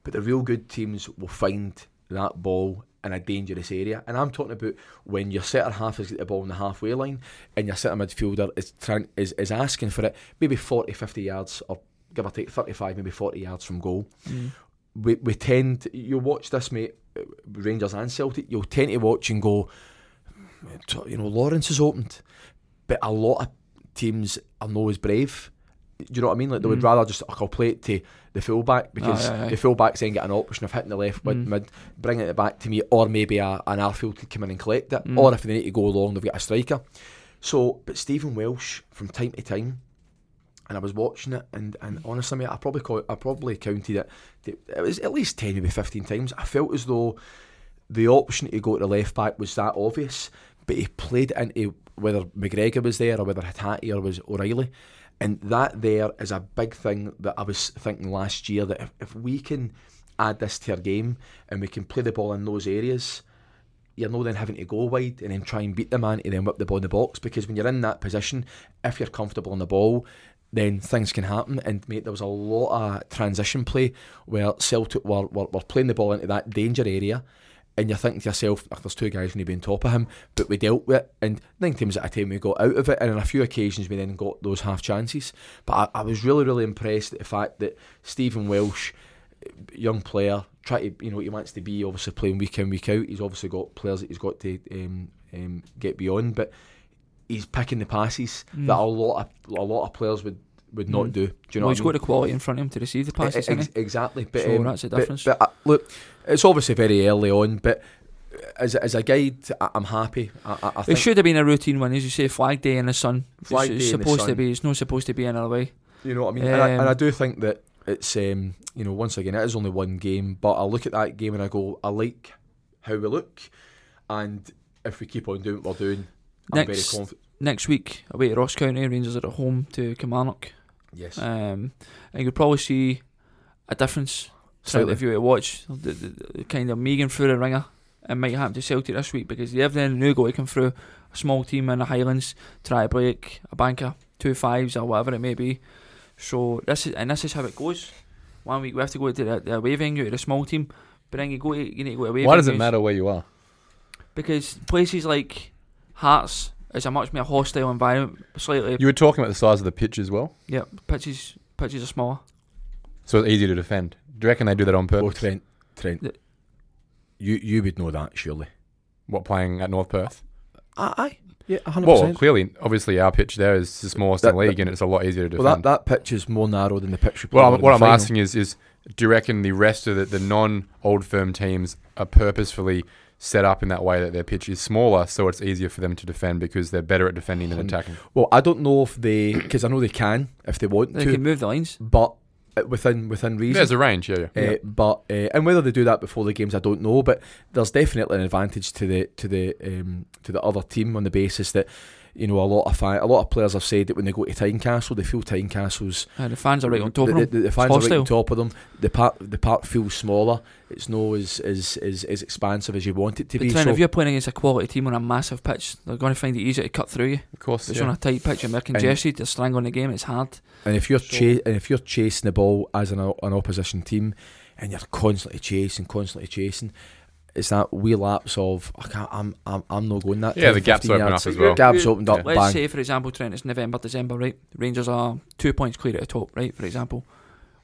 Speaker 1: But the real good teams will find that ball in a dangerous area. And I'm talking about when your centre half has got the ball on the halfway line and your centre midfielder is trying is, is asking for it maybe 40, 50 yards or give or take 35, maybe 40 yards from goal
Speaker 3: Mm.
Speaker 1: we, we tend to, you'll watch this mate uh, Rangers and Celtic you'll tend to watch and go "T- you know Lawrence has opened but a lot of teams are not as brave do you know what I mean like they would
Speaker 3: Mm.
Speaker 1: rather just "Oh, I'll play it to the fullback because
Speaker 3: aye, aye.
Speaker 1: the fullback's then get an option of hitting the left mid,
Speaker 3: Mm.
Speaker 1: mid bringing it back to me or maybe a, an Arfield could come in and collect it
Speaker 3: Mm.
Speaker 1: or if they need to go long they've got a striker so but Stephen Welsh from time to time and I was watching it, and, and honestly, mate, I probably call, I probably counted it. It was at least ten, maybe fifteen times. I felt as though the option to go to the left back was that obvious, but he played it into whether McGregor was there or whether Hattati or was O'Reilly, and that there is a big thing that I was thinking last year that if, if we can add this to our game and we can play the ball in those areas. You're not then having to go wide and then try and beat the man and then whip the ball in the box because when you're in that position, if you're comfortable on the ball, then things can happen. And mate, there was a lot of transition play where Celtic were, were, were playing the ball into that danger area. And you're thinking to yourself, "Ugh, there's two guys going to be on top of him, but we dealt with it. And nine times out of ten, we got out of it. And on a few occasions, we then got those half chances. But I, I was really, really impressed at the fact that Stephen Welsh, young player, try to, you know, he wants to be obviously playing week in, week out. He's obviously got players that he's got to um, um, get beyond, but he's picking the passes that a lot of a lot of players would would not
Speaker 3: Mm.
Speaker 1: do. Do you know?
Speaker 3: well,
Speaker 1: what
Speaker 3: he's
Speaker 1: I mean?
Speaker 3: got the quality in front of him to receive the passes.
Speaker 1: E-
Speaker 3: hasn't
Speaker 1: ex- exactly. But,
Speaker 3: So
Speaker 1: um,
Speaker 3: that's the
Speaker 1: but-
Speaker 3: difference.
Speaker 1: But, uh, look, it's obviously very early on, but as a- as a guide, I, I'm happy. I, I, I
Speaker 3: he? It
Speaker 1: think
Speaker 3: should have been a routine win, as you say, flag day in the sun.
Speaker 1: Flag
Speaker 3: it's
Speaker 1: day in the
Speaker 3: supposed to
Speaker 1: sun.
Speaker 3: be. It's not supposed to be another way.
Speaker 1: you know what I mean. and, I,
Speaker 3: Um,
Speaker 1: and I do think that it's um, you know once again it is only one game, but I look at that game and I go, I like how we look, and if we keep on doing what we're doing, I'm very
Speaker 3: Next-
Speaker 1: confident.
Speaker 3: Next week, away to Ross County, Rangers are at home to Kilmarnock.
Speaker 1: Yes,
Speaker 3: Um, and you'll probably see a difference. So
Speaker 1: Slightly.
Speaker 3: if you were to watch the, the, the kind of Megan through the ringer, it might happen to Celtic this week because they have then new goal come through a small team in the Highlands, try to break a banker, two fives or whatever it may be. So this is and this is how it goes. One week we have to go to the, the away venue to the small team, but then you go to, you need to go to away.
Speaker 2: Why does it
Speaker 3: venues
Speaker 2: matter where you are?
Speaker 3: Because places like Hearts is a much more hostile environment. Slightly,
Speaker 2: You were talking about the size of the pitch as well,
Speaker 3: yeah, pitches pitches are smaller.
Speaker 2: so it's easier to defend. Do you reckon they do that on
Speaker 1: well,
Speaker 2: purpose?
Speaker 1: Oh, Trent, Trent,
Speaker 3: The-
Speaker 1: you you would know that surely.
Speaker 2: What playing at North Perth?
Speaker 1: Aye, aye. yeah, hundred
Speaker 2: Well, clearly, obviously, our pitch there is the smallest in
Speaker 1: That-
Speaker 2: the league, and it's a lot easier to defend.
Speaker 1: Well, that, that pitch is more narrow than the pitch we played
Speaker 2: Well,
Speaker 1: on
Speaker 2: I'm,
Speaker 1: in
Speaker 2: what
Speaker 1: the
Speaker 2: I'm
Speaker 1: final.
Speaker 2: asking is, is do you reckon the rest of the, the non old firm teams are purposefully set up in that way that their pitch is smaller, so it's easier for them to defend because they're better at defending than
Speaker 1: Hmm.
Speaker 2: attacking?
Speaker 1: Well, I don't know if they, because I know they can if they want
Speaker 3: They
Speaker 1: to,
Speaker 3: can move the lines.
Speaker 1: but uh, within within reason.
Speaker 2: There's a range, yeah, yeah.
Speaker 1: Uh, But uh, and whether they do that before the games, I don't know. But there's definitely an advantage to the to the um, to the other team on the basis that you know, a lot of fan, a lot of players have said that when they go to Tynecastle, they feel Tynecastle's
Speaker 3: Uh, the fans are right on top
Speaker 1: the,
Speaker 3: of them.
Speaker 1: the, the fans are right
Speaker 3: hostile.
Speaker 1: on top of them. The park, the park feels smaller. It's no as as as, as expansive as you want it to
Speaker 3: But
Speaker 1: be.
Speaker 3: Trent,
Speaker 1: So
Speaker 3: if you're playing against a quality team on a massive pitch, they're going to find it easier to cut through you.
Speaker 2: Of course,
Speaker 3: If it's
Speaker 2: yeah.
Speaker 3: on a tight pitch and they're congested, they're strangling the game, it's hard.
Speaker 1: and if you're
Speaker 2: So-
Speaker 1: cha- and if you're chasing the ball as an o- an opposition team, and you're constantly chasing, constantly chasing. It's that wee lapse of I can't, I'm I'm I'm not going that.
Speaker 2: Yeah,
Speaker 1: 10,
Speaker 2: the gaps
Speaker 1: 15
Speaker 2: open
Speaker 1: yards.
Speaker 2: up as well.
Speaker 1: Gaps opened up.
Speaker 2: Yeah.
Speaker 3: Let's
Speaker 1: Bang.
Speaker 3: say, for example, Trent, it's November, December, right? Rangers are two points clear at the top, right? For example,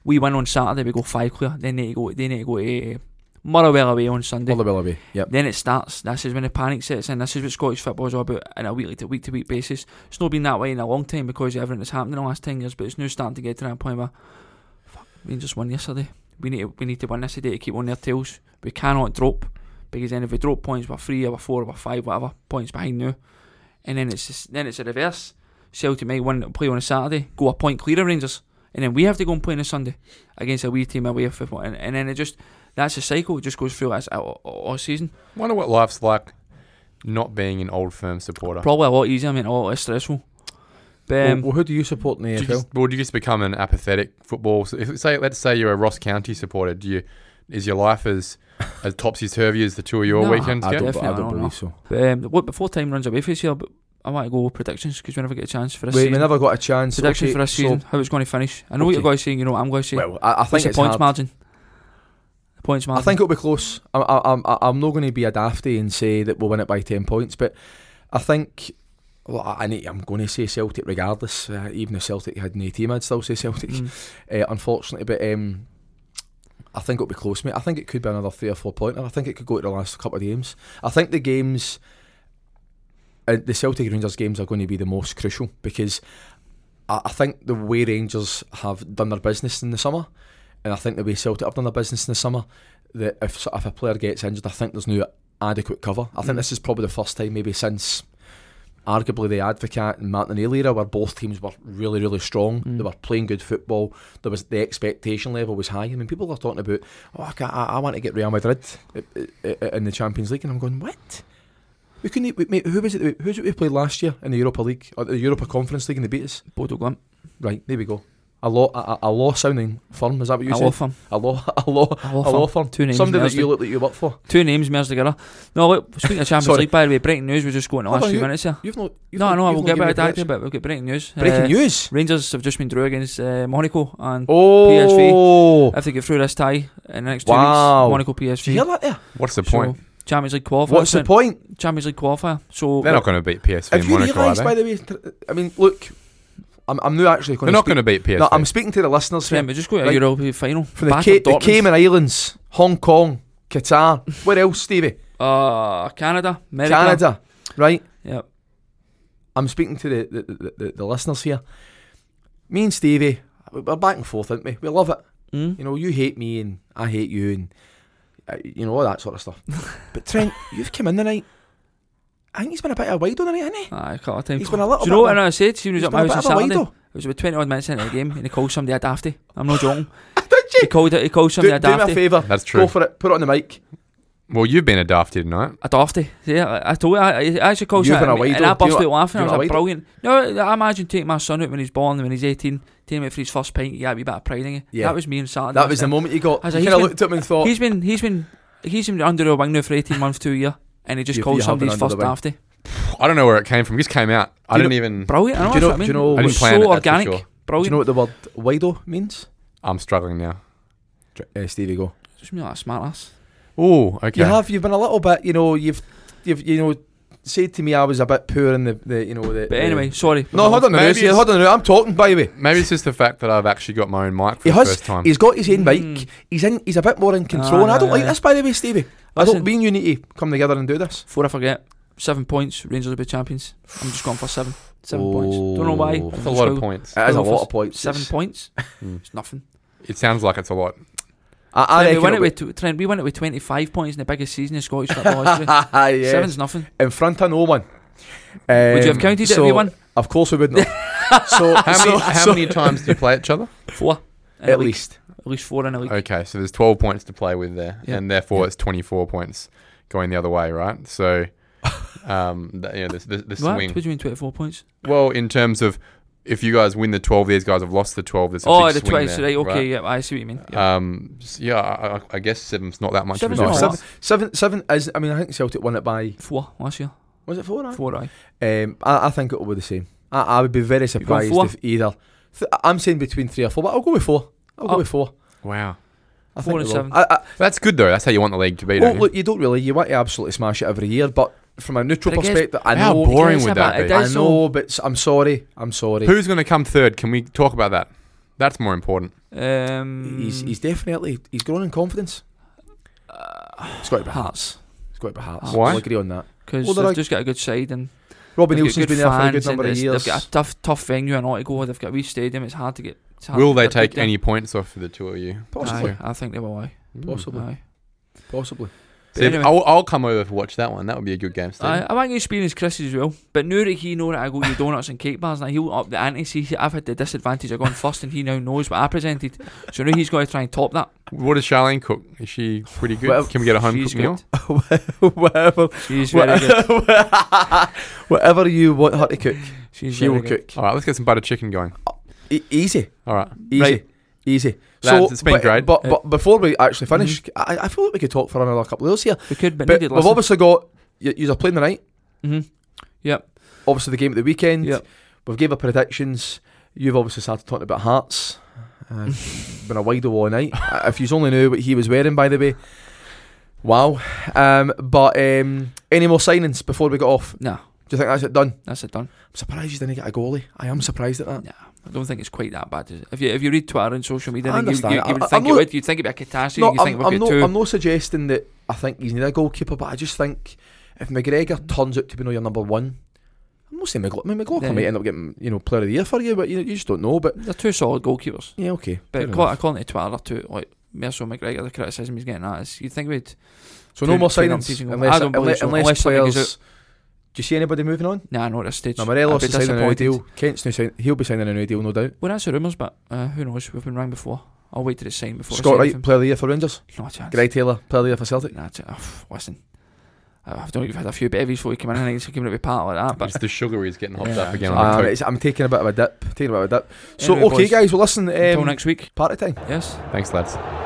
Speaker 3: we win on Saturday, we go five clear. Then they go, they need to go to uh, Motherwell away on Sunday.
Speaker 1: All the well away. Yep.
Speaker 3: Then it starts. This is when the panic sets in. This is what Scottish football is all about on a weekly to week to week basis. It's not been that way in a long time because of everything that's happened in the last ten years, but it's now starting to get to that point where fuck, we just won yesterday. We need to, we need to win this today to keep on their tails. We cannot drop because then if we drop points, we're three, we're four, we're five, whatever points behind now, and then it's just, then it's a reverse. Celtic might win play on a Saturday, go a point clear of Rangers, and then we have to go and play on a Sunday against a wee team away from and, and then it just that's a cycle. It just goes through us all, all season.
Speaker 2: Wonder what life's like not being an old firm supporter.
Speaker 3: Probably a lot easier, I mean, a lot less stressful. But um,
Speaker 1: well, well, who do you support in the
Speaker 2: Do you
Speaker 1: AFL?
Speaker 2: just, well, do you just become an apathetic football? So if, say, let's say you're a Ross County supporter. Do you is your life as as topsy turvy as the two of your
Speaker 3: No,
Speaker 2: weekends
Speaker 1: I
Speaker 2: get?
Speaker 1: don't,
Speaker 3: Definitely,
Speaker 1: I
Speaker 3: I
Speaker 1: don't
Speaker 3: don't
Speaker 1: believe
Speaker 3: know.
Speaker 1: so.
Speaker 3: but, um, what before time runs away for us here, but I want to go with predictions because we never get a chance for this
Speaker 1: We, we
Speaker 3: season.
Speaker 1: never got a chance.
Speaker 3: predictions
Speaker 1: Okay,
Speaker 3: for this
Speaker 1: so-
Speaker 3: season, how it's going to finish. I know what
Speaker 1: Okay.
Speaker 3: you're going to say, and you know what I'm going to say.
Speaker 1: Well, I, I
Speaker 3: What's
Speaker 1: think
Speaker 3: the
Speaker 1: it's
Speaker 3: points
Speaker 1: hard.
Speaker 3: margin? The points margin.
Speaker 1: I think it'll be close. I, I, I'm, I- I'm not going to be a dafty and say that we'll win it by 10 points, but I think. Well, I I need, I'm going to say Celtic regardless. Uh, even if Celtic had no team, I'd still say Celtic,
Speaker 3: Mm.
Speaker 1: uh, unfortunately. But um, I think it'll be close, mate. I think it could be another three or four pointer. I think it could go to the last couple of games. I think the games, uh, the Celtic Rangers games, are going to be the most crucial because I, I think the way Rangers have done their business in the summer, and I think the way Celtic have done their business in the summer, that if if a player gets injured, I think there's no adequate cover. I think
Speaker 3: Mm.
Speaker 1: this is probably the first time maybe since. Arguably, the Advocate and Martinelli era, where both teams were really, really strong.
Speaker 3: Mm.
Speaker 1: They were playing good football. There was the expectation level was high. I mean, people are talking about, oh, I, can't, I, I want to get Real Madrid i- i- i- in the Champions League, and I'm going, what? We couldn't. We, mate, who was it? that we- Who was it we played last year in the Europa League or the Europa Conference League, and they beat us?
Speaker 3: Bodo Glimp.
Speaker 1: Right, there we go. A law, a, a- a law sounding firm. Is that what you
Speaker 3: I
Speaker 1: said?
Speaker 3: love him.
Speaker 1: A law, a law,
Speaker 3: I
Speaker 1: a
Speaker 3: love
Speaker 1: law
Speaker 3: him.
Speaker 1: firm.
Speaker 3: Two names
Speaker 1: Somebody that
Speaker 3: merged
Speaker 1: you
Speaker 3: to-
Speaker 1: look that you work for.
Speaker 3: Two names merged together. No, look, speaking of Champions
Speaker 1: Sorry.
Speaker 3: League, by the way, breaking news was just going to
Speaker 1: Hold
Speaker 3: last
Speaker 1: on,
Speaker 3: few
Speaker 1: you-
Speaker 3: minutes here.
Speaker 1: You've not. You've
Speaker 3: No,
Speaker 1: not,
Speaker 3: no,
Speaker 1: you've
Speaker 3: we'll
Speaker 1: not
Speaker 3: get
Speaker 1: given
Speaker 3: back to
Speaker 1: me
Speaker 3: that,
Speaker 1: correction.
Speaker 3: but we've got breaking news.
Speaker 1: Breaking
Speaker 3: Uh,
Speaker 1: news.
Speaker 3: Rangers have just been drew against uh, Monaco, and
Speaker 1: Oh,
Speaker 3: if they get through this tie in the next two
Speaker 1: Wow.
Speaker 3: weeks, Monaco
Speaker 1: did you
Speaker 3: PSV.
Speaker 1: hear that? There.
Speaker 2: What's the point?
Speaker 3: So, Champions League qualifier.
Speaker 1: What's the
Speaker 3: Trent.
Speaker 1: point?
Speaker 3: Champions League qualifier. So
Speaker 2: They're not going to beat PSV
Speaker 1: If
Speaker 2: and
Speaker 1: you
Speaker 2: Monaco, are
Speaker 1: realise,
Speaker 2: they?
Speaker 1: by the way, tr- I mean, look, I'm, I'm not actually going
Speaker 2: They're
Speaker 1: to.
Speaker 2: not going to beat PSV.
Speaker 1: No, I'm speaking to the listeners here.
Speaker 3: Trent, we just go to
Speaker 1: Right.
Speaker 3: a Europa final.
Speaker 1: from the,
Speaker 3: Back
Speaker 1: Ca-
Speaker 3: at
Speaker 1: the
Speaker 3: Dortmund.
Speaker 1: Cayman Islands, Hong Kong, Qatar. Where else, Stevie?
Speaker 3: uh, Canada, America.
Speaker 1: Canada, right?
Speaker 3: Yep.
Speaker 1: I'm speaking to the the, the, the the listeners here. Me and Stevie, we're back and forth, aren't we? We love it.
Speaker 3: Mm.
Speaker 1: You know, you hate me and I hate you and uh, you know all that sort of stuff. but Trent, you've come in tonight. I think he's been a bit of a wide on the night, hasn't he?
Speaker 3: Aye, a couple of times.
Speaker 1: He's been a little
Speaker 3: Do
Speaker 1: bit
Speaker 3: you know
Speaker 1: of
Speaker 3: what
Speaker 1: a-
Speaker 3: I said? He was
Speaker 1: He's
Speaker 3: at
Speaker 1: been
Speaker 3: my
Speaker 1: a bit
Speaker 3: house on
Speaker 1: of a
Speaker 3: Saturday.
Speaker 1: wide
Speaker 3: It was about 20 odd minutes into the game, and he called somebody a dafty. I'm not joking. He called it. He called
Speaker 1: Do,
Speaker 3: somebody
Speaker 1: do
Speaker 3: a
Speaker 1: me a
Speaker 3: dafty.
Speaker 1: favour.
Speaker 2: That's
Speaker 1: Go
Speaker 2: true.
Speaker 1: for it. Put it on the mic.
Speaker 2: Well, you've been a dafty tonight.
Speaker 3: A dafty. Yeah, I- I told you. I, I actually called
Speaker 1: You've been
Speaker 3: somebody,
Speaker 1: a wido.
Speaker 3: and I
Speaker 1: Do you
Speaker 3: busted
Speaker 1: know-
Speaker 3: out
Speaker 1: do
Speaker 3: laughing. I
Speaker 1: you
Speaker 3: was
Speaker 1: know
Speaker 3: like,
Speaker 1: a wido?
Speaker 3: brilliant. No, I imagine taking my son out when he's born, when he's 18, taking him out for his first pint. He had a wee bit of pride in it.
Speaker 1: Yeah.
Speaker 3: That was me on Saturday.
Speaker 1: That was the moment you got.
Speaker 3: As
Speaker 1: You
Speaker 3: a-
Speaker 1: kind of
Speaker 3: he's
Speaker 1: looked at him and thought,
Speaker 3: He's been he's been he's been under a wing now for eighteen months to a year, and he just
Speaker 1: You-
Speaker 3: called
Speaker 1: you have been
Speaker 3: somebody's
Speaker 1: under
Speaker 3: first
Speaker 1: the wing.
Speaker 3: dafty.
Speaker 2: I don't know where it came from. It just came out. I
Speaker 1: Do you
Speaker 2: didn't even.
Speaker 3: Brilliant. I know,
Speaker 1: Do you know-
Speaker 3: that's what I
Speaker 1: do
Speaker 3: mean.
Speaker 1: you know-
Speaker 3: It
Speaker 1: I
Speaker 3: was
Speaker 2: didn't plan
Speaker 3: so
Speaker 2: it, that's for
Speaker 3: organic.
Speaker 2: sure.
Speaker 1: do
Speaker 3: Brilliant.
Speaker 1: you know what the word wido means?
Speaker 2: I'm struggling now.
Speaker 1: Uh, Stevie, go.
Speaker 3: Just me like a smart ass.
Speaker 2: Oh, okay.
Speaker 1: You have. You've been a little bit. You know. You've. You've. You know. Said to me, I was a bit poor in the. the you know. The,
Speaker 3: But anyway, sorry.
Speaker 1: The, no, hold on.
Speaker 2: Maybe
Speaker 1: Now, see,
Speaker 2: it's-
Speaker 1: hold on. Now, I'm talking. By the way,
Speaker 2: Maybe it's just the fact that I've actually got my own mic for
Speaker 1: He
Speaker 2: the
Speaker 1: has-
Speaker 2: first time.
Speaker 1: he's got his own mic.
Speaker 3: Mm.
Speaker 1: He's in. He's a bit more in control.
Speaker 3: Ah,
Speaker 1: and I don't
Speaker 3: yeah,
Speaker 1: like
Speaker 3: yeah.
Speaker 1: this. By the way, Stevie, I
Speaker 3: Listen,
Speaker 1: don't mean you need to come together and do this.
Speaker 3: before I forget, seven points. Rangers will be champions. I'm just going for seven. Seven points. Don't know why.
Speaker 1: Oh.
Speaker 2: That's a lot of
Speaker 3: Just go
Speaker 2: points.
Speaker 1: It is a
Speaker 3: for
Speaker 1: lot of points.
Speaker 3: Seven
Speaker 1: It's-
Speaker 3: points.
Speaker 2: Mm.
Speaker 3: It's nothing.
Speaker 2: It sounds like it's a lot.
Speaker 1: I, I
Speaker 3: Trent, we Oh,
Speaker 1: reckon
Speaker 3: win it
Speaker 1: it'll
Speaker 3: with tw- Trent, we win it with 25 points in the biggest season in Scottish football history.
Speaker 1: be- yeah.
Speaker 3: Seven's nothing.
Speaker 1: in front of no one.
Speaker 3: Would you
Speaker 1: Um,
Speaker 3: have counted it
Speaker 1: so-
Speaker 3: if we won?
Speaker 1: Of course, we wouldn't. have. so,
Speaker 2: How
Speaker 1: Ah, so,
Speaker 2: many, how
Speaker 1: so-
Speaker 2: many times do you play each other?
Speaker 3: Four. in a
Speaker 1: At
Speaker 3: week.
Speaker 1: least.
Speaker 3: At least four in a week.
Speaker 2: Okay, so there's 12 points to play with there,
Speaker 3: Yeah.
Speaker 2: and therefore it's 24 points going the other way, right? So um, the, you know, the, the, the
Speaker 3: What?
Speaker 2: swing.
Speaker 3: What do you mean 24 points?
Speaker 2: Well, in terms of if you guys win the 12, these guys have lost the 12. There's a
Speaker 3: oh,
Speaker 2: big
Speaker 3: the
Speaker 2: swing
Speaker 3: 20,
Speaker 2: there,
Speaker 3: right, okay,
Speaker 2: right?
Speaker 3: yeah, I see what you mean. Yeah.
Speaker 2: Um, s- yeah, I, I- I guess seven's not that much
Speaker 3: Seven's
Speaker 2: of a
Speaker 1: No,
Speaker 3: not
Speaker 2: difference.
Speaker 1: seven, seven, seven is. I mean, I think Celtic won it by.
Speaker 3: four last year.
Speaker 1: Was it four? aye?
Speaker 3: Four, aye.
Speaker 1: Um, I, I think it will be the same. I, I would be very surprised
Speaker 3: four?
Speaker 1: if either. Th- I'm saying between three or four, but I'll go with four. I'll
Speaker 3: Oh.
Speaker 1: go with four.
Speaker 2: Wow.
Speaker 1: I think
Speaker 3: Four and
Speaker 1: they will.
Speaker 3: seven.
Speaker 1: I, I,
Speaker 2: That's good, though. That's how you want the league to be,
Speaker 1: well,
Speaker 2: don't you?
Speaker 1: look, you don't really. You want to absolutely smash it every year, but from a neutral
Speaker 3: But it gets-
Speaker 1: perspective, I
Speaker 2: How
Speaker 1: know.
Speaker 2: boring
Speaker 3: It
Speaker 2: would that
Speaker 3: is about-
Speaker 2: be?
Speaker 3: it
Speaker 1: I
Speaker 3: does
Speaker 1: know, but s- I'm sorry. I'm sorry.
Speaker 2: Who's going to come third? Can we talk about that? That's more important.
Speaker 3: Um,
Speaker 1: He's, he's definitely he's grown in confidence.
Speaker 3: uh,
Speaker 1: It's got to be Hearts. It's got to be Hearts.
Speaker 2: Why?
Speaker 1: I'll agree on that.
Speaker 3: Because
Speaker 1: Well, they're
Speaker 3: they've
Speaker 1: like-
Speaker 3: just got a good side and
Speaker 1: Robbie
Speaker 3: they've got
Speaker 1: Nielsen's
Speaker 3: good
Speaker 1: been there for a good
Speaker 3: fans. and
Speaker 1: number of
Speaker 3: it's-
Speaker 1: years.
Speaker 3: They've got a tough, tough venue in Otago. They've got a wee stadium. It's hard to get. It's hard
Speaker 2: Will
Speaker 3: to
Speaker 2: they
Speaker 3: get a
Speaker 2: take
Speaker 3: big game.
Speaker 2: any points off for the two of you? Hmm.
Speaker 1: Possibly.
Speaker 3: Aye, I think they will. Aye.
Speaker 1: Possibly.
Speaker 3: Aye.
Speaker 1: Possibly.
Speaker 2: See,
Speaker 3: Anyway.
Speaker 2: I'll, I'll come over to watch that one. That would be a good game, Steve.
Speaker 3: I, I want to experience Chris as well, but now that he know that I go to donuts and cake bars, now he'll up the ante. See, I've had the disadvantage of going first, and he now knows what I presented, so now he's got to try and top that.
Speaker 2: what does Charlene cook? Is she pretty good?
Speaker 1: Well,
Speaker 2: Can we get a home
Speaker 3: She's
Speaker 2: cooked
Speaker 3: good.
Speaker 2: meal?
Speaker 1: Whatever.
Speaker 3: She's very good.
Speaker 1: Whatever you want her to cook,
Speaker 3: She's
Speaker 1: she will
Speaker 3: very good.
Speaker 1: cook.
Speaker 2: All right, let's get some butter chicken going.
Speaker 1: E- easy,
Speaker 2: All right.
Speaker 1: easy,
Speaker 2: Right.
Speaker 1: easy.
Speaker 2: Lads, it's been
Speaker 1: but,
Speaker 2: great.
Speaker 1: But, but before we actually finish, I, I feel like we could talk for another couple of hours here.
Speaker 3: We could, but,
Speaker 1: But
Speaker 3: needed
Speaker 1: we've
Speaker 3: listen.
Speaker 1: obviously got you, you're playing the night.
Speaker 3: Mhm. Yep.
Speaker 1: Obviously, the game at the weekend.
Speaker 3: Yep.
Speaker 1: We've gave our predictions. You've obviously started talking about Hearts. Uh, been a wide all night. Uh, if you only knew what he was wearing, by the way. Wow. Um, but um, any more signings before we get off?
Speaker 3: Nah,
Speaker 1: Do you think that's it done?
Speaker 3: that's it done.
Speaker 1: I'm surprised you didn't get a goalie. I am surprised at that.
Speaker 3: Nah, I don't think it's quite that bad. Is it? If you if you read Twitter and social media,
Speaker 1: I
Speaker 3: then you, you,
Speaker 1: understand.
Speaker 3: you
Speaker 1: I'm-
Speaker 3: would think
Speaker 1: I'm
Speaker 3: it
Speaker 1: not-
Speaker 3: would. You'd think it'd be a catastrophe.
Speaker 1: No,
Speaker 3: and you
Speaker 1: I'm,
Speaker 3: think it would
Speaker 1: I'm,
Speaker 3: be
Speaker 1: not,
Speaker 3: two.
Speaker 1: I'm not suggesting that I think he's needed a goalkeeper, but I just think if McGregor turns out to be no your number one, I'm not saying McLaughlin. I mean, McLaughlin
Speaker 3: Yeah.
Speaker 1: might end up getting you know player of the year for you, but you, you just don't know. But
Speaker 3: They're two solid goalkeepers.
Speaker 1: yeah, okay. fair
Speaker 3: But
Speaker 1: enough.
Speaker 3: acco- according to Twitter, too, like Mercer McGregor, the criticism he's getting at is you think we'd
Speaker 1: so no more
Speaker 3: two numbers
Speaker 1: signings
Speaker 3: he's gonna-
Speaker 1: unless,
Speaker 3: I don't believe
Speaker 1: unless,
Speaker 3: so.
Speaker 1: unless
Speaker 3: Unless something
Speaker 1: players.
Speaker 3: goes
Speaker 1: Do you see anybody moving on?
Speaker 3: nah, not at this stage.
Speaker 1: No,
Speaker 3: I'd
Speaker 1: Morelos
Speaker 3: be
Speaker 1: is signing a new
Speaker 3: disappointed.
Speaker 1: deal. Kent's new sign- he'll be signing a new deal, no doubt.
Speaker 3: Well, that's the rumours, but uh, who knows? We've been rang before. I'll wait till it's signed before. I
Speaker 1: Scott
Speaker 3: say
Speaker 1: Wright,
Speaker 3: anything.
Speaker 1: player of the year for Rangers.
Speaker 3: Not a chance.
Speaker 1: Gray Taylor, player of the year for Celtic.
Speaker 3: Nah, it's- oh, pff, listen, I I don't know. You've had a few bevies before you came in, and he's giving it a part like that. But
Speaker 2: It's the sugar is getting hopped
Speaker 3: Yeah, Uh,
Speaker 2: up again.
Speaker 1: Um,
Speaker 2: on the
Speaker 1: it's- I'm taking a bit of a dip. Taking a bit of a dip. So
Speaker 3: Anyway,
Speaker 1: okay,
Speaker 3: boys.
Speaker 1: guys. Well, listen.
Speaker 3: until
Speaker 1: Um,
Speaker 3: next week,
Speaker 1: party time.
Speaker 3: yes.
Speaker 2: coke. Thanks, lads.